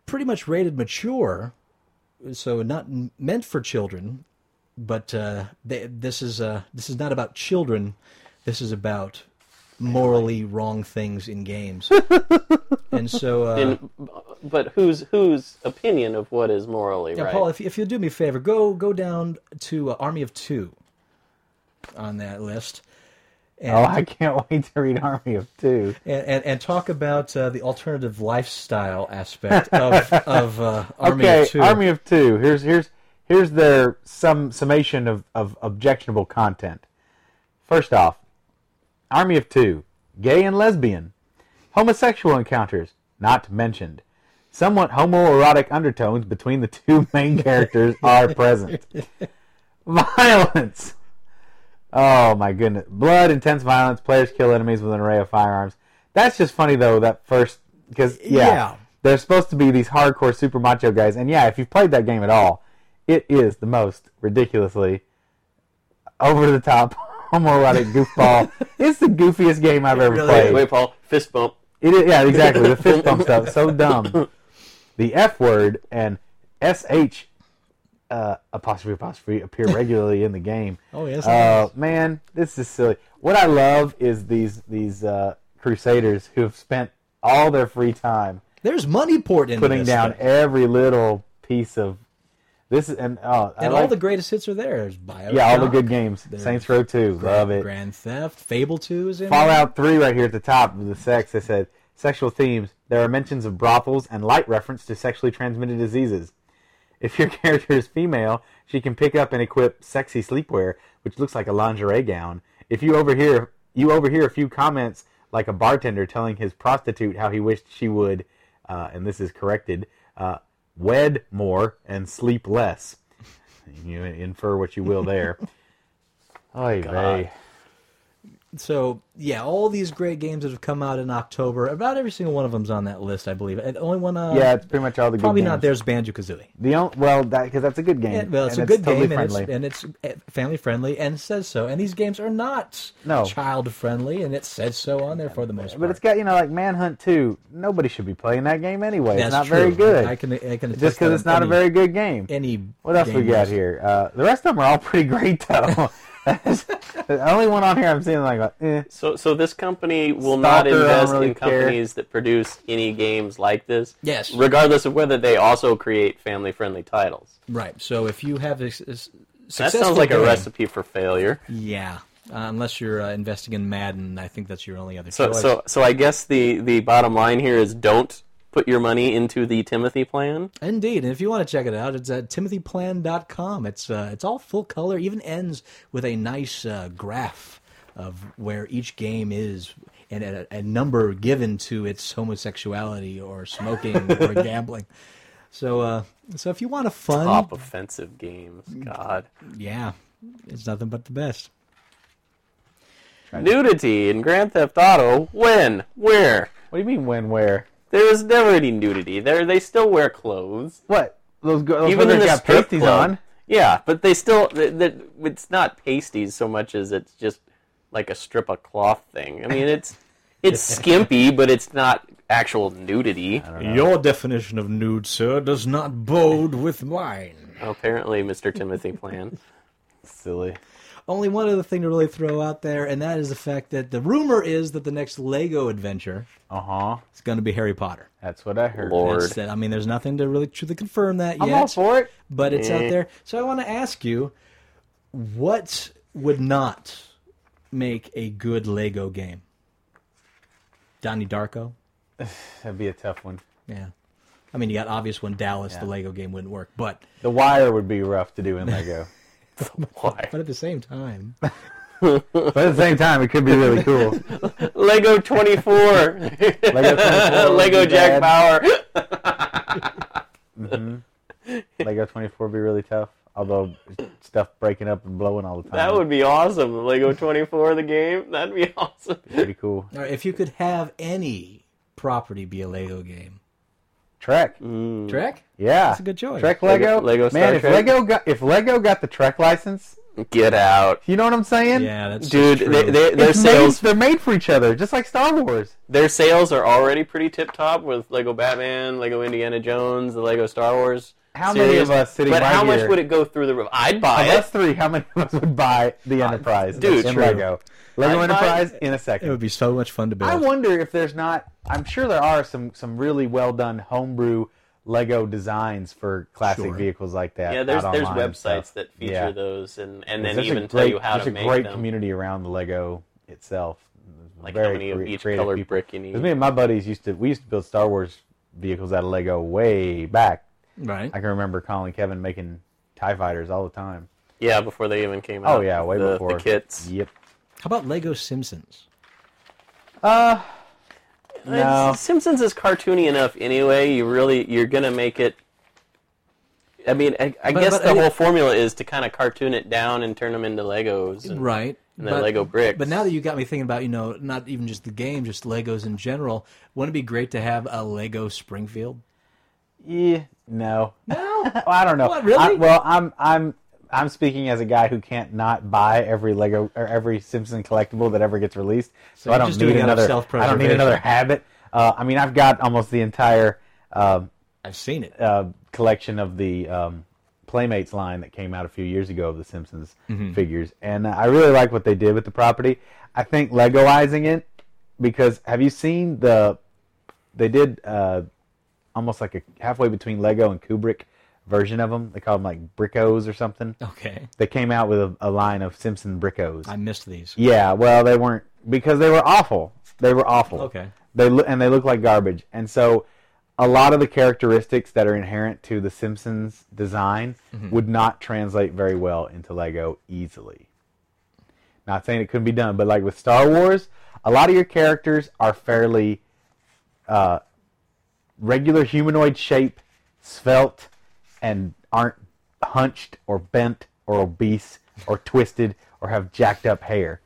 [SPEAKER 7] pretty much rated mature, so not m- meant for children. But uh, they, this is uh, this is not about children. This is about morally wrong things in games. and so, uh,
[SPEAKER 6] Then- but whose whose opinion of what is morally
[SPEAKER 7] Yeah,
[SPEAKER 6] right?
[SPEAKER 7] Paul, if, if you'll do me a favor, go go down to uh, Army of Two on that list. And,
[SPEAKER 12] Oh, I can't wait to read Army of Two.
[SPEAKER 7] and, and, and talk about uh, the alternative lifestyle aspect of, of uh, Army
[SPEAKER 12] okay,
[SPEAKER 7] of Two.
[SPEAKER 12] Army of Two. Here's here's here's their sum summation of, of objectionable content. First off, Army of Two, gay and lesbian, homosexual encounters not mentioned. Somewhat homoerotic undertones between the two main characters are present. Violence. Oh my goodness. Blood, intense violence, players kill enemies with an array of firearms. That's just funny though, that first because yeah,
[SPEAKER 7] Yeah.
[SPEAKER 12] They're supposed to be these hardcore super macho guys, and yeah, if you've played that game at all, it is the most ridiculously over the top homoerotic goofball. it's the goofiest game I've ever
[SPEAKER 6] Really?
[SPEAKER 12] played.
[SPEAKER 6] Wait, Paul, fist bump.
[SPEAKER 12] It is, yeah, exactly. The fist bump stuff. So dumb. The F word and SH uh, apostrophe apostrophe appear regularly in the game.
[SPEAKER 7] Oh, yes, it
[SPEAKER 12] Uh, man, this is silly. What I love is these these uh, crusaders who have spent all their free time
[SPEAKER 7] There's money poured into
[SPEAKER 12] putting
[SPEAKER 7] this
[SPEAKER 12] down
[SPEAKER 7] thing.
[SPEAKER 12] every little piece of this. Is, and oh, I
[SPEAKER 7] and all
[SPEAKER 12] like-
[SPEAKER 7] the greatest hits are there. There's Bioshock,
[SPEAKER 12] yeah, all the good games. Saints Row Two, love it.
[SPEAKER 7] Grand Theft, Fable Two is in there.
[SPEAKER 12] Fallout 3 right here at the top with the sex. They said sexual themes. There are mentions of brothels and light reference to sexually transmitted diseases. If your character is female, she can pick up and equip sexy sleepwear, which looks like a lingerie gown. If you overhear you overhear a few comments like a bartender telling his prostitute how he wished she would, uh, and this is corrected, uh, wed more and sleep less. You infer what you will there. Oy vey.
[SPEAKER 7] so yeah, all these great games that have come out in October. About every single one of them's on that list, I believe. And the only one, uh,
[SPEAKER 12] Yeah, it's pretty much all the good
[SPEAKER 7] probably not
[SPEAKER 12] games.
[SPEAKER 7] there's Banjo Kazooie.
[SPEAKER 12] The on- well, that because that's a good game.
[SPEAKER 7] Yeah, well, it's
[SPEAKER 12] and
[SPEAKER 7] a good
[SPEAKER 12] totally
[SPEAKER 7] game,
[SPEAKER 12] friendly.
[SPEAKER 7] and it's, and it's uh, family friendly, and it says so. And these games are not
[SPEAKER 12] No.
[SPEAKER 7] child friendly, and it says so on there for the most
[SPEAKER 12] but
[SPEAKER 7] part.
[SPEAKER 12] it's got you know like Manhunt Two. Nobody should be playing that game anyway.
[SPEAKER 7] That's
[SPEAKER 12] it's not
[SPEAKER 7] true.
[SPEAKER 12] very good.
[SPEAKER 7] I can, I can
[SPEAKER 12] just because it's not a very good game.
[SPEAKER 7] any.
[SPEAKER 12] What else we
[SPEAKER 7] game
[SPEAKER 12] got
[SPEAKER 7] list.
[SPEAKER 12] here? Uh, the rest of them are all pretty great though. the only one on here I'm seeing like, eh.
[SPEAKER 6] So so this company will not
[SPEAKER 12] Stalker, I don't
[SPEAKER 6] invest
[SPEAKER 12] really
[SPEAKER 6] in
[SPEAKER 12] care.
[SPEAKER 6] companies that produce any games like this.
[SPEAKER 7] Yes.
[SPEAKER 6] Regardless of whether they also create family friendly titles.
[SPEAKER 7] Right. So if you have a, s- s-
[SPEAKER 6] That
[SPEAKER 7] successful
[SPEAKER 6] sounds like
[SPEAKER 7] game-
[SPEAKER 6] a recipe for failure.
[SPEAKER 7] Yeah. Uh, unless you're uh, investing in Madden, I think that's your only other
[SPEAKER 6] So
[SPEAKER 7] choice.
[SPEAKER 6] so so I guess the, the bottom line here is don't put your money into the Timothy plan.
[SPEAKER 7] Indeed, and if you want to check it out, it's at timothyplan.com. It's uh, it's all full color, even ends with a nice uh, graph of where each game is and a, a number given to its homosexuality or smoking or gambling. So uh, so if you want a fun,
[SPEAKER 6] Top offensive games.
[SPEAKER 12] Mm.
[SPEAKER 6] God.
[SPEAKER 7] yeah, it's nothing but the best.
[SPEAKER 6] Nudity in Grand Theft Auto. When? Where?
[SPEAKER 12] what do you mean when where?
[SPEAKER 6] There is never any nudity. There they still wear clothes.
[SPEAKER 12] What those, go- those
[SPEAKER 6] Even
[SPEAKER 12] women
[SPEAKER 6] in the
[SPEAKER 12] got
[SPEAKER 6] strip
[SPEAKER 12] pasties
[SPEAKER 6] club.
[SPEAKER 12] on?
[SPEAKER 6] Yeah, but they still th th it's not pasties so much as it's just like a strip of cloth thing. I mean, it's it's skimpy, but it's not actual nudity.
[SPEAKER 18] Your definition of nude, sir, does not bode with mine.
[SPEAKER 6] Apparently, Mr. Timothy Plan.
[SPEAKER 12] Silly.
[SPEAKER 7] Only one other thing to really throw out there, and that is the fact that the rumor is that the next Lego adventure
[SPEAKER 12] Uh huh.
[SPEAKER 7] is going to be Harry Potter.
[SPEAKER 12] That's what I heard.
[SPEAKER 6] Lord.
[SPEAKER 7] That's it. I mean, there's nothing to really truly confirm that
[SPEAKER 12] I'm
[SPEAKER 7] yet.
[SPEAKER 12] all for it.
[SPEAKER 7] but it's out
[SPEAKER 6] Eh.
[SPEAKER 7] there. So I want to ask you, what would not make a good Lego game? Donnie Darko.
[SPEAKER 12] That'd be a tough one.
[SPEAKER 7] Yeah, I mean, you got obvious when Dallas, the Lego game wouldn't work, but
[SPEAKER 12] The Wire would be rough to do in Lego.
[SPEAKER 7] but at the same time,
[SPEAKER 12] but at the same time, it could be really cool.
[SPEAKER 6] Lego 24.
[SPEAKER 12] Lego 24 would
[SPEAKER 6] Lego
[SPEAKER 12] be
[SPEAKER 6] Jack
[SPEAKER 12] bad.
[SPEAKER 6] Bauer.
[SPEAKER 12] Mhm. Lego 24 would be really tough. Although stuff breaking up and blowing all the time.
[SPEAKER 6] That would be awesome. The Lego 24, the game. That'd be awesome.
[SPEAKER 12] pretty cool.
[SPEAKER 7] or if you could have any property be a Lego game,
[SPEAKER 12] Trek.
[SPEAKER 7] Trek,
[SPEAKER 12] Yeah.
[SPEAKER 7] that's a good choice.
[SPEAKER 12] Trek Lego.
[SPEAKER 6] Mm. Lego- Lego Star
[SPEAKER 12] Man, if
[SPEAKER 6] Trek.
[SPEAKER 12] Lego got if Lego got the Trek license,
[SPEAKER 6] Get out.
[SPEAKER 12] you know what I'm saying?
[SPEAKER 7] yeah, that's
[SPEAKER 6] Dude,
[SPEAKER 7] true.
[SPEAKER 6] they, they, their
[SPEAKER 12] It's made-
[SPEAKER 6] sales
[SPEAKER 12] they're made for each other, just like Star Wars.
[SPEAKER 6] their sales are already pretty tip top with Lego Batman, Lego Indiana Jones, the Lego Star Wars.
[SPEAKER 12] How many
[SPEAKER 6] series.
[SPEAKER 12] of us sitting
[SPEAKER 6] But
[SPEAKER 12] right
[SPEAKER 6] how much
[SPEAKER 12] here-
[SPEAKER 6] would it go through the roof? I'd buy
[SPEAKER 12] Of
[SPEAKER 6] it.
[SPEAKER 12] us three, how many of us would buy the Enterprise
[SPEAKER 6] dude,
[SPEAKER 12] in
[SPEAKER 6] true.
[SPEAKER 12] Lego? Lego
[SPEAKER 6] I'd buy-
[SPEAKER 12] Enterprise in
[SPEAKER 7] it
[SPEAKER 12] a
[SPEAKER 7] would
[SPEAKER 12] second.
[SPEAKER 7] be so much fun to build.
[SPEAKER 12] I wonder if there's not. I'm sure there are some some really well done homebrew Lego designs for classic
[SPEAKER 7] Sure.
[SPEAKER 12] vehicles like that.
[SPEAKER 6] Yeah, there's
[SPEAKER 12] out
[SPEAKER 6] there's
[SPEAKER 12] online and
[SPEAKER 6] websites
[SPEAKER 12] stuff.
[SPEAKER 6] that feature
[SPEAKER 12] Yeah.
[SPEAKER 6] those and, and
[SPEAKER 12] There's
[SPEAKER 6] then
[SPEAKER 12] such a
[SPEAKER 6] even
[SPEAKER 12] great,
[SPEAKER 6] tell you how
[SPEAKER 12] there's
[SPEAKER 6] to
[SPEAKER 12] a
[SPEAKER 6] make
[SPEAKER 12] great
[SPEAKER 6] them.
[SPEAKER 12] community around the Lego itself.
[SPEAKER 6] like
[SPEAKER 12] Very
[SPEAKER 6] how many of
[SPEAKER 12] crea-
[SPEAKER 6] each
[SPEAKER 12] creative
[SPEAKER 6] colored
[SPEAKER 12] people.
[SPEAKER 6] brick you need.
[SPEAKER 12] 'Cause me and my buddies used to we used to build Star Wars vehicles out of Lego way back.
[SPEAKER 7] right?
[SPEAKER 12] I can remember Colin Kevin making Tie Fighters all the time.
[SPEAKER 6] Yeah, before they even came out.
[SPEAKER 12] Oh yeah, way
[SPEAKER 6] the,
[SPEAKER 12] before
[SPEAKER 6] the kits.
[SPEAKER 12] Yep.
[SPEAKER 7] How about Lego Simpsons?
[SPEAKER 12] Uh, no.
[SPEAKER 6] It's- Simpsons is cartoony enough anyway. You really you're gonna make it. I mean, I, I
[SPEAKER 7] But-
[SPEAKER 6] guess
[SPEAKER 7] but
[SPEAKER 6] the
[SPEAKER 7] I-
[SPEAKER 6] whole formula is to kind of cartoon it down and turn them into Legos. and-
[SPEAKER 7] right?
[SPEAKER 6] and they're Lego bricks.
[SPEAKER 7] But now that you got me thinking about, you know, not even just the game, just Legos in general, wouldn't it be great to have a Lego Springfield?
[SPEAKER 12] Yeah, Eh, no. No. well, I don't know.
[SPEAKER 7] What, really?
[SPEAKER 12] I- well, I'm I'm I'm speaking as a guy who can't not buy every Lego or every Simpson collectible that ever gets released. So,
[SPEAKER 7] you're
[SPEAKER 12] I don't
[SPEAKER 7] just
[SPEAKER 12] need
[SPEAKER 7] doing it out of
[SPEAKER 12] another. I don't need
[SPEAKER 7] self-preservation.
[SPEAKER 12] another habit. Uh, I mean, I've got almost the entire um
[SPEAKER 7] I've seen it.
[SPEAKER 12] uh, collection of the um, Playmates line that came out a few years ago of the Simpsons
[SPEAKER 7] Mm-hmm.
[SPEAKER 12] figures, and uh, I really like what they did with the property. I think Legoizing it because have you seen the they did uh, almost like a halfway between Lego and Kubrick version of them. They called them like Brickos or something.
[SPEAKER 7] Okay,
[SPEAKER 12] They came out with a, a line of Simpson Brickos.
[SPEAKER 7] Oh. I missed these.
[SPEAKER 12] Yeah, well, they weren't because they were awful. They were awful.
[SPEAKER 7] Okay.
[SPEAKER 12] They lo- and they look like garbage. And so, a lot of the characteristics that are inherent to the Simpsons design would not translate very well into Lego easily. Not saying it couldn't be done, but like with Star Wars, a lot of your characters are fairly uh, regular humanoid shape, svelte, and aren't hunched or bent or obese or twisted or have jacked up hair.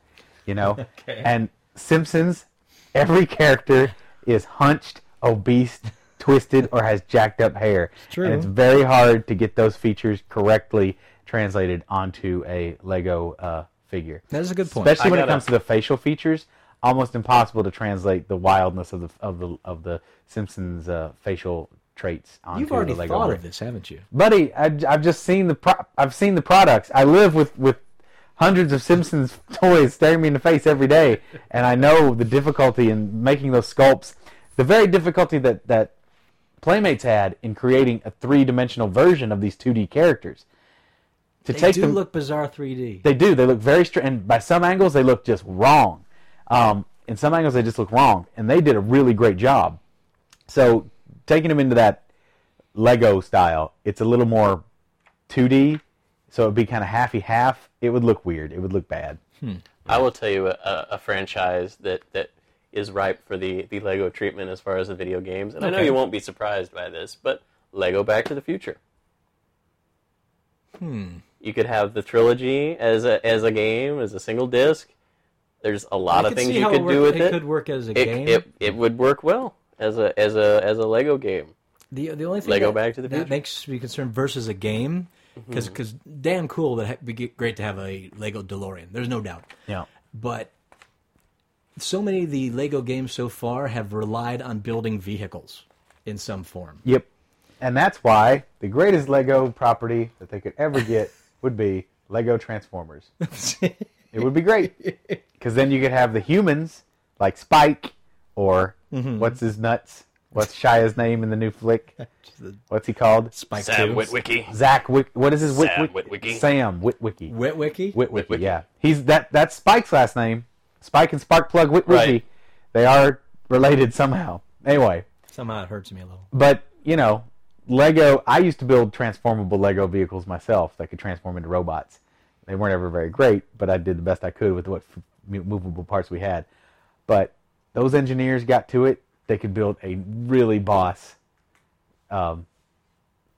[SPEAKER 12] You know? And Simpsons, every character is hunched, obese, twisted, or has jacked up hair.
[SPEAKER 7] true.
[SPEAKER 12] And it's very hard to get those features correctly translated onto a Lego uh, figure.
[SPEAKER 7] That is a good point.
[SPEAKER 12] Especially
[SPEAKER 6] I
[SPEAKER 12] when it
[SPEAKER 6] gotta-
[SPEAKER 12] comes to the facial features, almost impossible to translate the wildness of the of the of the Simpsons uh, facial traits onto
[SPEAKER 7] You've already
[SPEAKER 12] the Lego
[SPEAKER 7] thought
[SPEAKER 12] brick.
[SPEAKER 7] of this, haven't you?
[SPEAKER 12] buddy. I, I've just seen the pro- I've seen the products. I live with with hundreds of Simpsons toys staring me in the face every day, and I know the difficulty in making those sculpts. The very difficulty that that Playmates had in creating a three dimensional version of these two D characters. To
[SPEAKER 7] They
[SPEAKER 12] take
[SPEAKER 7] do
[SPEAKER 12] them,
[SPEAKER 7] look bizarre 3D.
[SPEAKER 12] they do. They look very straight, and by some angles they look just wrong. Um, in some angles they just look wrong, and they did a really great job. So taking them into that Lego style, it's a little more 2D, so it'd be kind of halfy half. It would look weird. It would look bad.
[SPEAKER 6] I will tell you a, a, a franchise that, that is ripe for the, the Lego treatment as far as the video games, and I know you won't be surprised by this, but Lego Back to the Future. Hmm. You could have the trilogy as a as a game, as a single disc. There's a lot
[SPEAKER 7] I
[SPEAKER 6] of
[SPEAKER 7] could
[SPEAKER 6] things
[SPEAKER 7] see
[SPEAKER 6] you
[SPEAKER 7] how
[SPEAKER 6] could
[SPEAKER 7] it worked-
[SPEAKER 6] do with
[SPEAKER 7] it
[SPEAKER 6] it.
[SPEAKER 7] could work as a
[SPEAKER 6] it,
[SPEAKER 7] game.
[SPEAKER 6] It, it would work well as a as a as a Lego game.
[SPEAKER 7] The the only thing
[SPEAKER 6] Lego
[SPEAKER 7] that,
[SPEAKER 6] Back to the
[SPEAKER 7] that
[SPEAKER 6] Future. Mm-hmm.
[SPEAKER 7] makes me concerned versus a game, because damn cool that it'd be g- great to have a Lego DeLorean. There's no doubt,
[SPEAKER 12] Yeah.
[SPEAKER 7] but so many of the Lego games so far have relied on building vehicles in some form.
[SPEAKER 12] Yep. And that's why the greatest Lego property that they could ever get would be Lego Transformers. It would be great because then you could have the humans like Spike or what's his nuts? What's Shia's name in the new flick? What's he called?
[SPEAKER 7] Spike
[SPEAKER 6] Sam
[SPEAKER 7] two.
[SPEAKER 6] Witwicky.
[SPEAKER 12] Zach Wick. What is his Wick?
[SPEAKER 6] Sam
[SPEAKER 12] Wick-
[SPEAKER 6] Witwicky.
[SPEAKER 12] Sam Witwicky.
[SPEAKER 7] Witwicky.
[SPEAKER 12] Witwicky.
[SPEAKER 6] Witwicky.
[SPEAKER 12] Yeah, he's that. That's Spike's last name. Spike and Sparkplug Witwicky.
[SPEAKER 6] Right.
[SPEAKER 12] They are related somehow. Anyway,
[SPEAKER 7] Somehow it hurts me a little.
[SPEAKER 12] but you know, Lego. I used to build transformable Lego vehicles myself that could transform into robots. They weren't ever very great, but I did the best I could with what f- mo- movable parts we had. But those engineers got to it. They could build a really boss um,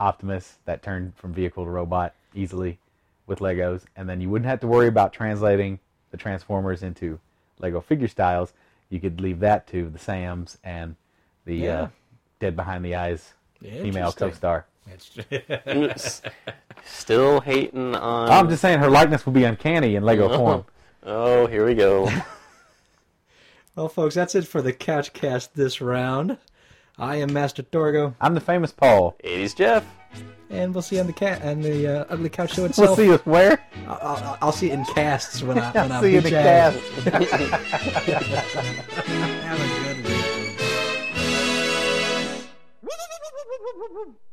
[SPEAKER 12] Optimus that turned from vehicle to robot easily with Legos, and then you wouldn't have to worry about translating the Transformers into Lego figure styles. You could leave that to the Sams and the
[SPEAKER 7] Yeah.
[SPEAKER 12] uh, Dead Behind the Eyes female
[SPEAKER 7] Interesting.
[SPEAKER 12] co-star.
[SPEAKER 7] That's
[SPEAKER 9] Still hating on.
[SPEAKER 12] I'm just saying her likeness would be uncanny in Lego form.
[SPEAKER 9] Oh, here we go.
[SPEAKER 7] well, folks, that's it for the Couch Cast this round. I am Master Torgo,
[SPEAKER 12] I'm the famous Paul.
[SPEAKER 9] 80s Jeff.
[SPEAKER 7] and we'll see you on the cat and the uh, Ugly Couch Show
[SPEAKER 12] We'll
[SPEAKER 7] itself.
[SPEAKER 12] see you where.
[SPEAKER 7] I'll, I'll, I'll see it in casts when I when I
[SPEAKER 12] See you in
[SPEAKER 7] beat
[SPEAKER 12] the
[SPEAKER 7] your ass.
[SPEAKER 12] cast.
[SPEAKER 7] Have a good week.
[SPEAKER 19] Woo-woo-woo-woo-woo-woo-woo-woo.